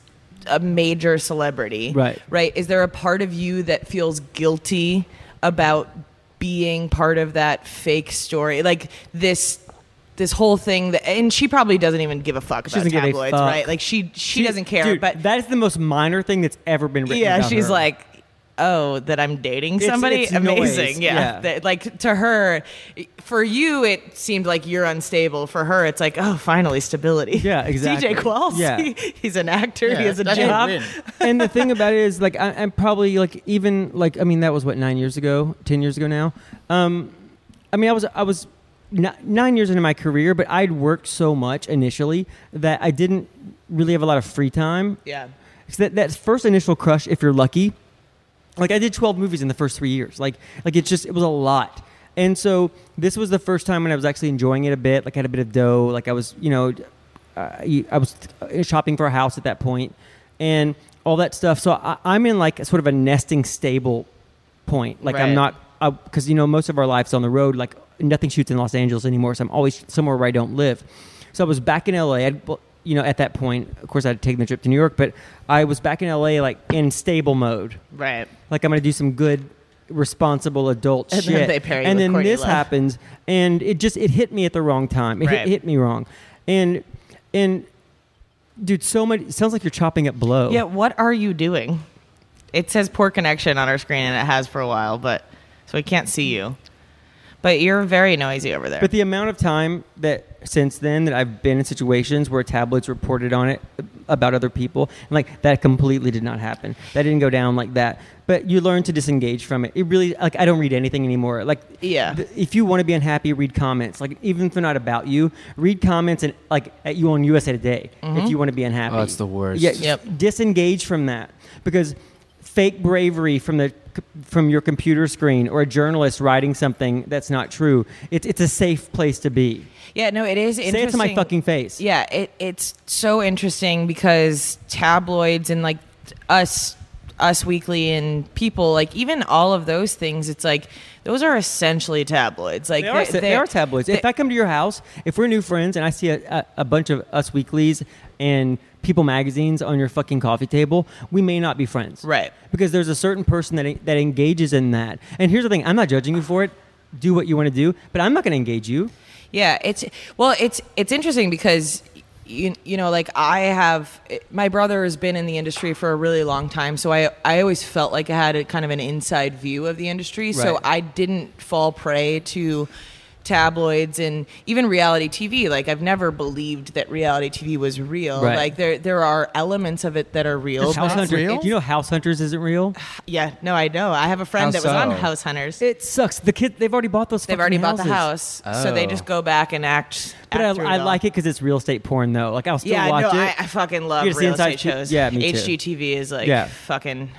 [SPEAKER 5] a major celebrity,
[SPEAKER 6] Right.
[SPEAKER 5] Right? Is there a part of you that feels guilty about being part of that fake story, like this? This whole thing, that, and she probably doesn't even give a fuck about
[SPEAKER 6] doesn't give a
[SPEAKER 5] tabloids,
[SPEAKER 6] fuck.
[SPEAKER 5] right? Like she, she, doesn't care.
[SPEAKER 6] Dude,
[SPEAKER 5] but
[SPEAKER 6] that is the most minor thing that's ever been written.
[SPEAKER 5] yeah
[SPEAKER 6] about
[SPEAKER 5] she's
[SPEAKER 6] her.
[SPEAKER 5] like oh that i'm dating
[SPEAKER 6] It's-
[SPEAKER 5] somebody
[SPEAKER 6] it's noise,
[SPEAKER 5] amazing yeah,
[SPEAKER 6] yeah.
[SPEAKER 5] That- like to her for you it seemed like you're unstable for her it's like oh finally stability [LAUGHS]
[SPEAKER 6] Yeah, exactly.
[SPEAKER 5] dj qualls
[SPEAKER 6] Yeah.
[SPEAKER 5] he- he's an actor
[SPEAKER 2] Yeah,
[SPEAKER 5] he has a
[SPEAKER 2] that's a
[SPEAKER 5] job
[SPEAKER 2] win.
[SPEAKER 6] [LAUGHS] and the thing about it is like I, i'm probably like even like i mean that was what nine years ago ten years ago now um i mean i was i was ni- nine years into my career but i'd worked so much initially that i didn't really have a lot of free time
[SPEAKER 5] yeah
[SPEAKER 6] so that, that first initial crush if you're lucky like i did 12 movies in the first three years like like it's just it was a lot and so this was the first time when i was actually enjoying it a bit like i had a bit of dough like i was you know uh, i was shopping for a house at that point and all that stuff so I, i'm in like sort of a nesting stable point like i'm
[SPEAKER 5] Right.
[SPEAKER 6] not because Uh, you know most of our lives on the road like nothing shoots in los angeles anymore so i'm always somewhere where i don't live so i was back in la I'd, bu- you know, at that point, of course, I'd taken the trip to New York, but I was back in LA, like in stable mode.
[SPEAKER 5] Right.
[SPEAKER 6] Like I'm going to do some good, responsible adult
[SPEAKER 5] And
[SPEAKER 6] shit.
[SPEAKER 5] then they pair you
[SPEAKER 6] and
[SPEAKER 5] with
[SPEAKER 6] then
[SPEAKER 5] Courtney
[SPEAKER 6] this
[SPEAKER 5] Love.
[SPEAKER 6] happens, and it just it hit me at the wrong time. It hit-
[SPEAKER 5] Right.
[SPEAKER 6] hit me wrong, and and dude, so much it sounds like you're chopping up blow.
[SPEAKER 5] Yeah, what are you doing? It says poor connection on our screen and it has for a while, but so we can't see you. But you're very noisy over there.
[SPEAKER 6] But the amount of time that since then that I've been in situations where tabloids reported on it uh, about other people, and like that completely did not happen. That didn't go down like that. But you learn to disengage from it. It really like I don't read anything anymore. Like
[SPEAKER 5] Yeah.
[SPEAKER 6] th- if you want to be unhappy, read comments. Like even if they're not about you, read comments and like at you on USA Today if you want to be unhappy.
[SPEAKER 3] Oh, it's the worst.
[SPEAKER 6] Yeah,
[SPEAKER 5] Yep.
[SPEAKER 6] disengage from that because fake bravery from the from your computer screen or a journalist writing something that's not true. It's it's a safe place to be.
[SPEAKER 5] yeah, no, it is
[SPEAKER 6] Say
[SPEAKER 5] interesting.
[SPEAKER 6] it to my fucking face.
[SPEAKER 5] Yeah, it, it's so interesting because tabloids and like us us weekly and people like even all of those things it's like those are essentially tabloids like
[SPEAKER 6] They are,
[SPEAKER 5] they-
[SPEAKER 6] they are tabloids.
[SPEAKER 5] they-
[SPEAKER 6] if I come to your house, if we're new friends and I see a, a, a bunch of Us Weeklies and People magazines on your fucking coffee table, we may not be friends.
[SPEAKER 5] Right.
[SPEAKER 6] Because there's a certain person that, that engages in that. And here's the thing I'm not judging you for it. Do what you want to do, but I'm not going to engage you.
[SPEAKER 5] Yeah, it's well, it's it's interesting because you you know like I have my brother has been in the industry for a really long time, so I I always felt like I had a kind of an inside view of the industry, so
[SPEAKER 6] Right.
[SPEAKER 5] I didn't fall prey to tabloids and even reality TV. Like I've never believed that reality TV was real.
[SPEAKER 6] Right.
[SPEAKER 5] Like there there are elements of it that are real.
[SPEAKER 2] It's
[SPEAKER 5] but-
[SPEAKER 6] House
[SPEAKER 2] not
[SPEAKER 6] Hunters.
[SPEAKER 2] real?
[SPEAKER 6] Do you know House Hunters isn't real?
[SPEAKER 5] yeah, no, I know. I have a friend
[SPEAKER 3] How
[SPEAKER 5] that was on
[SPEAKER 3] so?
[SPEAKER 5] House Hunters.
[SPEAKER 6] It sucks. The kid they've already bought those.
[SPEAKER 5] They've
[SPEAKER 6] fucking
[SPEAKER 5] already bought the
[SPEAKER 6] houses.
[SPEAKER 5] house, so they
[SPEAKER 3] Oh.
[SPEAKER 5] just go back and act.
[SPEAKER 6] But
[SPEAKER 5] act through
[SPEAKER 6] I, I
[SPEAKER 5] all.
[SPEAKER 6] like it because it's real estate porn, though. Like I'll still
[SPEAKER 5] Yeah,
[SPEAKER 6] watch
[SPEAKER 5] no,
[SPEAKER 6] it.
[SPEAKER 5] I, I fucking love
[SPEAKER 6] You're just
[SPEAKER 5] real
[SPEAKER 6] inside
[SPEAKER 5] estate
[SPEAKER 6] shit.
[SPEAKER 5] shows.
[SPEAKER 6] Yeah, me too.
[SPEAKER 5] HGTV is like
[SPEAKER 6] Yeah.
[SPEAKER 5] fucking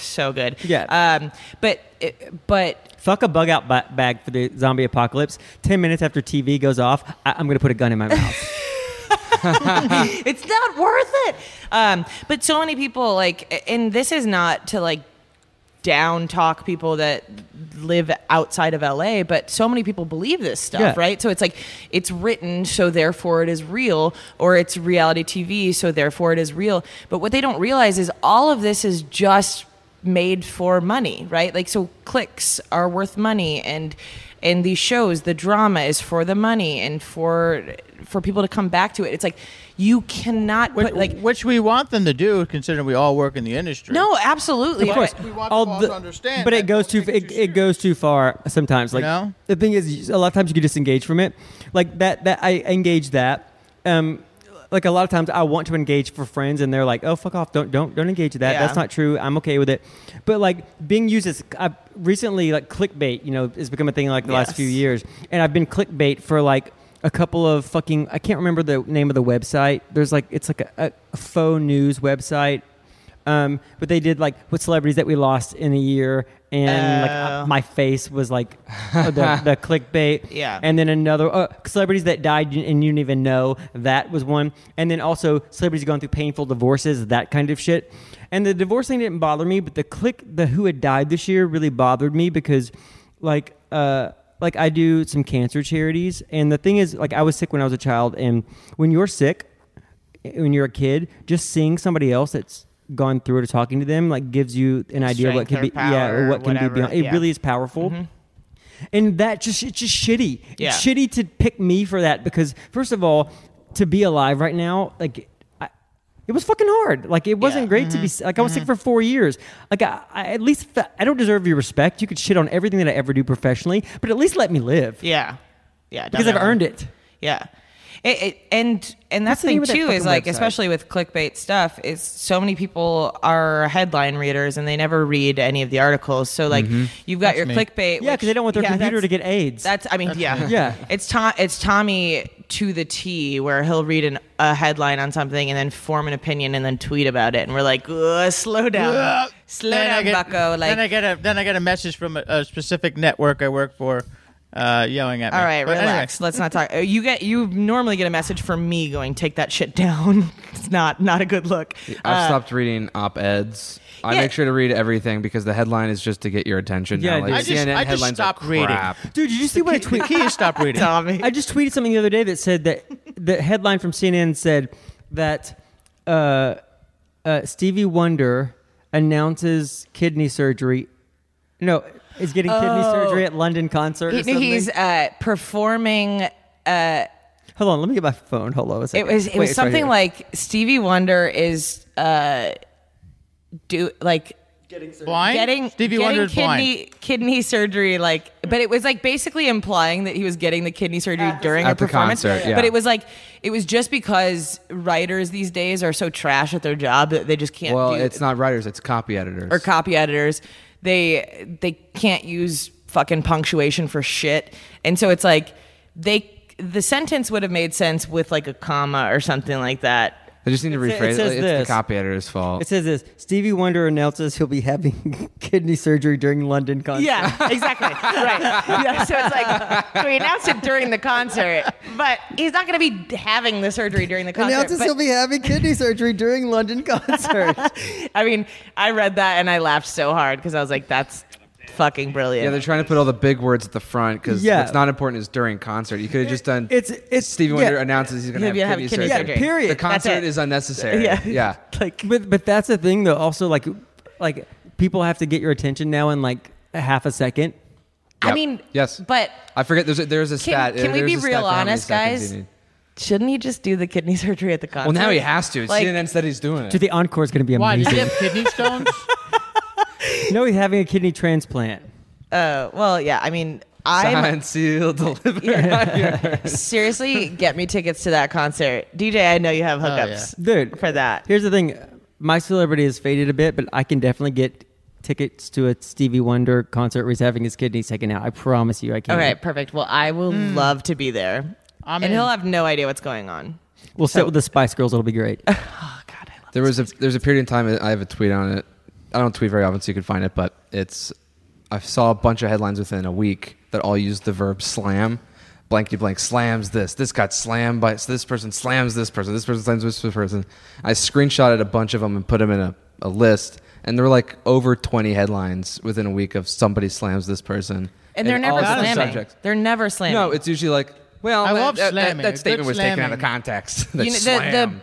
[SPEAKER 5] so good.
[SPEAKER 6] Yeah.
[SPEAKER 5] Um, but it, but
[SPEAKER 6] Fuck a bug out ba- bag for the zombie apocalypse. Ten minutes after TV goes off, I- I'm gonna put a gun in my mouth.
[SPEAKER 5] it's not worth it. Um, but so many people like, and this is not to like down talk people that live outside of LA, but so many people believe this stuff,
[SPEAKER 6] Yeah.
[SPEAKER 5] right? So it's like it's written, so therefore it is real, or it's reality TV, so therefore it is real. But what they don't realize is all of this is just made for money, right? Like so clicks are worth money and and these shows, the drama is for the money and for for people to come back to it. It's like you cannot
[SPEAKER 2] Which,
[SPEAKER 5] put like
[SPEAKER 2] which we want them to do, considering we all work in the industry. Uh,
[SPEAKER 5] no, absolutely.
[SPEAKER 6] of course,
[SPEAKER 2] we want
[SPEAKER 6] all
[SPEAKER 2] people
[SPEAKER 6] the-
[SPEAKER 2] to understand
[SPEAKER 6] But
[SPEAKER 2] that
[SPEAKER 6] it goes
[SPEAKER 2] don't
[SPEAKER 6] too.
[SPEAKER 2] take it
[SPEAKER 6] It,
[SPEAKER 2] too
[SPEAKER 6] it goes too far sometimes. Like
[SPEAKER 2] know?
[SPEAKER 6] the thing is, a lot of times you can disengage from it. Like that. That I engage that. Um, like a lot of times, I want to engage for friends, and they're like, "Oh, fuck off! Don't don't don't engage with that.
[SPEAKER 5] Yeah.
[SPEAKER 6] That's not true. I'm okay with it." But like being used as I, recently, like clickbait, you know, has become a thing like the last
[SPEAKER 5] Yes.
[SPEAKER 6] few years, and I've been clickbait for like a couple of fucking I can't remember the name of the website. There's like it's like a, a faux news website. Um, but they did like what celebrities that we lost in a year, and like uh,
[SPEAKER 5] Oh.
[SPEAKER 6] my face was like the,
[SPEAKER 5] [LAUGHS]
[SPEAKER 6] the clickbait.
[SPEAKER 5] Yeah.
[SPEAKER 6] and then another uh, celebrities that died and you didn't even know that was one, and then also celebrities going through painful divorces, that kind of shit. And the divorce thing didn't bother me, but the click, the who had died this year, really bothered me because, like, uh, like I do some cancer charities, and the thing is, like, I was sick when I was a child, and when you're sick, when you're a kid, just seeing somebody else that's gone through it or talking to them like gives you an idea of what
[SPEAKER 5] Strength
[SPEAKER 6] could be
[SPEAKER 5] or power
[SPEAKER 6] yeah or
[SPEAKER 5] or
[SPEAKER 6] what can
[SPEAKER 5] whatever,
[SPEAKER 6] be beyond. It
[SPEAKER 5] yeah. Mm-hmm.
[SPEAKER 6] really is powerful. And that just it's just shitty.
[SPEAKER 5] Yeah.
[SPEAKER 6] It's shitty to pick me for that because first of all, to be alive right now, like I, it was fucking hard. Like it wasn't
[SPEAKER 5] Yeah. Mm-hmm.
[SPEAKER 6] great to be s- like I was sick for four years. Like I, I at least fe- I don't deserve your respect. You could shit on everything that I ever do professionally, but at least let me live
[SPEAKER 5] Yeah. Yeah.
[SPEAKER 6] because I've
[SPEAKER 5] definitely.
[SPEAKER 6] earned it.
[SPEAKER 5] Yeah. It, it, and and that's
[SPEAKER 6] What's the
[SPEAKER 5] the thing
[SPEAKER 6] name of that
[SPEAKER 5] too is
[SPEAKER 6] fucking
[SPEAKER 5] like
[SPEAKER 6] website?
[SPEAKER 5] especially with clickbait stuff is so many people are headline readers and they never read any of the articles so like you've got your
[SPEAKER 2] me.
[SPEAKER 5] clickbait
[SPEAKER 6] Mm-hmm. Yeah,
[SPEAKER 5] which-
[SPEAKER 6] because they don't want their
[SPEAKER 5] yeah, that's-
[SPEAKER 6] computer to get AIDS.
[SPEAKER 5] that's I mean yeah
[SPEAKER 6] me. Yeah.
[SPEAKER 5] it's Tom it's Tommy to the T where he'll read an, a headline on something and then form an opinion and then tweet about it and we're like "Ugh, slow down
[SPEAKER 2] Ugh.
[SPEAKER 5] uh, slow
[SPEAKER 2] Then I
[SPEAKER 5] down
[SPEAKER 2] get-
[SPEAKER 5] Bucko like
[SPEAKER 2] then I get a then I get a message from a, a specific network I work for, uh, yelling at me.
[SPEAKER 5] All right,
[SPEAKER 2] But anyway.
[SPEAKER 5] relax. Let's not talk. uh, You get you normally get a message from me going, "Take that shit down." [LAUGHS] it's not not a good look. Uh,
[SPEAKER 6] uh,
[SPEAKER 3] I've stopped reading op eds. I
[SPEAKER 5] yeah.
[SPEAKER 3] make sure to read everything because the headline is just to get your attention. now.
[SPEAKER 6] Yeah,
[SPEAKER 3] Like,
[SPEAKER 6] dude.
[SPEAKER 2] I just-
[SPEAKER 3] CNN
[SPEAKER 2] I just
[SPEAKER 3] headlines are
[SPEAKER 2] stopped reading.
[SPEAKER 3] crap.
[SPEAKER 6] Dude, did you see what I tweet?
[SPEAKER 5] [LAUGHS]
[SPEAKER 2] The key is stop reading.
[SPEAKER 5] Tommy.
[SPEAKER 6] I just tweeted something the other day that said that the headline from CNN said that uh, uh, Stevie Wonder announces kidney surgery. No, is getting kidney surgery at London concert. or
[SPEAKER 5] Oh. He- he's
[SPEAKER 6] something?
[SPEAKER 5] uh, performing.
[SPEAKER 6] Hold on, let me get my phone. Hold on. A
[SPEAKER 5] It
[SPEAKER 6] second.
[SPEAKER 5] was it
[SPEAKER 6] Wait,
[SPEAKER 5] was
[SPEAKER 6] it's right
[SPEAKER 5] something
[SPEAKER 6] here.
[SPEAKER 5] like Stevie Wonder is uh, do like
[SPEAKER 2] blind.
[SPEAKER 5] getting
[SPEAKER 2] Stevie
[SPEAKER 5] getting
[SPEAKER 2] Wonder's
[SPEAKER 5] kidney
[SPEAKER 2] blind.
[SPEAKER 5] kidney surgery like but it was like basically implying that he was getting the kidney surgery during
[SPEAKER 3] At
[SPEAKER 5] a
[SPEAKER 3] the
[SPEAKER 5] performance
[SPEAKER 3] concert, yeah.
[SPEAKER 5] but it was like it was just because writers these days are so trash at their job that they just can't
[SPEAKER 3] Well,
[SPEAKER 5] do,
[SPEAKER 3] it's not writers; it's copy editors.
[SPEAKER 5] or copy editors they they can't use fucking punctuation for shit and so it's like they the sentence would have made sense with like a comma or something like that
[SPEAKER 3] I just need to
[SPEAKER 6] It sa- it
[SPEAKER 3] rephrase. It
[SPEAKER 6] says
[SPEAKER 3] it's
[SPEAKER 6] this.
[SPEAKER 3] the copy editor's fault.
[SPEAKER 6] It says this: Stevie Wonder announces he'll be having [LAUGHS] kidney surgery during London concert.
[SPEAKER 5] Yeah, [LAUGHS] exactly. right. Yeah, so it's like so he announced it during the concert, but he's not going to be having the surgery during the concert.
[SPEAKER 6] announces
[SPEAKER 5] but-
[SPEAKER 6] he'll be having kidney surgery during London concert.
[SPEAKER 5] I mean, I read that and I laughed so hard because I was like, "That's fucking brilliant."
[SPEAKER 3] yeah, they're trying to put all the big words at the front because
[SPEAKER 6] Yeah.
[SPEAKER 3] what's not important is during concert. You could have just done.
[SPEAKER 6] It's- it's-
[SPEAKER 3] Stevie Wonder
[SPEAKER 6] yeah.
[SPEAKER 3] announces he's going to have
[SPEAKER 5] Maybe have
[SPEAKER 3] kidney
[SPEAKER 5] kidney
[SPEAKER 3] surgery.
[SPEAKER 5] surgery.
[SPEAKER 6] Period.
[SPEAKER 3] The
[SPEAKER 6] That's
[SPEAKER 3] concert
[SPEAKER 5] it.
[SPEAKER 3] is unnecessary.
[SPEAKER 5] Yeah.
[SPEAKER 3] Yeah, [LAUGHS] yeah.
[SPEAKER 5] like,
[SPEAKER 6] but but that's the thing though. Also, like like people have to get your attention now in like a half a second.
[SPEAKER 5] I
[SPEAKER 3] Yep.
[SPEAKER 5] mean,
[SPEAKER 3] yes.
[SPEAKER 5] but
[SPEAKER 3] I forget. There's a, there's a stat.
[SPEAKER 5] can we
[SPEAKER 3] there's
[SPEAKER 5] be
[SPEAKER 3] a stat
[SPEAKER 5] real
[SPEAKER 3] for how many
[SPEAKER 5] honest,
[SPEAKER 3] seconds
[SPEAKER 5] guys?
[SPEAKER 3] you need.
[SPEAKER 5] shouldn't he just do the kidney [LAUGHS] surgery at the concert?
[SPEAKER 3] Well, now he has to.
[SPEAKER 5] Like-
[SPEAKER 3] CNN said he's doing it.
[SPEAKER 6] Dude, the encore is going to be
[SPEAKER 2] Why? Did
[SPEAKER 6] [LAUGHS]
[SPEAKER 2] he
[SPEAKER 6] amazing.
[SPEAKER 2] have kidney stones?
[SPEAKER 6] no, he's having a kidney transplant.
[SPEAKER 5] Oh, well, yeah. I mean, I
[SPEAKER 6] [LAUGHS]
[SPEAKER 3] Signed, sealed, [LAUGHS] delivered.
[SPEAKER 5] seriously get me tickets to that concert, DJ. I know you
[SPEAKER 6] Oh,
[SPEAKER 5] have hookups
[SPEAKER 6] Dude,
[SPEAKER 5] for that.
[SPEAKER 6] here's the thing: my celebrity has faded a bit, but I can definitely get tickets to a Stevie Wonder concert where he's having his kidneys taken out. I promise you, I can.
[SPEAKER 5] All right, perfect. Well, I will love to be there.
[SPEAKER 2] I'm
[SPEAKER 5] and
[SPEAKER 2] in.
[SPEAKER 5] he'll have no idea what's going on.
[SPEAKER 6] We'll sit with the Spice Girls. It'll be great.
[SPEAKER 5] Oh God, I love
[SPEAKER 3] There was a there's a period in time I have a tweet on it. I don't tweet very often, so you can find it, but it's I saw a bunch of headlines within a week that all used the verb slam. Blankety blank slams this. This got slammed by so this person slams this person. This person slams this person. I screenshotted a bunch of them and put them in a, a list, and there were like over twenty headlines within a week of somebody slams this person.
[SPEAKER 5] And they're never
[SPEAKER 3] all different
[SPEAKER 5] slamming.
[SPEAKER 3] subjects.
[SPEAKER 5] They're never slamming.
[SPEAKER 3] No, it's usually like, well,
[SPEAKER 2] I
[SPEAKER 3] that,
[SPEAKER 2] love
[SPEAKER 3] that, that-
[SPEAKER 2] slamming.
[SPEAKER 3] That,
[SPEAKER 2] Good
[SPEAKER 3] statement was taken out of
[SPEAKER 2] slamming.
[SPEAKER 3] context. [LAUGHS] They
[SPEAKER 5] you know,
[SPEAKER 3] slammed.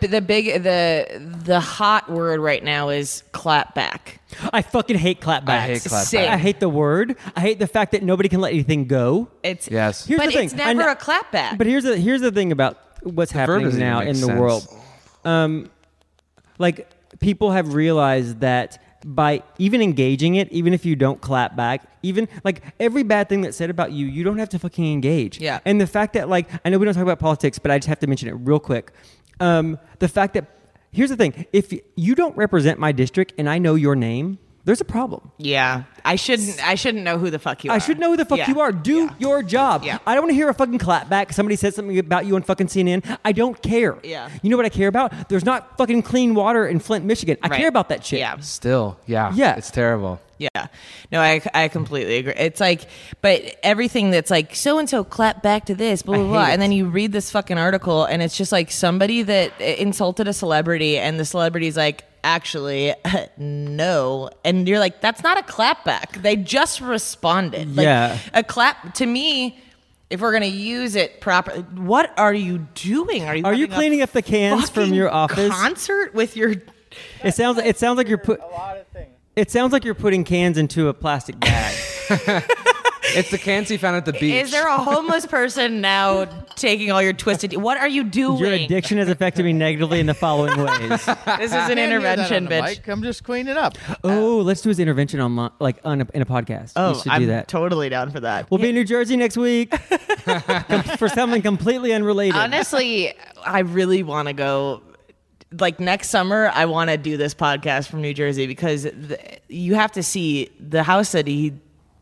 [SPEAKER 5] the, the the big the the hot word right now is clap back.
[SPEAKER 6] I fucking hate clapbacks.
[SPEAKER 3] I hate clapbacks.
[SPEAKER 5] Sick.
[SPEAKER 6] I hate the word. I hate the fact that nobody can let anything go.
[SPEAKER 5] It's
[SPEAKER 3] Yes.
[SPEAKER 6] Here's
[SPEAKER 5] but
[SPEAKER 6] the thing.
[SPEAKER 5] it's never
[SPEAKER 6] I kn-
[SPEAKER 5] a clap back.
[SPEAKER 6] But here's the here's the thing about what's happening
[SPEAKER 3] doesn't even
[SPEAKER 6] now
[SPEAKER 3] make
[SPEAKER 6] in the
[SPEAKER 3] sense.
[SPEAKER 6] world. Um, like people have realized that by even engaging it, even if you don't clap back, even like every bad thing that's said about you, you don't have to fucking engage.
[SPEAKER 5] Yeah.
[SPEAKER 6] And the fact that like I know we don't talk about politics, but I just have to mention it real quick. Um, the fact that here's the thing: if you don't represent my district and I know your name, there's a problem.
[SPEAKER 5] yeah, I shouldn't I shouldn't know who the fuck you are.
[SPEAKER 6] I should know who the fuck
[SPEAKER 5] Yeah.
[SPEAKER 6] you are. Do
[SPEAKER 5] Yeah.
[SPEAKER 6] your job.
[SPEAKER 5] Yeah.
[SPEAKER 6] I don't want to hear a fucking clap back. Somebody said something about you on fucking CNN. I don't care.
[SPEAKER 5] Yeah.
[SPEAKER 6] You know what I care about? There's not fucking clean water in Flint, Michigan. I
[SPEAKER 5] Right.
[SPEAKER 6] care about that shit.
[SPEAKER 5] Yeah.
[SPEAKER 3] Still, yeah,
[SPEAKER 6] Yeah.
[SPEAKER 3] it's terrible.
[SPEAKER 5] Yeah. No, I, I completely agree. It's like, but everything that's like, so and so clap back to this, blah, blah,
[SPEAKER 6] hate
[SPEAKER 5] blah.
[SPEAKER 6] it.
[SPEAKER 5] And then you read this fucking article, and it's just like somebody that insulted a celebrity, and the celebrity's like, actually, [LAUGHS] no. And you're like, that's not a clap back. They just responded. Like,
[SPEAKER 6] Yeah.
[SPEAKER 5] A clap, to me, if we're going to use it properly, what are you doing? Are you,
[SPEAKER 6] Are you
[SPEAKER 5] having a
[SPEAKER 6] cleaning up the cans from
[SPEAKER 5] fucking
[SPEAKER 6] your office?
[SPEAKER 5] Concert with your.
[SPEAKER 6] It sounds it sounds like you're put It sounds like you're putting cans into a plastic bag.
[SPEAKER 5] [LAUGHS]
[SPEAKER 3] It's the cans he found at the beach.
[SPEAKER 5] Is there a homeless person now taking all your twisted? What are you doing?
[SPEAKER 6] your addiction has affected me negatively in the following ways.
[SPEAKER 5] [LAUGHS] This is an
[SPEAKER 2] [LAUGHS] Can't hear that on
[SPEAKER 5] intervention,
[SPEAKER 2] the
[SPEAKER 5] bitch.
[SPEAKER 2] mic. I'm just cleaning up.
[SPEAKER 6] oh, let's do his intervention on lo- like on a, in a podcast. we should
[SPEAKER 5] Oh, I'm
[SPEAKER 6] do that.
[SPEAKER 5] totally down for that.
[SPEAKER 6] we'll be in New Jersey next week Com- for something completely
[SPEAKER 5] [LAUGHS]
[SPEAKER 6] unrelated.
[SPEAKER 5] Honestly, I really want to go. Like next summer, I want to do this podcast from New Jersey because the, you have to see the house that he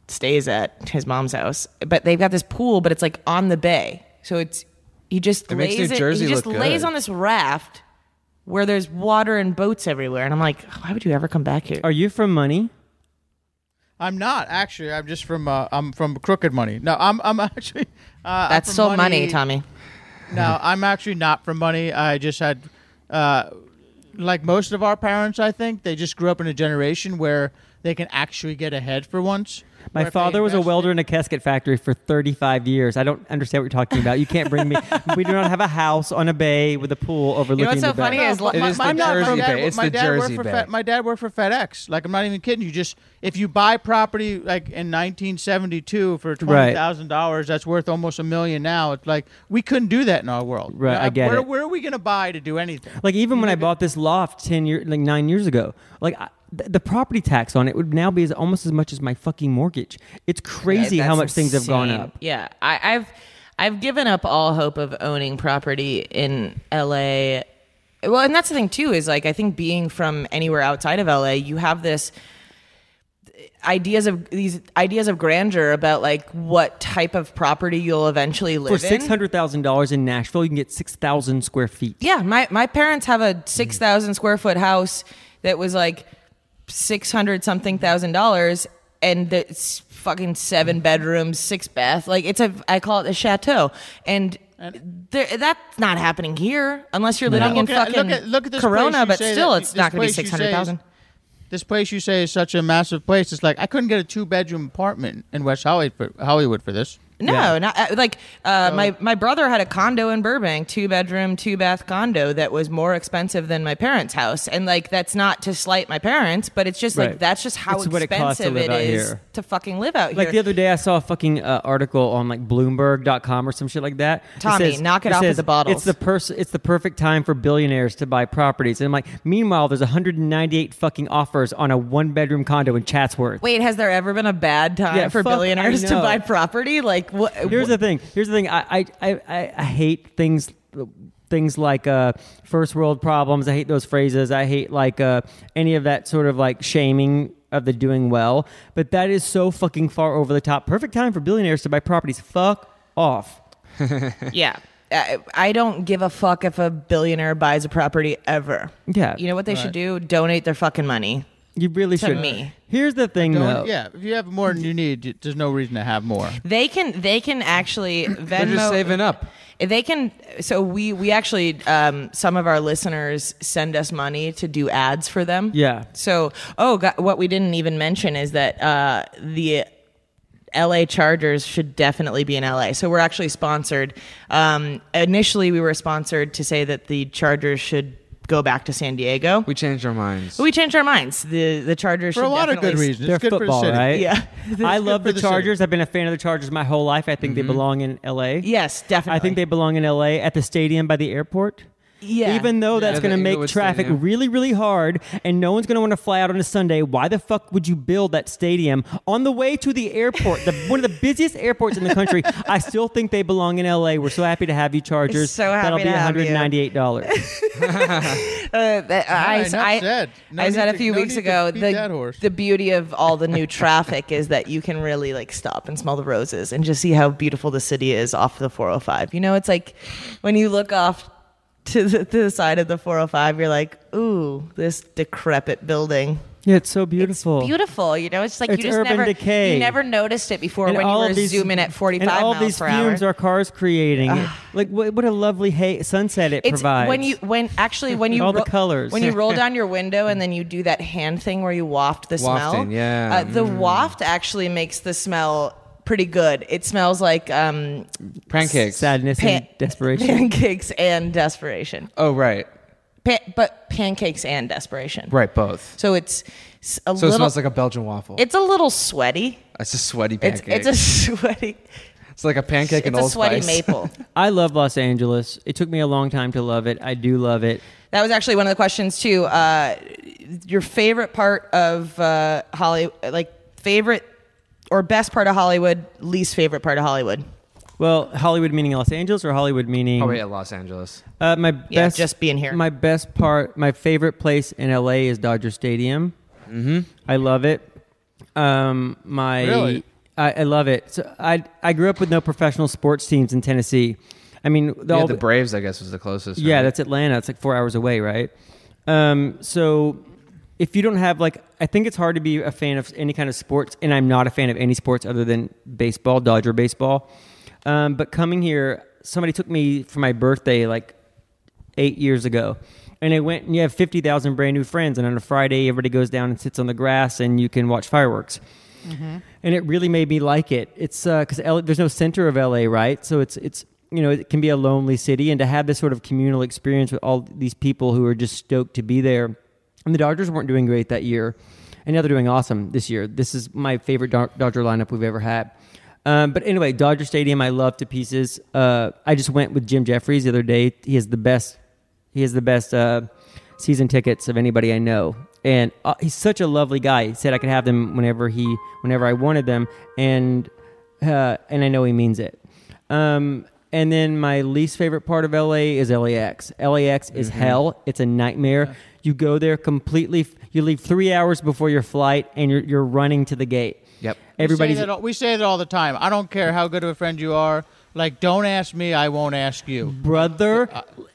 [SPEAKER 5] stays at, his mom's house. But they've got this pool, but it's like on the bay, so it's he just
[SPEAKER 3] It
[SPEAKER 5] lays
[SPEAKER 3] makes New
[SPEAKER 5] it-
[SPEAKER 3] Jersey
[SPEAKER 5] he just
[SPEAKER 3] look
[SPEAKER 5] lays
[SPEAKER 3] good.
[SPEAKER 5] on this raft where there's water and boats everywhere, and I'm like, why would you ever come back here?
[SPEAKER 6] Are you from money?
[SPEAKER 2] I'm not actually. I'm just from. Uh, I'm from Crooked Money. No, I'm. I'm [LAUGHS] actually. Uh,
[SPEAKER 5] That's
[SPEAKER 2] I'm
[SPEAKER 5] so
[SPEAKER 2] from
[SPEAKER 5] money, Tommy.
[SPEAKER 2] No, I'm actually not from money. I just had, uh, like most of our parents, I think they just grew up in a generation where they can actually get ahead for once.
[SPEAKER 6] My
[SPEAKER 2] Or if they
[SPEAKER 6] father was a
[SPEAKER 2] invested
[SPEAKER 6] welder
[SPEAKER 2] in-
[SPEAKER 6] in a casket factory for 35 years. I don't understand what you're talking about. You
[SPEAKER 5] [LAUGHS]
[SPEAKER 6] can't bring me. we do not have a house on a bay with a pool overlooking.
[SPEAKER 5] what's so
[SPEAKER 6] the bay.
[SPEAKER 5] funny is, like,
[SPEAKER 3] It is the
[SPEAKER 2] I'm not-
[SPEAKER 3] Jersey
[SPEAKER 2] my dad-
[SPEAKER 3] Bay. It's
[SPEAKER 2] my
[SPEAKER 3] the
[SPEAKER 2] dad worked
[SPEAKER 3] Jersey
[SPEAKER 2] for
[SPEAKER 3] Bay.
[SPEAKER 2] Fed- my dad worked for FedEx. Like I'm not even kidding. You just if you buy property like in 1972 for
[SPEAKER 6] Right.
[SPEAKER 2] twenty thousand dollars, that's worth almost a million now. It's like we couldn't do that in our world.
[SPEAKER 6] Right, I get
[SPEAKER 2] where,
[SPEAKER 6] it.
[SPEAKER 2] Where are we gonna buy to do anything?
[SPEAKER 6] Like even when I bought this loft ten year, like nine years ago, like I, th- the property tax on it would now be as almost as much as my fucking mortgage. It's crazy
[SPEAKER 5] That's
[SPEAKER 6] how much things have gone
[SPEAKER 5] insane.
[SPEAKER 6] up.
[SPEAKER 5] Yeah, I, I've I've given up all hope of owning property in LA. Well, and that's the thing too is like I think being from anywhere outside of LA, you have this ideas of these ideas of grandeur about like what type of property you'll eventually live
[SPEAKER 6] For
[SPEAKER 5] in.
[SPEAKER 6] six hundred thousand dollars in Nashville, you can get six thousand square feet.
[SPEAKER 5] Yeah, my my parents have
[SPEAKER 2] Mm.
[SPEAKER 5] a six thousand square foot house that was like six hundred something thousand dollars, and it's fucking
[SPEAKER 2] Mm.
[SPEAKER 5] seven bedrooms, six bath. Like it's a I call it a chateau, and. There, that's not happening here unless you're living in
[SPEAKER 2] Okay,
[SPEAKER 5] fucking
[SPEAKER 2] look at- look at this place
[SPEAKER 5] Corona,
[SPEAKER 2] you
[SPEAKER 5] but
[SPEAKER 2] say
[SPEAKER 5] still,
[SPEAKER 2] that-
[SPEAKER 5] it's
[SPEAKER 2] this
[SPEAKER 5] not going to be
[SPEAKER 2] place you
[SPEAKER 5] six hundred thousand.
[SPEAKER 2] say This place you say is such a massive place. It's like I couldn't get a two bedroom apartment in West Hollywood for, Hollywood for this.
[SPEAKER 5] No,
[SPEAKER 6] Yeah.
[SPEAKER 5] not uh, like uh, my my brother had a condo in Burbank, two bedroom, two bath condo that was more expensive than my parents' house, and like that's not to slight my parents, but it's just
[SPEAKER 6] Right.
[SPEAKER 5] like that's just how
[SPEAKER 6] It's what it costs to
[SPEAKER 5] expensive
[SPEAKER 6] live
[SPEAKER 5] it
[SPEAKER 6] out
[SPEAKER 5] is
[SPEAKER 6] here.
[SPEAKER 5] to fucking live out
[SPEAKER 6] Like
[SPEAKER 5] here.
[SPEAKER 6] the other day, I saw a fucking uh, article on like Bloomberg.com or some shit like that. It
[SPEAKER 5] Tommy, knock it off with
[SPEAKER 6] says,
[SPEAKER 5] the bottles.
[SPEAKER 6] It's the pers- It's the perfect time for billionaires to buy properties. And I'm like, meanwhile, there's 198 fucking offers on a one bedroom condo in Chatsworth.
[SPEAKER 5] Wait, has there ever been a bad time
[SPEAKER 6] Yeah,
[SPEAKER 5] for
[SPEAKER 6] fuck,
[SPEAKER 5] billionaires
[SPEAKER 6] I
[SPEAKER 5] to
[SPEAKER 6] know.
[SPEAKER 5] buy property? Like
[SPEAKER 6] [LAUGHS]
[SPEAKER 5] what?
[SPEAKER 6] Here's the thing. Here's the thing. I I I- I, I hate things. Things like uh, first world problems. I hate those phrases. I hate like uh, any of that sort of like shaming of the doing well. But that is so fucking far over the top. Perfect time for billionaires to buy properties. Fuck off.
[SPEAKER 5] yeah. I, I don't give a fuck if a billionaire buys a property ever.
[SPEAKER 6] Yeah.
[SPEAKER 5] You know what they should do? Donate their fucking money.
[SPEAKER 6] You really
[SPEAKER 5] To
[SPEAKER 6] should.
[SPEAKER 5] me.
[SPEAKER 6] Here's the thing,
[SPEAKER 2] Don't-
[SPEAKER 6] though.
[SPEAKER 2] Yeah, if you have more than you need, there's no reason to have more.
[SPEAKER 5] They can they can actually Venmo.
[SPEAKER 3] They're just saving up.
[SPEAKER 5] They can. So we we actually um, some of our listeners send us money to do ads for them.
[SPEAKER 6] Yeah.
[SPEAKER 5] So oh, God, what we didn't even mention is that uh, the LA Chargers should definitely be in LA. So we're actually sponsored. Um, initially, we were sponsored to say that the Chargers should go back to San Diego.
[SPEAKER 3] We changed our minds.
[SPEAKER 5] But we changed our minds. The the Chargers
[SPEAKER 2] For
[SPEAKER 5] should
[SPEAKER 2] a lot of
[SPEAKER 5] definitely
[SPEAKER 2] good reasons.
[SPEAKER 6] They're
[SPEAKER 2] it's good
[SPEAKER 6] football,
[SPEAKER 2] for the city.
[SPEAKER 6] right?
[SPEAKER 5] Yeah.
[SPEAKER 2] [LAUGHS]
[SPEAKER 6] I love
[SPEAKER 2] for
[SPEAKER 6] the
[SPEAKER 2] the city. Mm-hmm.
[SPEAKER 6] Chargers. I've been a fan of the Chargers my whole life. I think they belong in L.A.
[SPEAKER 5] Yes, definitely.
[SPEAKER 6] I think they belong in L.A. at the stadium by the airport.
[SPEAKER 5] Yeah.
[SPEAKER 6] Even though that's
[SPEAKER 3] Yeah,
[SPEAKER 6] going to
[SPEAKER 3] the
[SPEAKER 6] make
[SPEAKER 3] Inglewood
[SPEAKER 6] traffic
[SPEAKER 3] Stadium.
[SPEAKER 6] really, really hard, and no one's going to want to fly out on a Sunday, why the fuck would you build that stadium on the way to the airport, the, one of the busiest airports in the country? I still think they belong in LA. We're so happy to have you, Chargers.
[SPEAKER 5] So happy
[SPEAKER 6] That'll
[SPEAKER 5] to
[SPEAKER 6] be
[SPEAKER 5] have you. [LAUGHS]
[SPEAKER 6] $198.
[SPEAKER 5] Uh, that- I,
[SPEAKER 2] enough
[SPEAKER 5] I,
[SPEAKER 2] said. No
[SPEAKER 5] I said
[SPEAKER 2] need
[SPEAKER 5] a
[SPEAKER 2] to-
[SPEAKER 5] few
[SPEAKER 2] no
[SPEAKER 5] weeks
[SPEAKER 2] need to
[SPEAKER 5] ago
[SPEAKER 2] beat
[SPEAKER 5] the,
[SPEAKER 2] that horse.
[SPEAKER 5] the beauty of all the new traffic is that you can really like stop and smell the roses and just see how beautiful the city is off the 405. You know, it's like when you look off to the, to the side of the 405, you're like, ooh, this decrepit building.
[SPEAKER 6] yeah, it's so beautiful.
[SPEAKER 5] It's beautiful, you know. It's like
[SPEAKER 6] It's
[SPEAKER 5] you just
[SPEAKER 6] urban
[SPEAKER 5] never
[SPEAKER 6] decay.
[SPEAKER 5] you never noticed it before
[SPEAKER 6] And
[SPEAKER 5] when you
[SPEAKER 6] all
[SPEAKER 5] were
[SPEAKER 6] of these-
[SPEAKER 5] zooming at 45
[SPEAKER 6] and all
[SPEAKER 5] miles
[SPEAKER 6] these
[SPEAKER 5] per
[SPEAKER 6] fumes
[SPEAKER 5] hour.
[SPEAKER 6] our cars creating. like what, what a lovely ha- sunset it
[SPEAKER 5] it's
[SPEAKER 6] provides.
[SPEAKER 5] when you when actually
[SPEAKER 3] [LAUGHS]
[SPEAKER 5] when you
[SPEAKER 6] All the colours.
[SPEAKER 5] when you roll down your window and then you do that hand thing where you waft the smell
[SPEAKER 3] Wafting, yeah. Mm.
[SPEAKER 5] uh, the waft actually makes the smell pretty good it smells like um
[SPEAKER 3] Pancakes.
[SPEAKER 6] sadness and
[SPEAKER 5] pan-
[SPEAKER 6] desperation.
[SPEAKER 5] pancakes and desperation
[SPEAKER 3] Oh right,
[SPEAKER 5] pa- but pancakes and desperation
[SPEAKER 3] right, both.
[SPEAKER 5] so it's s- a
[SPEAKER 3] So it
[SPEAKER 5] little
[SPEAKER 3] smells like a Belgian waffle.
[SPEAKER 5] it's a little sweaty
[SPEAKER 3] it's a sweaty
[SPEAKER 5] it's it's
[SPEAKER 3] pancake.
[SPEAKER 5] a [LAUGHS] sweaty
[SPEAKER 3] It's like a pancake and
[SPEAKER 5] it's a
[SPEAKER 3] Old
[SPEAKER 5] sweaty
[SPEAKER 3] Spice.
[SPEAKER 5] maple
[SPEAKER 6] I love Los Angeles. It took me a long time to love it. I do love it.
[SPEAKER 5] That was actually one of the questions too. Uh, your favorite part of uh, Hollywood, like favorite or best part of Hollywood, least favorite part of Hollywood.
[SPEAKER 6] Well, Hollywood meaning Los Angeles or Hollywood
[SPEAKER 3] [LAUGHS]
[SPEAKER 6] meaning
[SPEAKER 3] Oh yeah, Los Angeles.
[SPEAKER 6] uh, my
[SPEAKER 5] Yeah,
[SPEAKER 6] best
[SPEAKER 5] just being here.
[SPEAKER 6] My best part, my favorite place in LA is Dodger Stadium. Mm-hmm. I love it. Um, my
[SPEAKER 2] Really?
[SPEAKER 6] I, I love it. So I I grew up with no professional sports teams in Tennessee. I mean, the,
[SPEAKER 3] Yeah,
[SPEAKER 6] all
[SPEAKER 3] the
[SPEAKER 6] the-
[SPEAKER 3] Braves, I guess, was the closest.
[SPEAKER 6] Yeah,
[SPEAKER 3] right?
[SPEAKER 6] that's Atlanta. It's like four hours away, right? Um, so if you don't have like, I think it's hard to be a fan of any kind of sports, and I'm not a fan of any sports other than baseball, Dodger baseball. Um, but coming here, somebody took me for my birthday like eight years ago. And I went and you have 50,000 brand new friends. And on a Friday, everybody goes down and sits on the grass and you can watch fireworks. and it really made me like it. It's because L there's no center of LA, right? So it's it's you know it can be a lonely city, and to have this sort of communal experience with all these people who are just stoked to be there. And the Dodgers weren't doing great that year, and now they're doing awesome this year. This is my favorite Dod- Dodger lineup we've ever had. Um, but anyway, Dodger Stadium, I love to pieces. Uh, I just went with Jim Jeffries the other day. He has the best he has the best uh, season tickets of anybody I know, and uh, he's such a lovely guy. He said I could have them whenever he, whenever I wanted them, and uh, and I know he means it. Um, and then my least favorite part of LA is LAX. LAX is hell. It's a nightmare. You go there completely. f- You leave three hours before your flight, and you're you're running to the gate.
[SPEAKER 3] Yep.
[SPEAKER 6] Everybody's
[SPEAKER 2] we say, that all, we say that all the time. I don't care how good of a friend you are. Like, don't ask me. I won't ask you.
[SPEAKER 6] brother.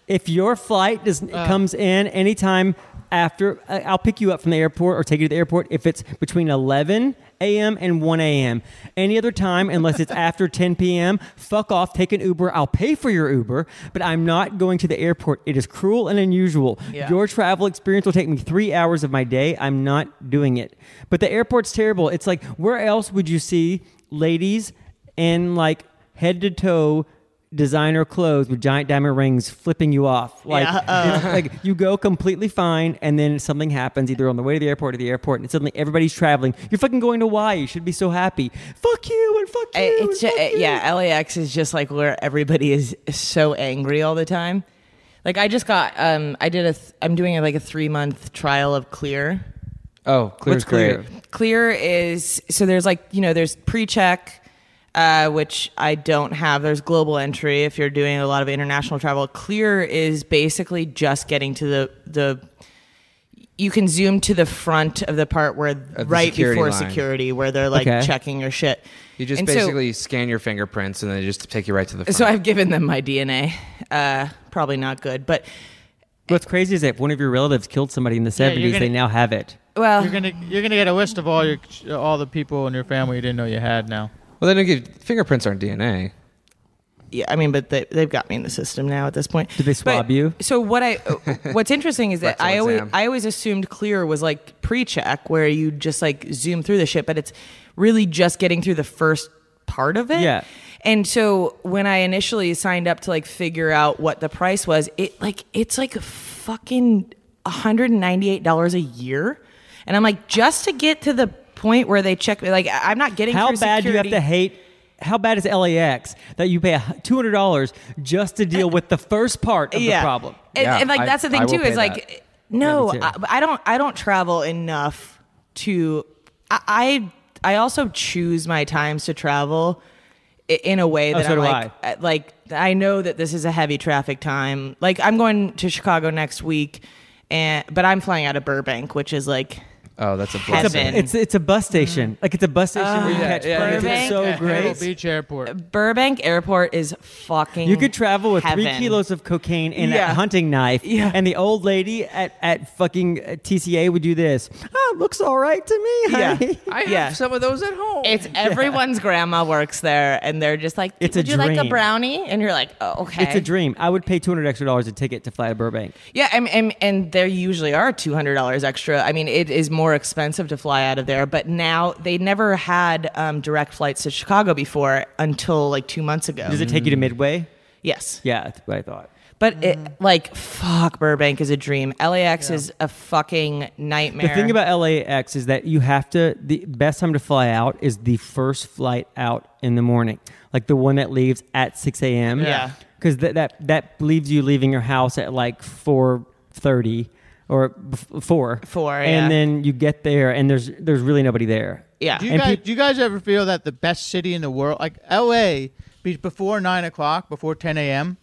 [SPEAKER 6] if your flight does comes in anytime after, I- I'll pick you up from the airport or take you to the airport if it's between 11 a.m. and 1 a.m. Any other time, unless it's after [LAUGHS] 10 p.m., fuck off. Take an Uber. I'll pay for your Uber, but I'm not going to the airport. It is cruel and unusual.
[SPEAKER 5] Yeah.
[SPEAKER 6] Your travel experience will take me three hours of my day. I'm not doing it. But the airport's terrible. It's like, where else would you see ladies in like head to toe designer clothes with giant diamond rings flipping you off? Like,
[SPEAKER 5] Yeah,
[SPEAKER 6] it's like you go completely fine, and then something happens either on the way to the airport or the airport, and suddenly everybody's traveling. You're fucking going to Hawaii. You should be so happy. Fuck you and fuck
[SPEAKER 5] I-
[SPEAKER 6] you. and
[SPEAKER 5] Eh, it's ju-
[SPEAKER 6] fuck you.
[SPEAKER 5] yeah, eh. LAX is just like where everybody is so angry all the time. Like I just got um I did a th- I'm doing like a 3 month trial of Clear.
[SPEAKER 3] Oh, clear
[SPEAKER 6] What's
[SPEAKER 3] is great.
[SPEAKER 6] clear?
[SPEAKER 5] Clear is so there's like, you know, there's pre-check uh, which I don't have. There's global entry if you're doing a lot of international travel. Clear is basically just getting to the the you can zoom to the front of the part where
[SPEAKER 3] the
[SPEAKER 5] right
[SPEAKER 3] security
[SPEAKER 5] before
[SPEAKER 3] line.
[SPEAKER 5] security where they're like
[SPEAKER 6] Okay.
[SPEAKER 5] checking your shit.
[SPEAKER 3] You just
[SPEAKER 5] And so-
[SPEAKER 3] basically scan your fingerprints and they just take you right to the front.
[SPEAKER 5] so I've given them my DNA. Uh, probably not good, but
[SPEAKER 6] What's crazy is that if one of your relatives killed somebody in the 70s,
[SPEAKER 2] you're gonna-
[SPEAKER 6] they now have it.
[SPEAKER 5] well,
[SPEAKER 2] You're gonna you're gonna get a list of all your all the people in your family you didn't know you had now.
[SPEAKER 3] well, then again, fingerprints aren't DNA.
[SPEAKER 5] yeah, I mean, but they, they've got me in the system now at this point.
[SPEAKER 6] Did they swab
[SPEAKER 5] But-
[SPEAKER 6] you?
[SPEAKER 5] So what
[SPEAKER 6] [LAUGHS]
[SPEAKER 5] I, what's interesting is that I
[SPEAKER 3] Rectal
[SPEAKER 5] always,
[SPEAKER 3] exam.
[SPEAKER 5] I always assumed clear was like pre-check where you just like zoom through the shit, but it's really just getting through the first part of it.
[SPEAKER 6] Yeah.
[SPEAKER 5] And so when I initially signed up to like figure out what the price was, it like it's like fucking $198 a year. And I'm like just to get to the point where they check me like I- I'm not getting
[SPEAKER 6] How
[SPEAKER 5] through
[SPEAKER 6] bad do you have
[SPEAKER 5] security.
[SPEAKER 6] to hate? How bad is LAX that you pay two hundred dollars just to deal with the first part of the problem?
[SPEAKER 5] And,
[SPEAKER 3] Yeah,
[SPEAKER 5] and, like
[SPEAKER 3] I-
[SPEAKER 5] that's the thing
[SPEAKER 3] I will
[SPEAKER 5] too
[SPEAKER 3] pay
[SPEAKER 5] is
[SPEAKER 3] that.
[SPEAKER 5] like no,
[SPEAKER 6] Yeah, me
[SPEAKER 5] I,
[SPEAKER 6] too.
[SPEAKER 5] I don't I don't travel enough to I I, I also choose my times to travel i- in a way
[SPEAKER 6] Oh,
[SPEAKER 5] that
[SPEAKER 6] so
[SPEAKER 5] I'm
[SPEAKER 6] do
[SPEAKER 5] like I. like I know that this is a heavy traffic time. Like I'm going to Chicago next week and but I'm flying out of Burbank, which is like
[SPEAKER 3] Oh, that's a
[SPEAKER 5] Has
[SPEAKER 3] blessing.
[SPEAKER 5] been.
[SPEAKER 6] It's it's a bus station, like it's a bus station
[SPEAKER 5] Ah.
[SPEAKER 6] where you catch
[SPEAKER 3] yeah,
[SPEAKER 6] planes.
[SPEAKER 5] Burbank.
[SPEAKER 6] It's so
[SPEAKER 2] At Myrtle
[SPEAKER 6] great.
[SPEAKER 2] Beach Airport.
[SPEAKER 5] Burbank Airport is fucking
[SPEAKER 6] You could travel with three
[SPEAKER 5] heaven.
[SPEAKER 6] kilos of cocaine and
[SPEAKER 5] Yeah.
[SPEAKER 6] a hunting knife,
[SPEAKER 5] Yeah.
[SPEAKER 6] and the old lady at, at fucking uh, TCA would do this. Oh, looks all right to
[SPEAKER 5] [LAUGHS]
[SPEAKER 6] me.
[SPEAKER 5] Yeah.
[SPEAKER 6] honey."
[SPEAKER 3] I have
[SPEAKER 5] Yeah.
[SPEAKER 3] some of those at home.
[SPEAKER 5] It's everyone's grandma works there, and they're just like,
[SPEAKER 6] It's a
[SPEAKER 5] "Would you like a
[SPEAKER 6] dream.
[SPEAKER 5] brownie?" And you're like, "Oh, okay."
[SPEAKER 6] It's a dream. I would pay two hundred extra dollars a ticket to fly to Burbank.
[SPEAKER 5] Yeah, and, and, and there usually are two hundred dollars extra. I mean, it is more expensive to fly out of there, but now they never had um, direct flights to Chicago before until like two months ago.
[SPEAKER 6] Does it take
[SPEAKER 5] Mm.
[SPEAKER 6] you to Midway?
[SPEAKER 5] yes,
[SPEAKER 6] Yeah, that's what I thought.
[SPEAKER 5] but it,
[SPEAKER 6] Mm.
[SPEAKER 5] like, fuck, Burbank is a dream. LAX is a fucking nightmare.
[SPEAKER 6] The thing about LAX is that you have to the best time to fly out is the first flight out in the morning, like the one that leaves at six a.m.
[SPEAKER 5] Yeah.
[SPEAKER 6] because that that that leaves you leaving your house at like four thirty or bef- four
[SPEAKER 5] Four, yeah.
[SPEAKER 6] and then you get there and there's there's really nobody there.
[SPEAKER 5] yeah,
[SPEAKER 2] Do you
[SPEAKER 6] And
[SPEAKER 2] guys
[SPEAKER 6] peop-
[SPEAKER 2] do you guys ever feel that the best city in the world, like L.A., be- before nine o'clock, before ten a.m.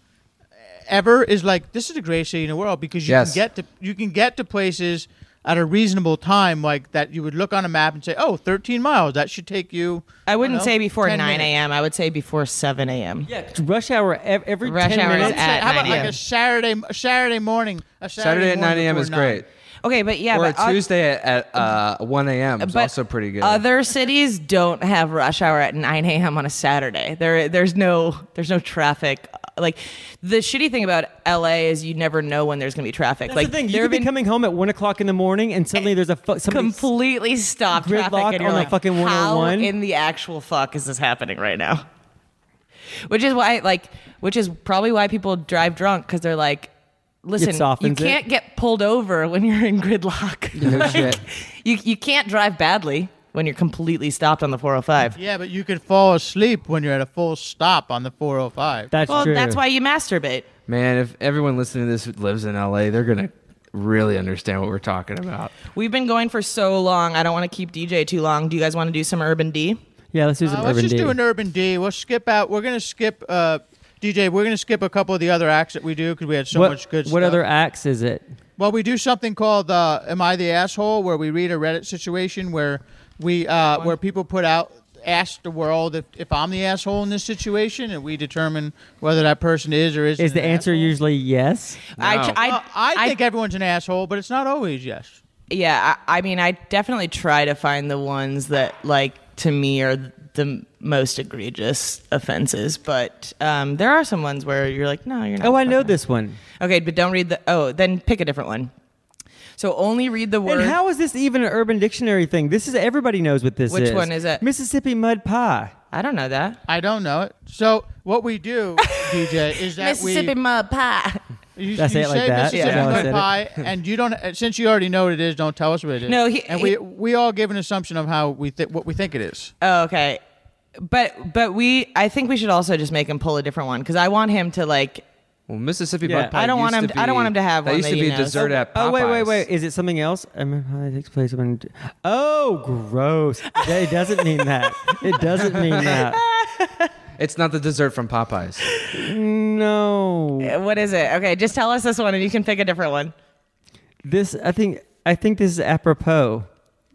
[SPEAKER 2] ever is like this is the greatest city in the world because you
[SPEAKER 3] Yes.
[SPEAKER 2] can get to you can get to places at a reasonable time like that you would look on a map and say oh 13 miles that should take you
[SPEAKER 5] I wouldn't
[SPEAKER 2] don't know,
[SPEAKER 5] say before
[SPEAKER 2] 10
[SPEAKER 5] nine
[SPEAKER 2] minutes.
[SPEAKER 5] a.m. I would say before seven a.m.
[SPEAKER 6] Yeah, rush hour ev- every
[SPEAKER 5] Rush
[SPEAKER 6] ten
[SPEAKER 5] hour is
[SPEAKER 6] minutes.
[SPEAKER 5] at
[SPEAKER 2] How about
[SPEAKER 5] 9
[SPEAKER 2] like
[SPEAKER 5] a.m.
[SPEAKER 2] a Saturday Saturday morning? A Saturday,
[SPEAKER 3] Saturday at
[SPEAKER 2] morning
[SPEAKER 3] 9 a.m.
[SPEAKER 2] before
[SPEAKER 3] is great.
[SPEAKER 5] Okay, but yeah,
[SPEAKER 3] or a
[SPEAKER 5] but oth-
[SPEAKER 3] Tuesday at uh, 1 a.m. is
[SPEAKER 5] but
[SPEAKER 3] also pretty good.
[SPEAKER 5] Other cities don't have rush hour at 9 a.m. on a Saturday. There, there's no, there's no traffic. Like the shitty thing about LA is you never know when there's gonna be traffic.
[SPEAKER 6] That's
[SPEAKER 5] like
[SPEAKER 6] the thing.
[SPEAKER 5] there
[SPEAKER 6] You've
[SPEAKER 5] have
[SPEAKER 6] been
[SPEAKER 5] been
[SPEAKER 6] coming home at one o'clock in the morning, and suddenly there's a fu- somebody
[SPEAKER 5] completely stopped
[SPEAKER 6] Gridlock
[SPEAKER 5] traffic, and you're
[SPEAKER 6] on the
[SPEAKER 5] like,
[SPEAKER 6] fucking
[SPEAKER 5] how
[SPEAKER 6] 101?
[SPEAKER 5] in the actual fuck is this happening right now? Which is why, like, which is probably why people drive drunk because they're like. Listen, you
[SPEAKER 6] softens it.
[SPEAKER 5] can't get pulled over when you're in gridlock. [LAUGHS]
[SPEAKER 6] No shit.
[SPEAKER 5] You you can't drive badly when you're completely stopped on the 405.
[SPEAKER 2] Yeah, but you could fall asleep when you're at a full stop on the 405.
[SPEAKER 6] That's
[SPEAKER 5] Well,
[SPEAKER 6] true.
[SPEAKER 5] that's why you masturbate.
[SPEAKER 3] Man, if everyone listening to this who lives in LA, they're gonna really understand what we're talking about.
[SPEAKER 5] We've been going for so long. I don't want to keep DJ too long. Do you guys want to do some Urban D?
[SPEAKER 6] Yeah, let's do some
[SPEAKER 2] Uh,
[SPEAKER 6] urban
[SPEAKER 2] let's just
[SPEAKER 6] dating.
[SPEAKER 2] do an urban D. We'll skip out. We're gonna skip uh, DJ. We're gonna skip a couple of the other acts that we do because we had so
[SPEAKER 6] what,
[SPEAKER 2] much good.
[SPEAKER 6] what
[SPEAKER 2] stuff.
[SPEAKER 6] other acts is it?
[SPEAKER 2] Well, we do something called uh, "Am I the Asshole?" where we read a Reddit situation where we uh, where people put out ask the world if, if I'm the asshole in this situation, and we determine whether that person is or isn't.
[SPEAKER 6] Is the
[SPEAKER 2] an
[SPEAKER 6] answer
[SPEAKER 2] asshole.
[SPEAKER 6] usually yes?
[SPEAKER 5] I,
[SPEAKER 3] No.
[SPEAKER 5] I,
[SPEAKER 2] Well, I think everyone's an asshole, but it's not always yes.
[SPEAKER 5] yeah. I, I mean, I definitely try to find the ones that like to me are the most egregious offenses, but um, there are some ones where you're like, no, you're not.
[SPEAKER 6] Oh, I know
[SPEAKER 5] fucking-
[SPEAKER 6] this one.
[SPEAKER 5] Okay, but don't read the. Oh, then pick a different one. So only read the word.
[SPEAKER 6] And how is this even an Urban Dictionary thing? This is everybody knows what this
[SPEAKER 5] Which
[SPEAKER 6] is.
[SPEAKER 5] one is it?
[SPEAKER 6] Mississippi mud pie.
[SPEAKER 5] I don't know that.
[SPEAKER 2] I don't know it. So what we do, DJ, is that we
[SPEAKER 5] Mississippi mud pie.
[SPEAKER 2] You,
[SPEAKER 6] Did I say
[SPEAKER 2] you
[SPEAKER 6] it like
[SPEAKER 2] say
[SPEAKER 6] that?
[SPEAKER 2] Mississippi
[SPEAKER 6] Yeah.
[SPEAKER 2] mud
[SPEAKER 6] Yeah.
[SPEAKER 2] pie, and you don't. uh, Since you already know what it is, don't tell us what it is.
[SPEAKER 5] No, he-
[SPEAKER 2] and
[SPEAKER 5] he-
[SPEAKER 2] we we all give an assumption of how we think what we think it is.
[SPEAKER 5] [LAUGHS] Oh, okay. But but we I think we should also just make him pull a different one because I want him to like
[SPEAKER 3] Well, Mississippi
[SPEAKER 6] Yeah.
[SPEAKER 3] mud pie.
[SPEAKER 5] I don't
[SPEAKER 3] used
[SPEAKER 5] want him-
[SPEAKER 3] Be,
[SPEAKER 5] I don't want him to have
[SPEAKER 3] that
[SPEAKER 5] one
[SPEAKER 3] used
[SPEAKER 5] that
[SPEAKER 3] to be
[SPEAKER 5] he
[SPEAKER 3] a
[SPEAKER 5] knows.
[SPEAKER 3] dessert at Popeyes.
[SPEAKER 6] Oh wait, wait, wait! Is it something else? I remember how it takes place when. Oh, gross! it doesn't mean that. It doesn't mean that.
[SPEAKER 3] It's not the dessert from
[SPEAKER 5] [LAUGHS]
[SPEAKER 3] Popeyes.
[SPEAKER 6] No,
[SPEAKER 5] what is it? Okay, just tell us this one and you can pick a different one.
[SPEAKER 6] this. I think. I think this is apropos.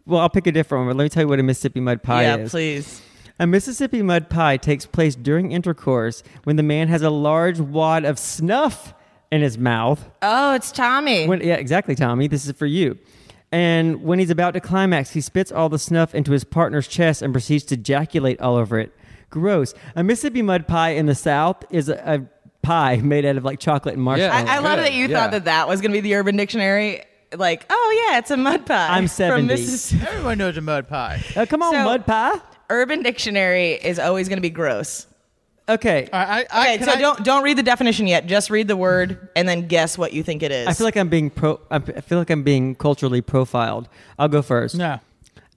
[SPEAKER 6] Well, I'll pick a different one. But let me tell you what a Mississippi mud pie
[SPEAKER 5] yeah,
[SPEAKER 6] is.
[SPEAKER 5] please.
[SPEAKER 6] A Mississippi mud pie takes place during intercourse when the man has a large wad of snuff in his mouth.
[SPEAKER 5] Oh, it's Tommy.
[SPEAKER 6] When, yeah, exactly, Tommy. This is for you. And when he's about to climax, he spits all the snuff into his partner's chest and proceeds to ejaculate all over it. Gross. A Mississippi mud pie in the South is a, a pie [LAUGHS] made out of like chocolate and marshmallow.
[SPEAKER 5] I, I love
[SPEAKER 3] Good,
[SPEAKER 5] that you
[SPEAKER 3] yeah.
[SPEAKER 5] thought that that was gonna be the Urban Dictionary. Like, oh yeah, it's a mud pie. From
[SPEAKER 6] I'm 70.
[SPEAKER 5] Mississippi.
[SPEAKER 2] Everyone knows a mud pie.
[SPEAKER 6] Uh, come on,
[SPEAKER 5] So-
[SPEAKER 6] mud pie.
[SPEAKER 5] Urban Dictionary is always gonna be gross.
[SPEAKER 6] Okay.
[SPEAKER 3] Uh,
[SPEAKER 2] All right, I, I,
[SPEAKER 5] Okay,
[SPEAKER 2] can
[SPEAKER 5] so
[SPEAKER 2] I-
[SPEAKER 5] don't don't read the definition yet. Just read the word and then guess what you think it is.
[SPEAKER 6] I feel like I'm being pro. I I feel like I'm being culturally profiled. I'll go first.
[SPEAKER 2] No,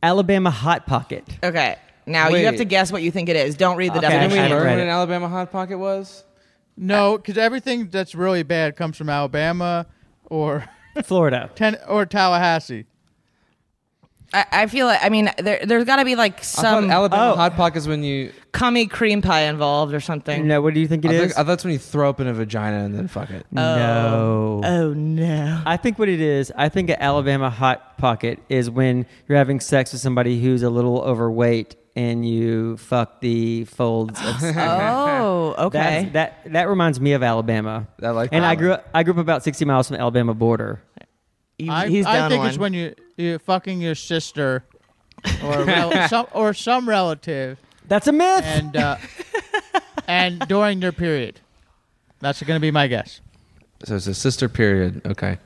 [SPEAKER 6] Alabama hot pocket.
[SPEAKER 5] Okay. Now you have
[SPEAKER 3] Wait.
[SPEAKER 5] to guess what you think it is. Don't read the
[SPEAKER 6] Okay,
[SPEAKER 3] Didn't we
[SPEAKER 6] I
[SPEAKER 5] definition.
[SPEAKER 6] haven't
[SPEAKER 3] learn
[SPEAKER 6] read
[SPEAKER 3] what
[SPEAKER 6] it.
[SPEAKER 3] an Alabama hot pocket was?
[SPEAKER 2] no, because everything that's really bad comes from Alabama or [LAUGHS]
[SPEAKER 3] [LAUGHS]
[SPEAKER 6] Florida.
[SPEAKER 2] ten or Tallahassee.
[SPEAKER 5] I, I feel like I mean there there's got to be like
[SPEAKER 3] I thought
[SPEAKER 5] some
[SPEAKER 3] Alabama
[SPEAKER 6] oh.
[SPEAKER 3] hot pockets when you.
[SPEAKER 5] cummy cream pie involved or something.
[SPEAKER 6] No, what do you think it
[SPEAKER 3] I,
[SPEAKER 6] is?
[SPEAKER 3] think, uh, I thought that's when you throw up in a vagina and then fuck it.
[SPEAKER 6] no.
[SPEAKER 5] Oh no.
[SPEAKER 6] I think what it is, I think an Alabama hot pocket is when you're having sex with somebody who's a little overweight and you fuck the folds. Of
[SPEAKER 5] [LAUGHS] Oh,
[SPEAKER 6] That's-
[SPEAKER 5] okay.
[SPEAKER 6] that that reminds me of Alabama.
[SPEAKER 3] I like
[SPEAKER 6] and
[SPEAKER 3] that
[SPEAKER 6] I grew
[SPEAKER 3] one.
[SPEAKER 6] up, I grew up about 60 miles from Alabama border.
[SPEAKER 5] You-
[SPEAKER 2] I,
[SPEAKER 5] he's
[SPEAKER 2] I
[SPEAKER 5] done
[SPEAKER 2] think
[SPEAKER 5] one.
[SPEAKER 2] it's when you you fucking your sister or
[SPEAKER 5] [LAUGHS]
[SPEAKER 2] a rel- some or some relative,
[SPEAKER 6] That's a myth.
[SPEAKER 2] and uh, and during their period. That's going to be my guess.
[SPEAKER 3] So it's a sister period. Okay.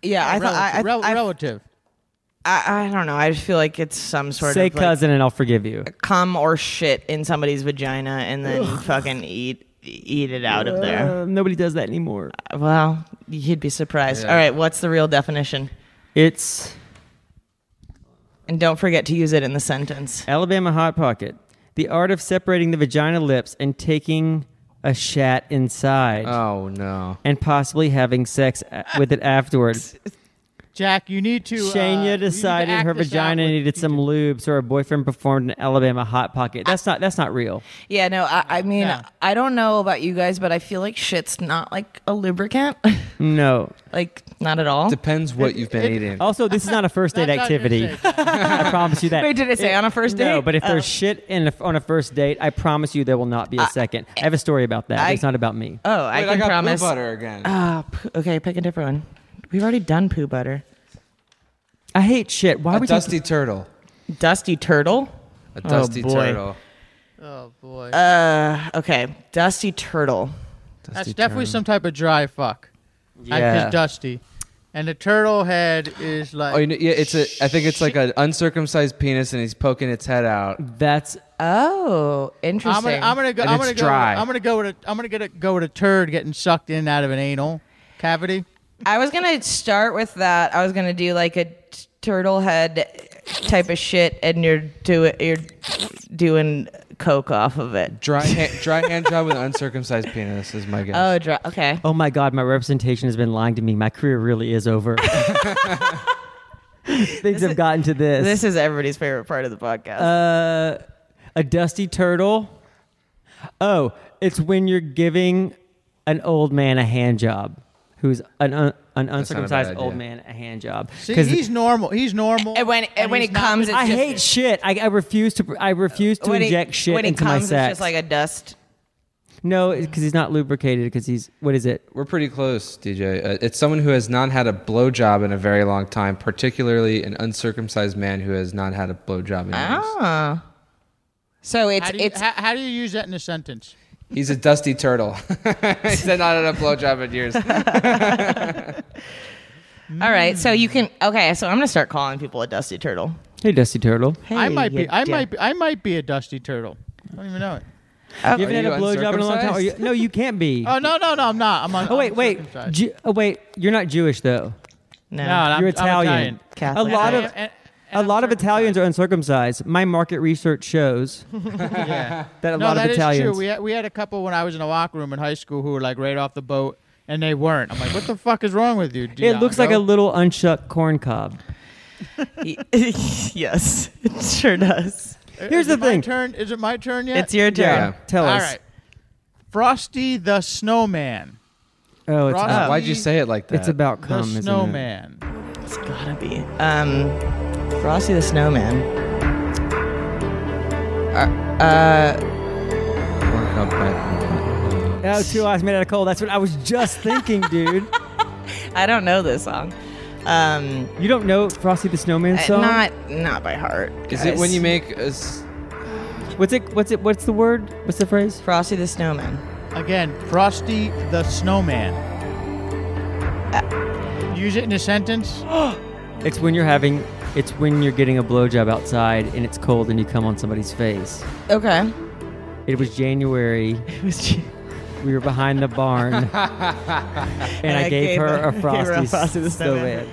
[SPEAKER 5] yeah, I thought
[SPEAKER 2] Relative.
[SPEAKER 5] I,
[SPEAKER 2] Rel-
[SPEAKER 5] I, I,
[SPEAKER 2] relative.
[SPEAKER 5] I, I don't know. I just feel like it's some sort
[SPEAKER 6] Say
[SPEAKER 5] of like,
[SPEAKER 6] cousin and I'll forgive you.
[SPEAKER 5] cum or shit in somebody's vagina and then fucking eat eat it out of there.
[SPEAKER 6] Uh, nobody does that anymore.
[SPEAKER 5] Well, you'd be surprised. All right, what's the real definition?
[SPEAKER 6] It's
[SPEAKER 5] And don't forget to use it in the sentence.
[SPEAKER 6] Alabama hot pocket. The art of separating the vagina lips and taking a shat inside.
[SPEAKER 3] Oh no.
[SPEAKER 6] and possibly having sex a- with it afterwards.
[SPEAKER 2] Jack, you need to. uh, you need
[SPEAKER 6] Shania
[SPEAKER 2] to
[SPEAKER 6] decided
[SPEAKER 2] act
[SPEAKER 6] her
[SPEAKER 2] this
[SPEAKER 6] vagina
[SPEAKER 2] out with-
[SPEAKER 6] needed some lube, so her boyfriend performed an Alabama hot pocket. That's not that's not real.
[SPEAKER 5] Yeah, no, I, I mean,
[SPEAKER 2] Yeah.
[SPEAKER 5] I don't know about you guys, but I feel like shit's not like a lubricant. [LAUGHS]
[SPEAKER 6] No.
[SPEAKER 5] like, not at all.
[SPEAKER 3] Depends what you've been eating.
[SPEAKER 5] oh,
[SPEAKER 6] Also, this is not a first date
[SPEAKER 2] [LAUGHS] That's not
[SPEAKER 6] activity.
[SPEAKER 2] hearsay. [LAUGHS]
[SPEAKER 6] I promise you that.
[SPEAKER 5] Wait, did it say on a first
[SPEAKER 6] No,
[SPEAKER 5] date?
[SPEAKER 6] but if
[SPEAKER 5] Oh.
[SPEAKER 6] there's shit in a, on a first date, I promise you there will not be a second. I have a story about that. but
[SPEAKER 5] I-
[SPEAKER 6] it's not about me.
[SPEAKER 5] Oh, I
[SPEAKER 3] Wait,
[SPEAKER 5] can
[SPEAKER 3] got
[SPEAKER 5] promise.
[SPEAKER 3] blue butter again.
[SPEAKER 5] Ah, p- okay, pick a different one. We've already done poo butter.
[SPEAKER 6] I hate shit. Why
[SPEAKER 3] A
[SPEAKER 6] would
[SPEAKER 3] dusty
[SPEAKER 6] you?
[SPEAKER 3] turtle.
[SPEAKER 5] Dusty turtle.
[SPEAKER 3] A dusty
[SPEAKER 5] Oh, boy.
[SPEAKER 3] turtle.
[SPEAKER 5] Uh, Okay, dusty turtle.
[SPEAKER 2] That's definitely some type of dry fuck. Like, 'cause
[SPEAKER 6] Yeah.
[SPEAKER 2] dusty. And the turtle head is like.
[SPEAKER 3] Oh, you know, yeah, it's a. I think it's like an uncircumcised penis, and he's poking its head out.
[SPEAKER 6] That's
[SPEAKER 5] Oh,
[SPEAKER 2] I'm
[SPEAKER 5] interesting.
[SPEAKER 2] gonna, I'm gonna go.
[SPEAKER 3] And
[SPEAKER 2] I'm
[SPEAKER 3] it's
[SPEAKER 2] gonna
[SPEAKER 3] dry.
[SPEAKER 2] go. I'm gonna go with a. I'm gonna get a, go with a turd getting sucked in and out of an anal cavity.
[SPEAKER 5] I was gonna start with that. I was gonna do like a t- turtle head type of shit, and you're do you're doing coke off of it.
[SPEAKER 3] Dry,
[SPEAKER 5] [LAUGHS]
[SPEAKER 3] hand, dry hand job with an uncircumcised penis is my guess.
[SPEAKER 5] Oh, dry. okay.
[SPEAKER 6] oh my god, my representation has been lying to me. My career really is over. [LAUGHS] Things have gotten to this.
[SPEAKER 5] This is everybody's favorite part of the podcast.
[SPEAKER 6] uh, a dusty turtle. Oh, it's when you're giving an old man a hand job, who's an un- an
[SPEAKER 3] not a bad
[SPEAKER 6] uncircumcised
[SPEAKER 3] idea.
[SPEAKER 6] old man a hand job.
[SPEAKER 2] See,
[SPEAKER 6] 'Cause
[SPEAKER 2] he's normal. He's normal.
[SPEAKER 5] and when and, when
[SPEAKER 2] he's
[SPEAKER 5] it
[SPEAKER 2] not-
[SPEAKER 5] comes, it's
[SPEAKER 6] I
[SPEAKER 5] just,
[SPEAKER 6] hate shit. I, I refuse to. I refuse to
[SPEAKER 5] when it-
[SPEAKER 6] inject shit
[SPEAKER 5] when it
[SPEAKER 6] into
[SPEAKER 5] comes.
[SPEAKER 6] my sex.
[SPEAKER 5] It's just like a dust.
[SPEAKER 6] no, because he's not lubricated. Because he's what is it?
[SPEAKER 3] We're pretty close, DJ. Uh, it's someone who has not had a blowjob in a very long time, particularly an uncircumcised man who has not had a blowjob in years.
[SPEAKER 5] Oh. So it's
[SPEAKER 2] How do, you,
[SPEAKER 5] it's
[SPEAKER 2] how, how do you use that in a sentence?
[SPEAKER 3] He's a dusty turtle. [LAUGHS] he's not had a blowjob in
[SPEAKER 5] [LAUGHS]
[SPEAKER 3] years.
[SPEAKER 5] all right. So
[SPEAKER 2] Hmm.
[SPEAKER 5] you can okay. So I'm gonna start calling people a dusty turtle.
[SPEAKER 6] Hey, dusty turtle.
[SPEAKER 2] I might
[SPEAKER 5] you
[SPEAKER 2] be. I
[SPEAKER 5] d-
[SPEAKER 2] might. Be, I might be a dusty turtle. I don't even know it.
[SPEAKER 6] you haven't
[SPEAKER 3] Are
[SPEAKER 6] had a
[SPEAKER 3] you
[SPEAKER 6] blowjob in a long time. Are you- no, you can't be.
[SPEAKER 3] [LAUGHS]
[SPEAKER 2] Oh no no no! I'm not. I'm on.
[SPEAKER 6] oh wait, wait. Ju- oh wait, you're not Jewish though.
[SPEAKER 5] No.
[SPEAKER 2] no, I'm,
[SPEAKER 6] You're
[SPEAKER 2] I'm
[SPEAKER 6] Italian.
[SPEAKER 5] Catholic.
[SPEAKER 6] A lot
[SPEAKER 2] And-
[SPEAKER 6] of
[SPEAKER 2] and-
[SPEAKER 6] a
[SPEAKER 2] and I'm
[SPEAKER 6] lot of Italians are uncircumcised. My market research shows
[SPEAKER 2] circumcised. [LAUGHS] Yeah.
[SPEAKER 6] that a
[SPEAKER 2] no,
[SPEAKER 6] lot
[SPEAKER 2] that
[SPEAKER 6] of
[SPEAKER 2] is
[SPEAKER 6] Italians.
[SPEAKER 2] true. We had, we had a couple when I was in a locker room in high school who were like right off the boat, and they weren't. I'm like, what the fuck is wrong with you?
[SPEAKER 6] [LAUGHS] it looks like a
[SPEAKER 2] Diago?
[SPEAKER 6] little unshucked corn cob.
[SPEAKER 5] [LAUGHS] yes, it sure does.
[SPEAKER 2] Is
[SPEAKER 6] Here's
[SPEAKER 2] it
[SPEAKER 6] the
[SPEAKER 2] my
[SPEAKER 6] thing.
[SPEAKER 2] turn. Is it my turn
[SPEAKER 5] [LAUGHS]
[SPEAKER 2] yet?
[SPEAKER 5] It's your turn.
[SPEAKER 6] Yeah, tell
[SPEAKER 2] All
[SPEAKER 6] us.
[SPEAKER 2] right. Frosty the Snowman.
[SPEAKER 6] Oh, it's
[SPEAKER 2] Frosty
[SPEAKER 6] not.
[SPEAKER 3] Why'd you say it like that?
[SPEAKER 6] It's about
[SPEAKER 2] the
[SPEAKER 6] cum. isn't it?
[SPEAKER 2] Snowman.
[SPEAKER 5] It's gotta be. Um, Frosty the Snowman.
[SPEAKER 6] Oh, two eyes made out of coal. That's what I was
[SPEAKER 2] [LAUGHS]
[SPEAKER 6] just thinking, dude.
[SPEAKER 5] I don't know this song. Um,
[SPEAKER 6] You don't know Frosty the Snowman song?
[SPEAKER 5] Uh, not not by heart.
[SPEAKER 3] Is it when
[SPEAKER 5] guys.
[SPEAKER 3] you make a? s-
[SPEAKER 6] What's it? What's it? What's the word? What's the phrase?
[SPEAKER 5] Frosty the Snowman?
[SPEAKER 2] Again, Frosty the Snowman. Use it in a sentence.
[SPEAKER 6] It's when you're having. It's when you're getting a blowjob outside and it's cold and you come on somebody's face.
[SPEAKER 5] [LAUGHS] Okay.
[SPEAKER 6] It was January.
[SPEAKER 5] It was Ju-
[SPEAKER 6] We were behind the [LAUGHS] barn, and, I, [LAUGHS] gave, her a
[SPEAKER 5] gave
[SPEAKER 6] Frosty,
[SPEAKER 5] Frosty the
[SPEAKER 6] the Snowman.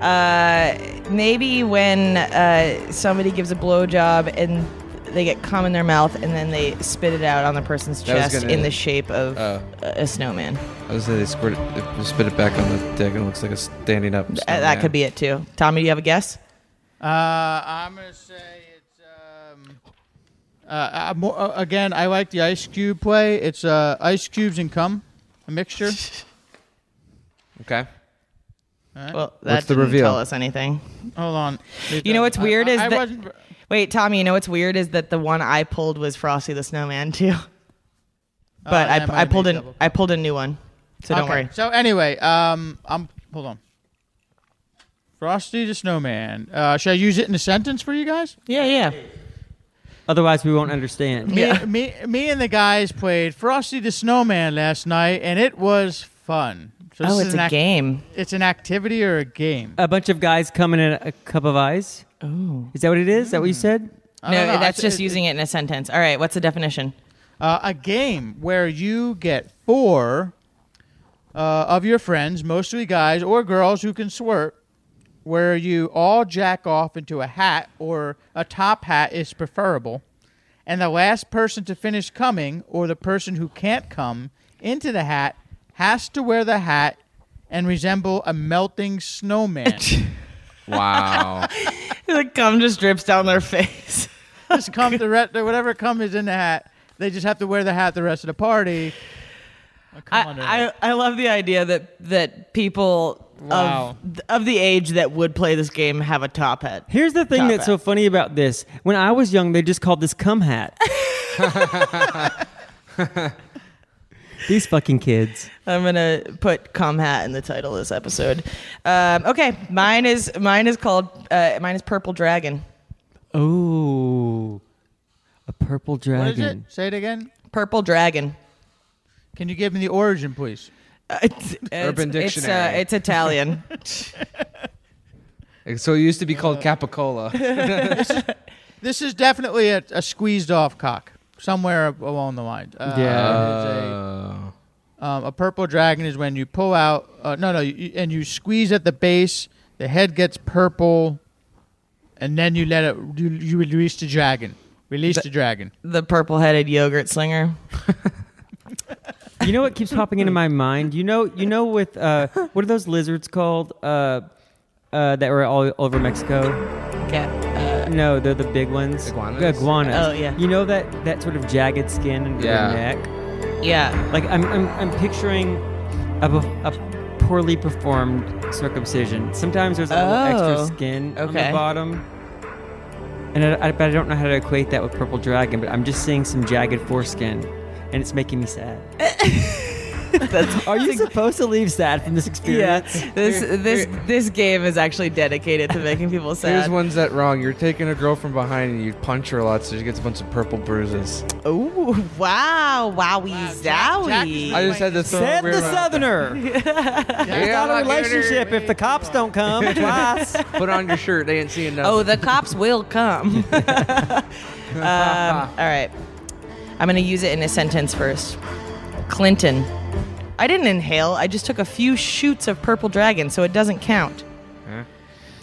[SPEAKER 5] uh, maybe when uh, somebody gives a blowjob and they get cum in their mouth and then they spit it out on the person's
[SPEAKER 3] That was
[SPEAKER 5] chest
[SPEAKER 3] gonna-
[SPEAKER 5] in the shape of
[SPEAKER 3] Oh.
[SPEAKER 5] a a snowman. Uh,
[SPEAKER 3] I was gonna say they squirt it, they spit it back on the dick and it looks like a standing up.
[SPEAKER 5] Uh, that could be it too. Tommy, do you have a guess?
[SPEAKER 2] Uh, I'm gonna say it's. Um, uh, uh, more, uh, again, I like the Ice Cube play. It's uh, ice cubes and cum,
[SPEAKER 5] [LAUGHS]
[SPEAKER 2] a mixture.
[SPEAKER 3] Okay.
[SPEAKER 5] Well, that
[SPEAKER 3] What's the
[SPEAKER 5] didn't
[SPEAKER 3] reveal?
[SPEAKER 5] tell us anything.
[SPEAKER 2] Hold on.
[SPEAKER 5] You know what's
[SPEAKER 2] I-
[SPEAKER 5] weird
[SPEAKER 2] I-
[SPEAKER 5] is
[SPEAKER 2] I
[SPEAKER 5] that-
[SPEAKER 2] wasn't-
[SPEAKER 5] Wait, Tommy, you know what's weird is that the one I pulled was Frosty the Snowman too.
[SPEAKER 2] Oh,
[SPEAKER 5] But
[SPEAKER 2] that might
[SPEAKER 5] I, I
[SPEAKER 2] have
[SPEAKER 5] pulled
[SPEAKER 2] been
[SPEAKER 5] an
[SPEAKER 2] double.
[SPEAKER 5] I pulled a new one. So don't
[SPEAKER 2] Okay,
[SPEAKER 5] worry.
[SPEAKER 2] So anyway, um, I'm hold on. Frosty the Snowman. Uh, should I use it in a sentence for you guys?
[SPEAKER 5] Yeah, yeah.
[SPEAKER 6] Otherwise, we won't understand.
[SPEAKER 2] Me,
[SPEAKER 5] Yeah.
[SPEAKER 2] me, me, and the guys played Frosty the Snowman last night, and it was fun. So this
[SPEAKER 5] Oh,
[SPEAKER 2] is
[SPEAKER 5] it's
[SPEAKER 2] an
[SPEAKER 5] a
[SPEAKER 2] ac-
[SPEAKER 5] game.
[SPEAKER 2] It's an activity or a game.
[SPEAKER 6] A bunch of guys coming in a cup of ice. Oh, is that what it is? Is that what you said?
[SPEAKER 5] No,
[SPEAKER 2] don't know.
[SPEAKER 5] that's
[SPEAKER 2] It's-
[SPEAKER 5] just
[SPEAKER 2] it-
[SPEAKER 5] using it in a sentence. All right, what's the definition? [LAUGHS]
[SPEAKER 2] Uh, a game where you get four uh, of your friends, mostly guys or girls who can squirt, where you all jack off into a hat or a top hat is preferable, and the last person to finish coming or the person who can't come into the hat has to wear the hat and resemble a melting snowman.
[SPEAKER 3] Wow.
[SPEAKER 5] the cum just drips down their face.
[SPEAKER 2] just come the re- whatever cum is in the hat. They just have to wear the hat the rest of the party. Oh, come on, Eric.
[SPEAKER 5] I, I, I love the idea that that people of
[SPEAKER 2] Wow.
[SPEAKER 5] th- of the age that would play this game have a top hat.
[SPEAKER 6] Here's the thing
[SPEAKER 5] Top
[SPEAKER 6] that's so
[SPEAKER 5] hat.
[SPEAKER 6] funny about this. When I was [LAUGHS] young, they just called this cum hat. These fucking kids.
[SPEAKER 5] I'm gonna put "cum hat" in the title of this episode. Um, okay, mine is mine is called uh, mine is Purple Dragon.
[SPEAKER 6] Oh, a purple dragon.
[SPEAKER 2] What is it? Say it again.
[SPEAKER 5] Purple Dragon.
[SPEAKER 2] Can you give me the origin, please?
[SPEAKER 5] Uh, it's, it's-
[SPEAKER 3] Urban
[SPEAKER 5] It's, uh,
[SPEAKER 3] Dictionary.
[SPEAKER 5] it's Italian.
[SPEAKER 3] [LAUGHS] So it used to be
[SPEAKER 5] [LAUGHS]
[SPEAKER 3] called Capicola.
[SPEAKER 2] This is definitely a, a squeezed off cock somewhere ab- along the line. Uh,
[SPEAKER 6] Yeah.
[SPEAKER 2] it's
[SPEAKER 3] Uh,
[SPEAKER 2] a, um, a purple dragon is when you pull out. Uh, no, no, you, and you squeeze at the base. The head gets purple, and then you let it. You, you release the dragon. Release the, dragon.
[SPEAKER 5] [LAUGHS] the purple-headed yogurt slinger.
[SPEAKER 6] You know
[SPEAKER 5] [LAUGHS]
[SPEAKER 6] what keeps popping into my mind? You know, you know, with uh, what are those lizards called? Uh, uh, that were all over Mexico.
[SPEAKER 5] Okay.
[SPEAKER 6] No, they're the big ones.
[SPEAKER 3] Iguanas?
[SPEAKER 6] Iguanas.
[SPEAKER 5] Oh, yeah.
[SPEAKER 6] You know that that sort of jagged skin and
[SPEAKER 3] Yeah.
[SPEAKER 6] neck.
[SPEAKER 5] [LAUGHS] Yeah.
[SPEAKER 6] Like I'm, I'm, I'm picturing a, bef- a poorly performed circumcision. Sometimes there's a little
[SPEAKER 5] Oh,
[SPEAKER 6] extra skin on
[SPEAKER 5] okay.
[SPEAKER 6] the bottom. And I, I, but I don't know how to equate that with purple dragon. But I'm just seeing some jagged foreskin, and it's making me sad. Are you supposed to leave sad from this
[SPEAKER 5] Yeah.
[SPEAKER 6] experience?
[SPEAKER 5] This this this game is actually dedicated to making [LAUGHS] people
[SPEAKER 3] here's
[SPEAKER 5] sad.
[SPEAKER 3] one's that wrong. You're taking a girl from behind and you punch her a lot, so she gets a bunch of purple bruises.
[SPEAKER 5] Oh wow! Wowie zowie!
[SPEAKER 3] I just had to throw a
[SPEAKER 6] Said
[SPEAKER 3] weird
[SPEAKER 6] the
[SPEAKER 3] one out [LAUGHS]
[SPEAKER 6] Southerner. It's
[SPEAKER 3] there. Yeah, I'm
[SPEAKER 6] not a
[SPEAKER 3] not giving her-
[SPEAKER 6] relationship if the cops don't come twice.
[SPEAKER 3] [LAUGHS] Put on your shirt. They ain't seeing nothing.
[SPEAKER 5] Oh, the cops will
[SPEAKER 2] [LAUGHS]
[SPEAKER 5] come. [LAUGHS] um, all right. I'm going to use it in a sentence first. Clinton. I didn't inhale. I just took a few shoots of Purple Dragon, so it doesn't count.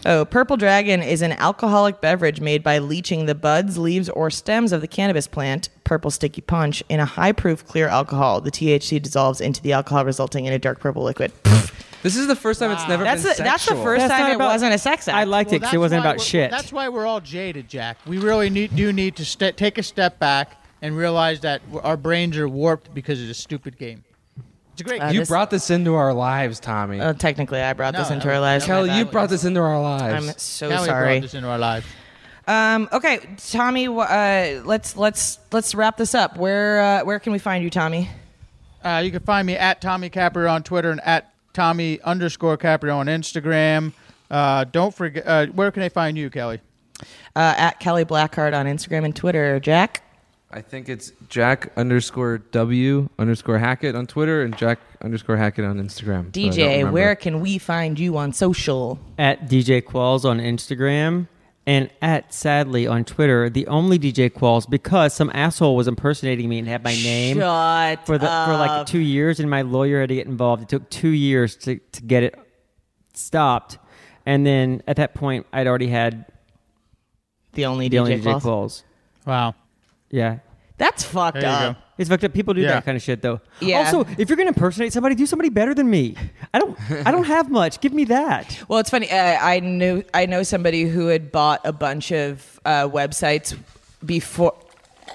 [SPEAKER 5] Oh, Purple Dragon is an alcoholic beverage made by leaching the buds, leaves, or stems of the cannabis plant, purple sticky punch, in a high proof clear alcohol. The THC dissolves into the alcohol, resulting in a dark purple liquid.
[SPEAKER 3] This is the first time it's never
[SPEAKER 5] That's
[SPEAKER 3] been
[SPEAKER 5] the- that's the
[SPEAKER 3] sexual.
[SPEAKER 5] first-
[SPEAKER 6] That's
[SPEAKER 5] time
[SPEAKER 6] not
[SPEAKER 5] it wasn't a sex act.
[SPEAKER 6] I liked it because it
[SPEAKER 2] that's
[SPEAKER 6] wasn't
[SPEAKER 2] why
[SPEAKER 6] about
[SPEAKER 2] we're-
[SPEAKER 6] shit.
[SPEAKER 2] That's why we're all jaded, Jack. We really need, do need to st- take a step back and realize that w- our brains are warped because of this stupid game. It's a great
[SPEAKER 5] Uh,
[SPEAKER 2] game.
[SPEAKER 3] You
[SPEAKER 5] this-
[SPEAKER 3] brought this into our lives, Tommy.
[SPEAKER 5] Oh, technically, I brought this
[SPEAKER 2] No,
[SPEAKER 5] into
[SPEAKER 2] that
[SPEAKER 5] our
[SPEAKER 2] was-
[SPEAKER 5] lives.
[SPEAKER 2] that was-
[SPEAKER 3] Kelly,
[SPEAKER 5] My
[SPEAKER 3] you
[SPEAKER 5] bad.
[SPEAKER 3] brought this into our
[SPEAKER 5] I'm
[SPEAKER 3] lives.
[SPEAKER 5] so
[SPEAKER 2] Now we brought
[SPEAKER 5] sorry.
[SPEAKER 2] this into our lives.
[SPEAKER 5] Um, okay, Tommy. wh- Uh, let's let's let's wrap this up. Where uh, where can we find you, Tommy?
[SPEAKER 2] Uh, you can find me at Tommy Caprio on Twitter and at Tommy underscore Caprio on Instagram. Uh, don't forget. Uh, where can they find you, Kelly?
[SPEAKER 5] Uh, at Kelly Blackheart on Instagram and Twitter. Jack.
[SPEAKER 3] I think it's Jack underscore W underscore Hackett on Twitter and Jack underscore Hackett on Instagram. but I don't
[SPEAKER 5] DJ,
[SPEAKER 3] remember.
[SPEAKER 5] where can we find you on social?
[SPEAKER 6] at DJ Qualls on Instagram and at sadly on Twitter, the only DJ Qualls because some asshole was impersonating me and had my name
[SPEAKER 5] Shut
[SPEAKER 6] for the for like
[SPEAKER 5] up.
[SPEAKER 6] two years, and my lawyer had to get involved. It took two years to to get it stopped, and then at that point, I'd already had
[SPEAKER 5] The only
[SPEAKER 6] the
[SPEAKER 5] DJ,
[SPEAKER 6] only DJ
[SPEAKER 5] Qualls.
[SPEAKER 6] Qualls.
[SPEAKER 2] Wow.
[SPEAKER 6] Yeah.
[SPEAKER 5] That's fucked
[SPEAKER 2] There you
[SPEAKER 5] up.
[SPEAKER 2] go.
[SPEAKER 6] It's fucked up. People do
[SPEAKER 2] Yeah.
[SPEAKER 6] that kind of shit, though.
[SPEAKER 5] Yeah.
[SPEAKER 6] Also, if you're gonna impersonate somebody, do somebody better than me. I don't. I don't have much. Give me that.
[SPEAKER 5] Well, it's funny. Uh, I knew I know somebody who had bought a bunch of uh, websites before.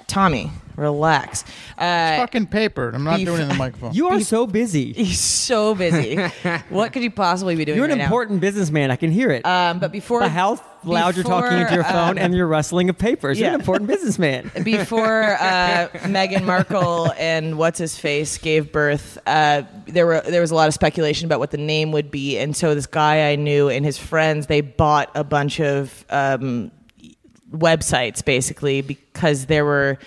[SPEAKER 5] Tommy, relax. Uh,
[SPEAKER 2] Fucking paper. I'm not
[SPEAKER 5] Beef.
[SPEAKER 2] doing it in the microphone.
[SPEAKER 6] You are so busy.
[SPEAKER 5] he's so [LAUGHS] busy. what could you possibly be doing?
[SPEAKER 6] You're an
[SPEAKER 5] right now?
[SPEAKER 6] important businessman. I can hear it.
[SPEAKER 5] Um, but before
[SPEAKER 6] But how loud you're talking into your
[SPEAKER 5] before,
[SPEAKER 6] phone
[SPEAKER 5] um,
[SPEAKER 6] and you're rustling of papers. You're
[SPEAKER 5] yeah.
[SPEAKER 6] an important businessman.
[SPEAKER 5] [LAUGHS] before uh, Meghan Markle and what's his face gave birth, uh, there were there was a lot of speculation about what the name would be, and so this guy I knew and his friends they bought a bunch of um, websites basically because there were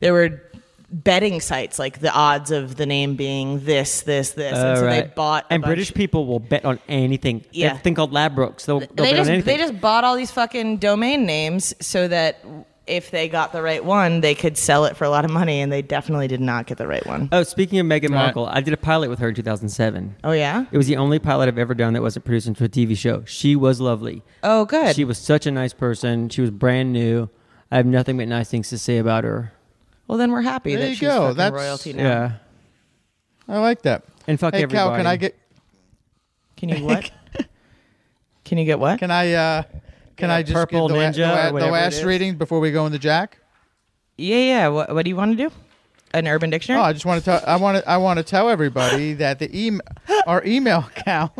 [SPEAKER 5] there were betting sites like the odds of the name being this this this, and so they
[SPEAKER 6] Alright.
[SPEAKER 5] bought a
[SPEAKER 6] and
[SPEAKER 5] bunch-
[SPEAKER 6] British people will bet on anything. They
[SPEAKER 5] Yeah.
[SPEAKER 6] have a thing called Labrooks. They'll, they'll
[SPEAKER 5] they
[SPEAKER 6] bet on
[SPEAKER 5] just
[SPEAKER 6] anything.
[SPEAKER 5] they just bought all these fucking domain names so that if they got the right one, they could sell it for a lot of money, and they definitely did not get the right one.
[SPEAKER 6] oh, speaking of Meghan Markle, I did a pilot with her in 2007.
[SPEAKER 5] oh yeah.
[SPEAKER 6] It was the only pilot I've ever done that wasn't produced into a TV show. She was lovely.
[SPEAKER 5] Oh good.
[SPEAKER 6] She was such a nice person. She was brand new. I have nothing but nice things to say about her.
[SPEAKER 5] well, then we're happy
[SPEAKER 2] There
[SPEAKER 5] that
[SPEAKER 2] you
[SPEAKER 5] she's
[SPEAKER 2] go.
[SPEAKER 5] fucking
[SPEAKER 2] That's-
[SPEAKER 5] royalty now.
[SPEAKER 6] Yeah.
[SPEAKER 2] I like that.
[SPEAKER 6] And fuck
[SPEAKER 2] hey,
[SPEAKER 6] everybody.
[SPEAKER 2] Cal, can I get?
[SPEAKER 5] Can you
[SPEAKER 6] [LAUGHS]
[SPEAKER 5] what? Can you get what?
[SPEAKER 2] Can I? Uh, can I just
[SPEAKER 6] Purple
[SPEAKER 2] give the, la-
[SPEAKER 6] Ninja
[SPEAKER 2] the, la-
[SPEAKER 6] or
[SPEAKER 2] the
[SPEAKER 6] whatever it
[SPEAKER 2] last
[SPEAKER 6] is.
[SPEAKER 2] reading before we go into Jack?
[SPEAKER 5] yeah, yeah. What, what do you want to do? An Urban Dictionary.
[SPEAKER 2] Oh, I just want to tell I want to I want to tell everybody that the email our email account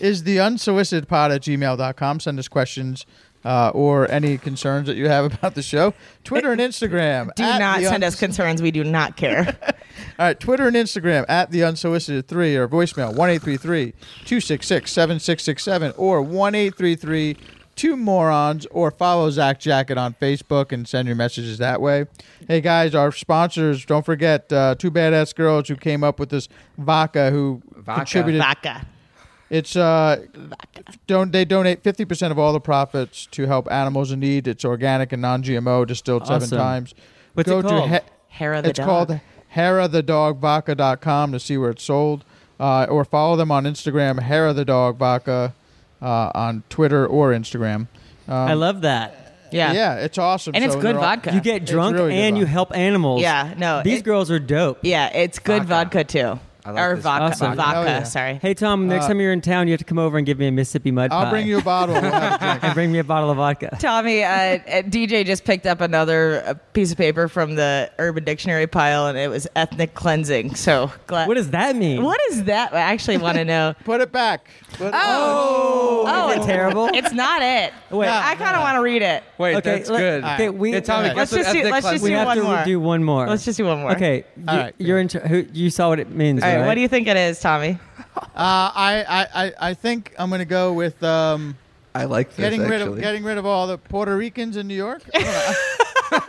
[SPEAKER 2] is the unsolicited pod at gmail.com. Send us questions uh, or any concerns that you have about the show. Twitter and Instagram.
[SPEAKER 5] [LAUGHS] do
[SPEAKER 2] at
[SPEAKER 5] not
[SPEAKER 2] the
[SPEAKER 5] send
[SPEAKER 2] uns- [LAUGHS]
[SPEAKER 5] us concerns. We do not care.
[SPEAKER 2] All right, Twitter and Instagram at the unsolicited three or voicemail 1833 266 7667 or 1833 two morons or follow Zach Jacket on Facebook and send your messages that way. Hey guys, our sponsors, don't forget uh, two badass girls who came up with this vodka who
[SPEAKER 3] Vodka.
[SPEAKER 2] contributed
[SPEAKER 5] Vodka.
[SPEAKER 2] it's uh, don't they donate fifty percent of all the profits to help animals in need. It's organic and non-GMO, distilled
[SPEAKER 6] Awesome.
[SPEAKER 2] seven times.
[SPEAKER 6] What's
[SPEAKER 2] Go
[SPEAKER 6] it called?
[SPEAKER 2] To
[SPEAKER 5] Hera the
[SPEAKER 2] it's
[SPEAKER 5] dog.
[SPEAKER 2] called Hera the Dog Vodka.com to see where it's sold, uh, or follow them on Instagram, Hera the Dog Vodka, uh, on Twitter or Instagram. Um,
[SPEAKER 6] I love that.
[SPEAKER 5] Yeah.
[SPEAKER 2] yeah, it's awesome,
[SPEAKER 5] And it's
[SPEAKER 2] So
[SPEAKER 5] good
[SPEAKER 2] they're all-
[SPEAKER 5] vodka.
[SPEAKER 6] You get
[SPEAKER 2] It's
[SPEAKER 6] drunk
[SPEAKER 2] really good
[SPEAKER 6] and you
[SPEAKER 2] vodka.
[SPEAKER 6] help animals.
[SPEAKER 5] Yeah, no,
[SPEAKER 6] These
[SPEAKER 5] it-
[SPEAKER 6] girls are dope.
[SPEAKER 5] Yeah, it's good vodka, too.
[SPEAKER 3] I like
[SPEAKER 5] or
[SPEAKER 3] this
[SPEAKER 5] vodka.
[SPEAKER 6] Awesome.
[SPEAKER 2] Hell
[SPEAKER 5] Vodka,
[SPEAKER 2] yeah.
[SPEAKER 5] sorry.
[SPEAKER 6] Hey Tom, next time you're in town, you have to come over and give me a Mississippi mud
[SPEAKER 2] Uh, I'll
[SPEAKER 6] pie.
[SPEAKER 2] bring you a bottle. We'll have a drink.
[SPEAKER 6] [LAUGHS] and bring me a bottle of vodka.
[SPEAKER 5] Tommy, uh, uh, DJ just picked up another uh, piece of paper from the Urban Dictionary pile, and it was ethnic cleansing. So glad.
[SPEAKER 6] What does that mean?
[SPEAKER 5] What is that? I actually want to
[SPEAKER 6] [LAUGHS]
[SPEAKER 5] know.
[SPEAKER 2] Put it back. Put it-
[SPEAKER 5] Oh,
[SPEAKER 6] Is it
[SPEAKER 5] it's
[SPEAKER 6] terrible?
[SPEAKER 5] It's not it.
[SPEAKER 6] Wait.
[SPEAKER 5] I kind of want to read it.
[SPEAKER 7] Wait,
[SPEAKER 6] Okay,
[SPEAKER 7] that's
[SPEAKER 6] let-
[SPEAKER 7] good.
[SPEAKER 6] okay, we-
[SPEAKER 7] Hey, Tommy, guess
[SPEAKER 6] Let's
[SPEAKER 7] what
[SPEAKER 5] just do-
[SPEAKER 7] ethnic
[SPEAKER 5] let's just
[SPEAKER 7] cleansing
[SPEAKER 6] we
[SPEAKER 5] do
[SPEAKER 6] have
[SPEAKER 5] one
[SPEAKER 6] to
[SPEAKER 5] more.
[SPEAKER 6] do one more.
[SPEAKER 5] Let's just do one more.
[SPEAKER 6] Okay, you,
[SPEAKER 2] right.
[SPEAKER 6] you're in. Who you saw what it means,
[SPEAKER 5] All right.
[SPEAKER 6] right?
[SPEAKER 5] What do you think it is, Tommy?
[SPEAKER 2] Uh, I, I, I, I think I'm gonna go with um,
[SPEAKER 3] I like this.
[SPEAKER 2] getting rid of
[SPEAKER 3] actually.
[SPEAKER 2] getting rid of all the Puerto Ricans in New York. I don't know.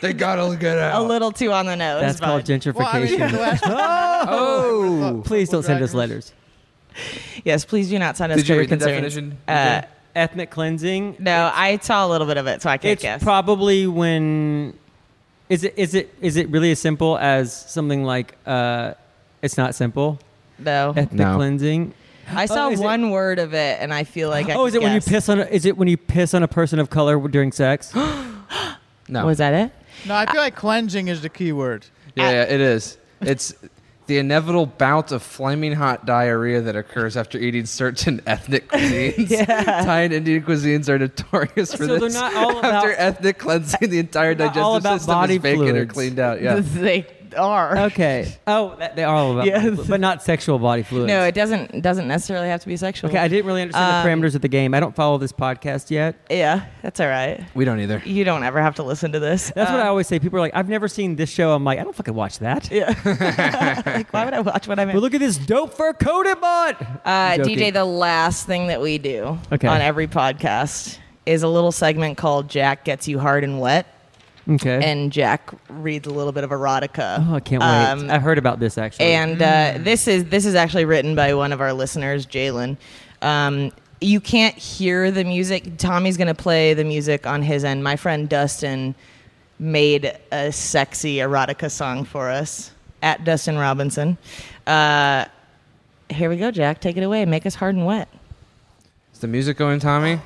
[SPEAKER 3] They gotta get
[SPEAKER 5] A
[SPEAKER 3] out.
[SPEAKER 5] little too on the nose.
[SPEAKER 6] Oh. That's
[SPEAKER 5] but-
[SPEAKER 6] called gentrification.
[SPEAKER 2] Well, I
[SPEAKER 5] [LAUGHS]
[SPEAKER 2] mean, the last
[SPEAKER 6] [LAUGHS]
[SPEAKER 3] oh,
[SPEAKER 6] Please don't send us
[SPEAKER 2] Drivers.
[SPEAKER 6] letters.
[SPEAKER 5] Yes, please do not send us
[SPEAKER 3] Did you
[SPEAKER 5] your
[SPEAKER 3] read the
[SPEAKER 5] concerns.
[SPEAKER 3] definition?
[SPEAKER 5] Uh,
[SPEAKER 6] Ethnic cleansing.
[SPEAKER 5] no, I saw a little bit of it, so I can't
[SPEAKER 6] It's
[SPEAKER 5] guess.
[SPEAKER 6] probably when. Is it is it is it really as simple as something like? uh It's not simple.
[SPEAKER 5] no,
[SPEAKER 6] Ethnic
[SPEAKER 3] No.
[SPEAKER 6] cleansing.
[SPEAKER 5] I saw
[SPEAKER 6] Oh, is
[SPEAKER 5] one
[SPEAKER 6] it-
[SPEAKER 5] word of it, and I feel like I
[SPEAKER 6] oh,
[SPEAKER 5] could
[SPEAKER 6] is it when you
[SPEAKER 5] guess.
[SPEAKER 6] piss on? A, is it when you piss on a person of color
[SPEAKER 5] [GASPS]
[SPEAKER 6] during
[SPEAKER 3] [LAUGHS]
[SPEAKER 6] sex?
[SPEAKER 3] no,
[SPEAKER 5] Was that it?
[SPEAKER 2] No, I feel like cleansing is the key word.
[SPEAKER 3] yeah, yeah, it is. It's the inevitable bout of flaming hot diarrhea that occurs after eating certain [LAUGHS]
[SPEAKER 6] [LAUGHS]
[SPEAKER 3] ethnic cuisines. Thai and Indian cuisines are notorious for
[SPEAKER 6] So they're
[SPEAKER 3] this.
[SPEAKER 6] not
[SPEAKER 3] [LAUGHS]
[SPEAKER 6] all
[SPEAKER 3] after
[SPEAKER 6] about-
[SPEAKER 3] ethnic cleansing, the entire
[SPEAKER 6] They're not all
[SPEAKER 3] digestive
[SPEAKER 6] about
[SPEAKER 3] system
[SPEAKER 6] body
[SPEAKER 3] is vacant or
[SPEAKER 6] fluids.
[SPEAKER 3] cleaned out. Yeah,
[SPEAKER 5] [LAUGHS] they are.
[SPEAKER 6] Okay. Oh, that, they are all about,
[SPEAKER 5] Yes.
[SPEAKER 6] but not
[SPEAKER 5] [LAUGHS]
[SPEAKER 6] sexual body fluids.
[SPEAKER 5] No, it doesn't doesn't necessarily have to be sexual.
[SPEAKER 6] Okay, I didn't really understand
[SPEAKER 5] Um,
[SPEAKER 6] the parameters of the game. I don't follow this podcast yet.
[SPEAKER 5] Yeah, that's all right.
[SPEAKER 3] we don't either.
[SPEAKER 5] You don't ever have to listen to this.
[SPEAKER 6] That's what I
[SPEAKER 5] Uh,
[SPEAKER 6] always say. People are like, I've never seen this show. I'm like, I don't fucking watch that.
[SPEAKER 5] like, why would I watch what I'm
[SPEAKER 6] But look at this dope fur coated bot.
[SPEAKER 5] Uh,
[SPEAKER 6] Joking.
[SPEAKER 5] DJ, the last thing that we do
[SPEAKER 6] Okay.
[SPEAKER 5] on every podcast is a little segment called Jack Gets You Hard and Wet.
[SPEAKER 6] Okay.
[SPEAKER 5] And Jack reads a little bit of erotica.
[SPEAKER 6] oh, I can't
[SPEAKER 5] Um,
[SPEAKER 6] wait. I heard about this actually.
[SPEAKER 5] And uh, this is this is actually written by one of our listeners, Jalen. Um, you can't hear the music. Tommy's going to play the music on his end. My friend Dustin made a sexy erotica song for us at Dustin Robinson. Uh, here we go, Jack. Take it away. Make us hard and wet.
[SPEAKER 3] Is the music going, Tommy?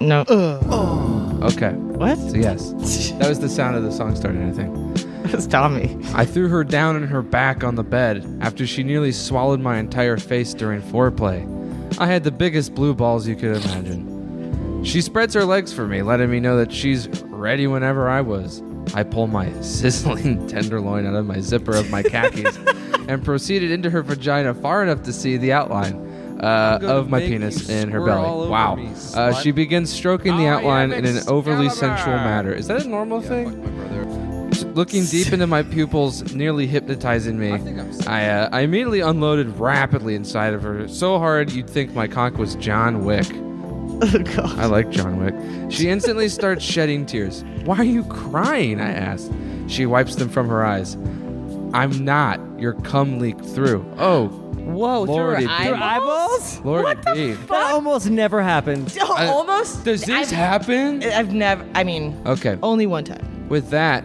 [SPEAKER 5] No.
[SPEAKER 3] Okay.
[SPEAKER 5] What? [LAUGHS]
[SPEAKER 3] So
[SPEAKER 6] [LAUGHS]
[SPEAKER 3] yes, that was the sound of the song starting. I think.
[SPEAKER 5] It's Tommy.
[SPEAKER 3] I threw her down on her back on the bed after she nearly swallowed my entire face during foreplay. I had the biggest blue balls you could imagine. She spreads her legs for me, letting me know that she's ready whenever I was. I pull my [LAUGHS] sizzling tenderloin out of my zipper of my khakis
[SPEAKER 7] [LAUGHS]
[SPEAKER 3] and proceeded into her vagina far enough to see the outline uh,
[SPEAKER 7] gonna
[SPEAKER 3] of my
[SPEAKER 7] make
[SPEAKER 3] penis
[SPEAKER 7] you
[SPEAKER 3] in her
[SPEAKER 7] squirt all
[SPEAKER 3] belly.
[SPEAKER 7] over
[SPEAKER 3] Wow.
[SPEAKER 7] me,
[SPEAKER 3] Uh,
[SPEAKER 7] slut.
[SPEAKER 3] she begins stroking the
[SPEAKER 7] I
[SPEAKER 3] outline
[SPEAKER 7] am
[SPEAKER 3] in an overly sensual
[SPEAKER 7] Excalibur.
[SPEAKER 3] manner. Is that a normal thing?
[SPEAKER 7] my brother. [LAUGHS]
[SPEAKER 3] Looking deep into my pupils, nearly hypnotizing me, I,
[SPEAKER 7] I think I'm sick.
[SPEAKER 3] uh, I immediately unloaded rapidly inside of her, so hard you'd think my cock was John Wick. I like John Wick.
[SPEAKER 7] [LAUGHS]
[SPEAKER 3] She instantly starts shedding tears. Why are you crying? I asked. She wipes them from her eyes. I'm not. Your cum leaked through. Oh,
[SPEAKER 5] Whoa,
[SPEAKER 3] Lordy
[SPEAKER 5] through her
[SPEAKER 3] B.
[SPEAKER 6] Your
[SPEAKER 5] eyeball?
[SPEAKER 6] eyeballs?
[SPEAKER 3] Lord indeed.
[SPEAKER 6] That almost never happened.
[SPEAKER 5] [LAUGHS]
[SPEAKER 3] I-
[SPEAKER 5] Almost.
[SPEAKER 3] Does this
[SPEAKER 5] I've,
[SPEAKER 3] happen?
[SPEAKER 5] I've never. I mean,
[SPEAKER 3] Okay.
[SPEAKER 5] only one time.
[SPEAKER 3] With that,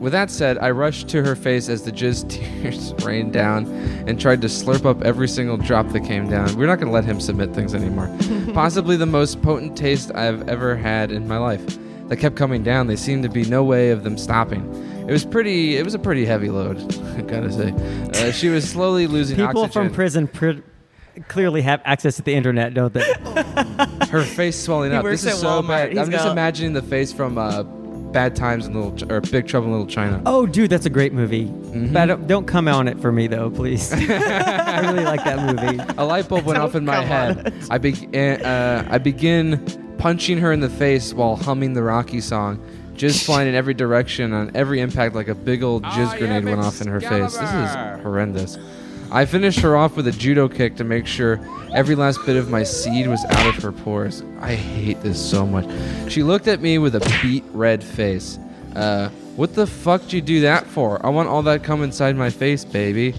[SPEAKER 3] with that said, I rushed to her face as the jizz [LAUGHS] tears rained down and tried to slurp up every single drop that came down. We're not going to let him submit things anymore. Possibly the most potent taste I've ever had in my life. That kept coming down. They seemed to be no way of them stopping. It was pretty. It was a pretty heavy load. [LAUGHS] I gotta say, uh, she was slowly losing
[SPEAKER 6] People
[SPEAKER 3] oxygen.
[SPEAKER 6] from prison pr- clearly have access to the internet, don't they?
[SPEAKER 3] Her face
[SPEAKER 5] [LAUGHS]
[SPEAKER 3] swelling up.
[SPEAKER 5] works
[SPEAKER 3] This is
[SPEAKER 5] at
[SPEAKER 3] so
[SPEAKER 5] Walmart.
[SPEAKER 3] bad.
[SPEAKER 5] He's
[SPEAKER 3] I'm just
[SPEAKER 5] got-
[SPEAKER 3] imagining the face from uh, Bad Times in Little Ch- or Big Trouble in Little China.
[SPEAKER 6] Oh, dude, that's a great movie.
[SPEAKER 3] Mm-hmm.
[SPEAKER 6] But don't, don't come on it for me though, please. [LAUGHS] I really like that movie.
[SPEAKER 3] A light bulb went off in my head. I eh, be- uh, I begin punching her in the face while humming the Rocky song. jizz flying in every direction on every impact like a big old jizz
[SPEAKER 8] I
[SPEAKER 3] grenade
[SPEAKER 8] am
[SPEAKER 3] went off in her face. This is
[SPEAKER 8] Excalibur.
[SPEAKER 3] horrendous. I finished her off with a judo kick to make sure every last bit of my seed was out of her pores. I hate this so much. She looked at me with a beet red face. Uh, what the fuck did you do that for? I want all that come inside my face, baby.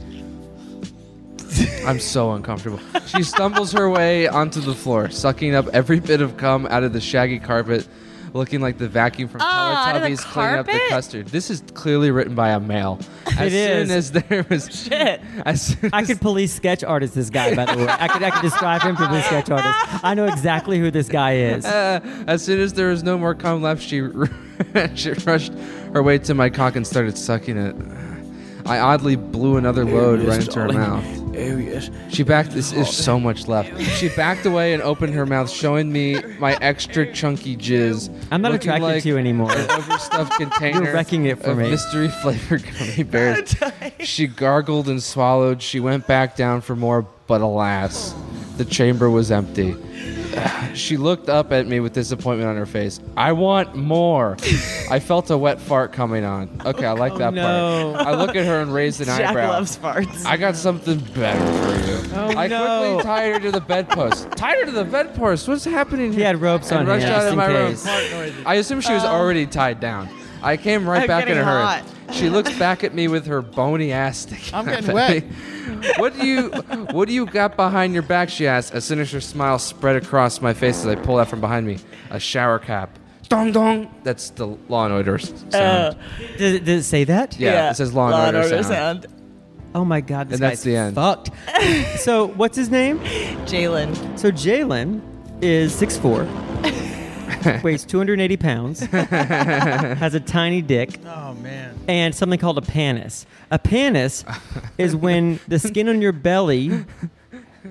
[SPEAKER 3] I'm so uncomfortable. She stumbles her way onto the floor, sucking up every bit of cum out of the shaggy carpet, looking like the vacuum from
[SPEAKER 5] Ah, out of the
[SPEAKER 3] Teletubbies cleaning up the
[SPEAKER 5] carpet?
[SPEAKER 3] custard. This is clearly written by a male. As soon
[SPEAKER 9] is.
[SPEAKER 3] as there was
[SPEAKER 5] [LAUGHS] Shit.
[SPEAKER 3] as soon
[SPEAKER 6] I
[SPEAKER 3] as-
[SPEAKER 6] could police sketch artist this guy, by the way. I could, I could describe him to police sketch artist. I know exactly who this guy is.
[SPEAKER 3] uh, [LAUGHS] as soon as there was no more cum left, she [LAUGHS] she rushed her way to my cock and started sucking it. I oddly blew another load right into her mouth. She backed. This is so much left. She backed away and opened her mouth, showing me my extra chunky jizz.
[SPEAKER 6] I'm not
[SPEAKER 3] looking
[SPEAKER 6] attracted
[SPEAKER 3] like
[SPEAKER 6] to
[SPEAKER 3] [LAUGHS]
[SPEAKER 6] you anymore.
[SPEAKER 3] An overstuffed
[SPEAKER 6] [LAUGHS]
[SPEAKER 3] container.
[SPEAKER 6] wrecking it for
[SPEAKER 3] of
[SPEAKER 6] me.
[SPEAKER 3] Mystery flavored
[SPEAKER 6] [LAUGHS]
[SPEAKER 3] gummy bears. she gargled and swallowed. She went back down for more, but alas, the chamber was empty. [SIGHS] She looked up at me with disappointment on her face. I want
[SPEAKER 6] [LAUGHS]
[SPEAKER 3] more. I felt a wet fart coming on. Okay, I
[SPEAKER 6] Oh,
[SPEAKER 3] like that
[SPEAKER 9] no.
[SPEAKER 3] part. I look at her and raise
[SPEAKER 6] [LAUGHS]
[SPEAKER 3] an
[SPEAKER 5] Jack
[SPEAKER 3] eyebrow.
[SPEAKER 5] loves farts.
[SPEAKER 3] I got something better for you.
[SPEAKER 6] Oh,
[SPEAKER 3] I quickly tied her to the bedpost. tied her to the bedpost. What's happening?
[SPEAKER 6] He had ropes
[SPEAKER 3] and
[SPEAKER 6] on him,
[SPEAKER 3] rushed
[SPEAKER 6] just
[SPEAKER 3] out of
[SPEAKER 6] in
[SPEAKER 3] my
[SPEAKER 6] case.
[SPEAKER 3] room. I assume she was already tied down. I came right
[SPEAKER 5] I'm
[SPEAKER 3] back at
[SPEAKER 5] getting
[SPEAKER 3] her.
[SPEAKER 5] hot.
[SPEAKER 3] She looks back at me with her bony ass sticking.
[SPEAKER 2] I'm
[SPEAKER 3] out
[SPEAKER 2] getting
[SPEAKER 3] at
[SPEAKER 2] wet.
[SPEAKER 3] me. What do you What do you got behind your back? She asked. A sinister smile spread across my face as I pulled out from behind me a shower cap. Dong dong. That's the Law and Order s- sound.
[SPEAKER 6] Does, it- does it say that?
[SPEAKER 3] yeah, it says Law and Order sound.
[SPEAKER 6] Oh my God, this
[SPEAKER 3] And that's
[SPEAKER 6] guy's
[SPEAKER 3] the end.
[SPEAKER 6] fucked. so what's his name?
[SPEAKER 5] Jalen.
[SPEAKER 6] So Jalen is
[SPEAKER 5] [LAUGHS]
[SPEAKER 6] 6'4", weighs 280 pounds, has a tiny dick,
[SPEAKER 2] Oh man.
[SPEAKER 6] and something called a panis. A panis is when the skin on your belly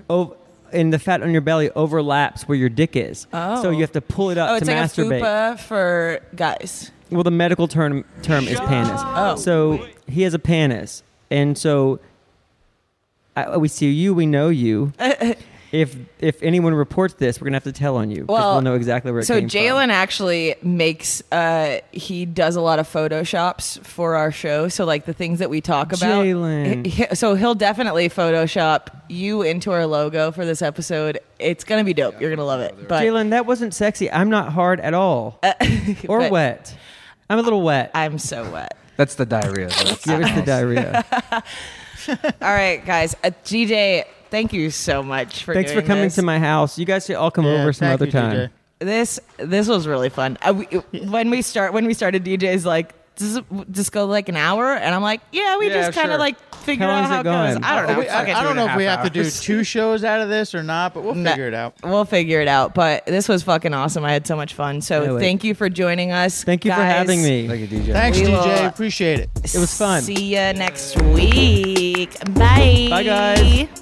[SPEAKER 6] ov- and the fat on your belly overlaps where your dick is. So
[SPEAKER 5] Oh.
[SPEAKER 6] you have to pull it up
[SPEAKER 5] Oh,
[SPEAKER 6] to
[SPEAKER 5] it's like
[SPEAKER 6] masturbate.
[SPEAKER 5] a fupa for guys.
[SPEAKER 6] Well, the medical term term is panis.
[SPEAKER 5] Oh.
[SPEAKER 6] So he has a panis, and so I, we see you, we
[SPEAKER 5] [LAUGHS]
[SPEAKER 6] know you. if if anyone reports this, we're gonna have to tell on you. 'cause
[SPEAKER 5] Well,
[SPEAKER 6] we'll know exactly where it
[SPEAKER 5] So
[SPEAKER 6] came
[SPEAKER 5] Jalen
[SPEAKER 6] from.
[SPEAKER 5] actually makes uh he does a lot of photoshops for our show. So like the things that we talk about.
[SPEAKER 6] Jalen.
[SPEAKER 5] He- he- So he'll definitely photoshop you into our logo for this episode. It's gonna be dope. You're gonna love it. But
[SPEAKER 6] Jalen, that wasn't sexy. I'm not hard at all, [LAUGHS] or
[SPEAKER 5] Uh, but-
[SPEAKER 6] wet. I'm a little wet.
[SPEAKER 5] I'm so wet.
[SPEAKER 3] That's the diarrhea. That's
[SPEAKER 5] [LAUGHS]
[SPEAKER 6] Give us the diarrhea.
[SPEAKER 5] All right, guys. Uh, GJ, thank you so much for
[SPEAKER 6] Thanks for
[SPEAKER 5] doing
[SPEAKER 6] coming
[SPEAKER 5] this.
[SPEAKER 6] to my house. You guys should all come over some
[SPEAKER 2] thank
[SPEAKER 6] other
[SPEAKER 2] you,
[SPEAKER 6] time.
[SPEAKER 2] DJ.
[SPEAKER 5] this this was really fun. I,
[SPEAKER 6] [LAUGHS]
[SPEAKER 5] we, when we start when we started, DJ's like does it just go like an hour, and I'm like, yeah, we
[SPEAKER 3] Yeah,
[SPEAKER 5] just kind of
[SPEAKER 3] sure.
[SPEAKER 5] like figured
[SPEAKER 6] How
[SPEAKER 5] out
[SPEAKER 6] long's
[SPEAKER 5] how
[SPEAKER 6] it
[SPEAKER 5] it goes.
[SPEAKER 6] going?
[SPEAKER 5] I don't know.
[SPEAKER 2] Oh, We- I,
[SPEAKER 5] Fucking
[SPEAKER 2] I
[SPEAKER 5] two
[SPEAKER 2] don't
[SPEAKER 5] and a
[SPEAKER 2] know if we
[SPEAKER 5] half
[SPEAKER 2] have to do
[SPEAKER 5] hours.
[SPEAKER 2] two shows out of this or not, but we'll
[SPEAKER 5] [LAUGHS] No,
[SPEAKER 2] figure it out.
[SPEAKER 5] We'll figure it out. But this was fucking awesome. I had so much fun.
[SPEAKER 6] Yeah,
[SPEAKER 5] So
[SPEAKER 6] wait.
[SPEAKER 5] thank you for joining us.
[SPEAKER 6] Thank you for
[SPEAKER 5] guys.
[SPEAKER 6] having me.
[SPEAKER 3] Thank you, DJ.
[SPEAKER 2] Thanks,
[SPEAKER 5] We will-
[SPEAKER 2] DJ. Appreciate it.
[SPEAKER 6] It was fun.
[SPEAKER 5] See you next week. Bye.
[SPEAKER 6] Bye, guys.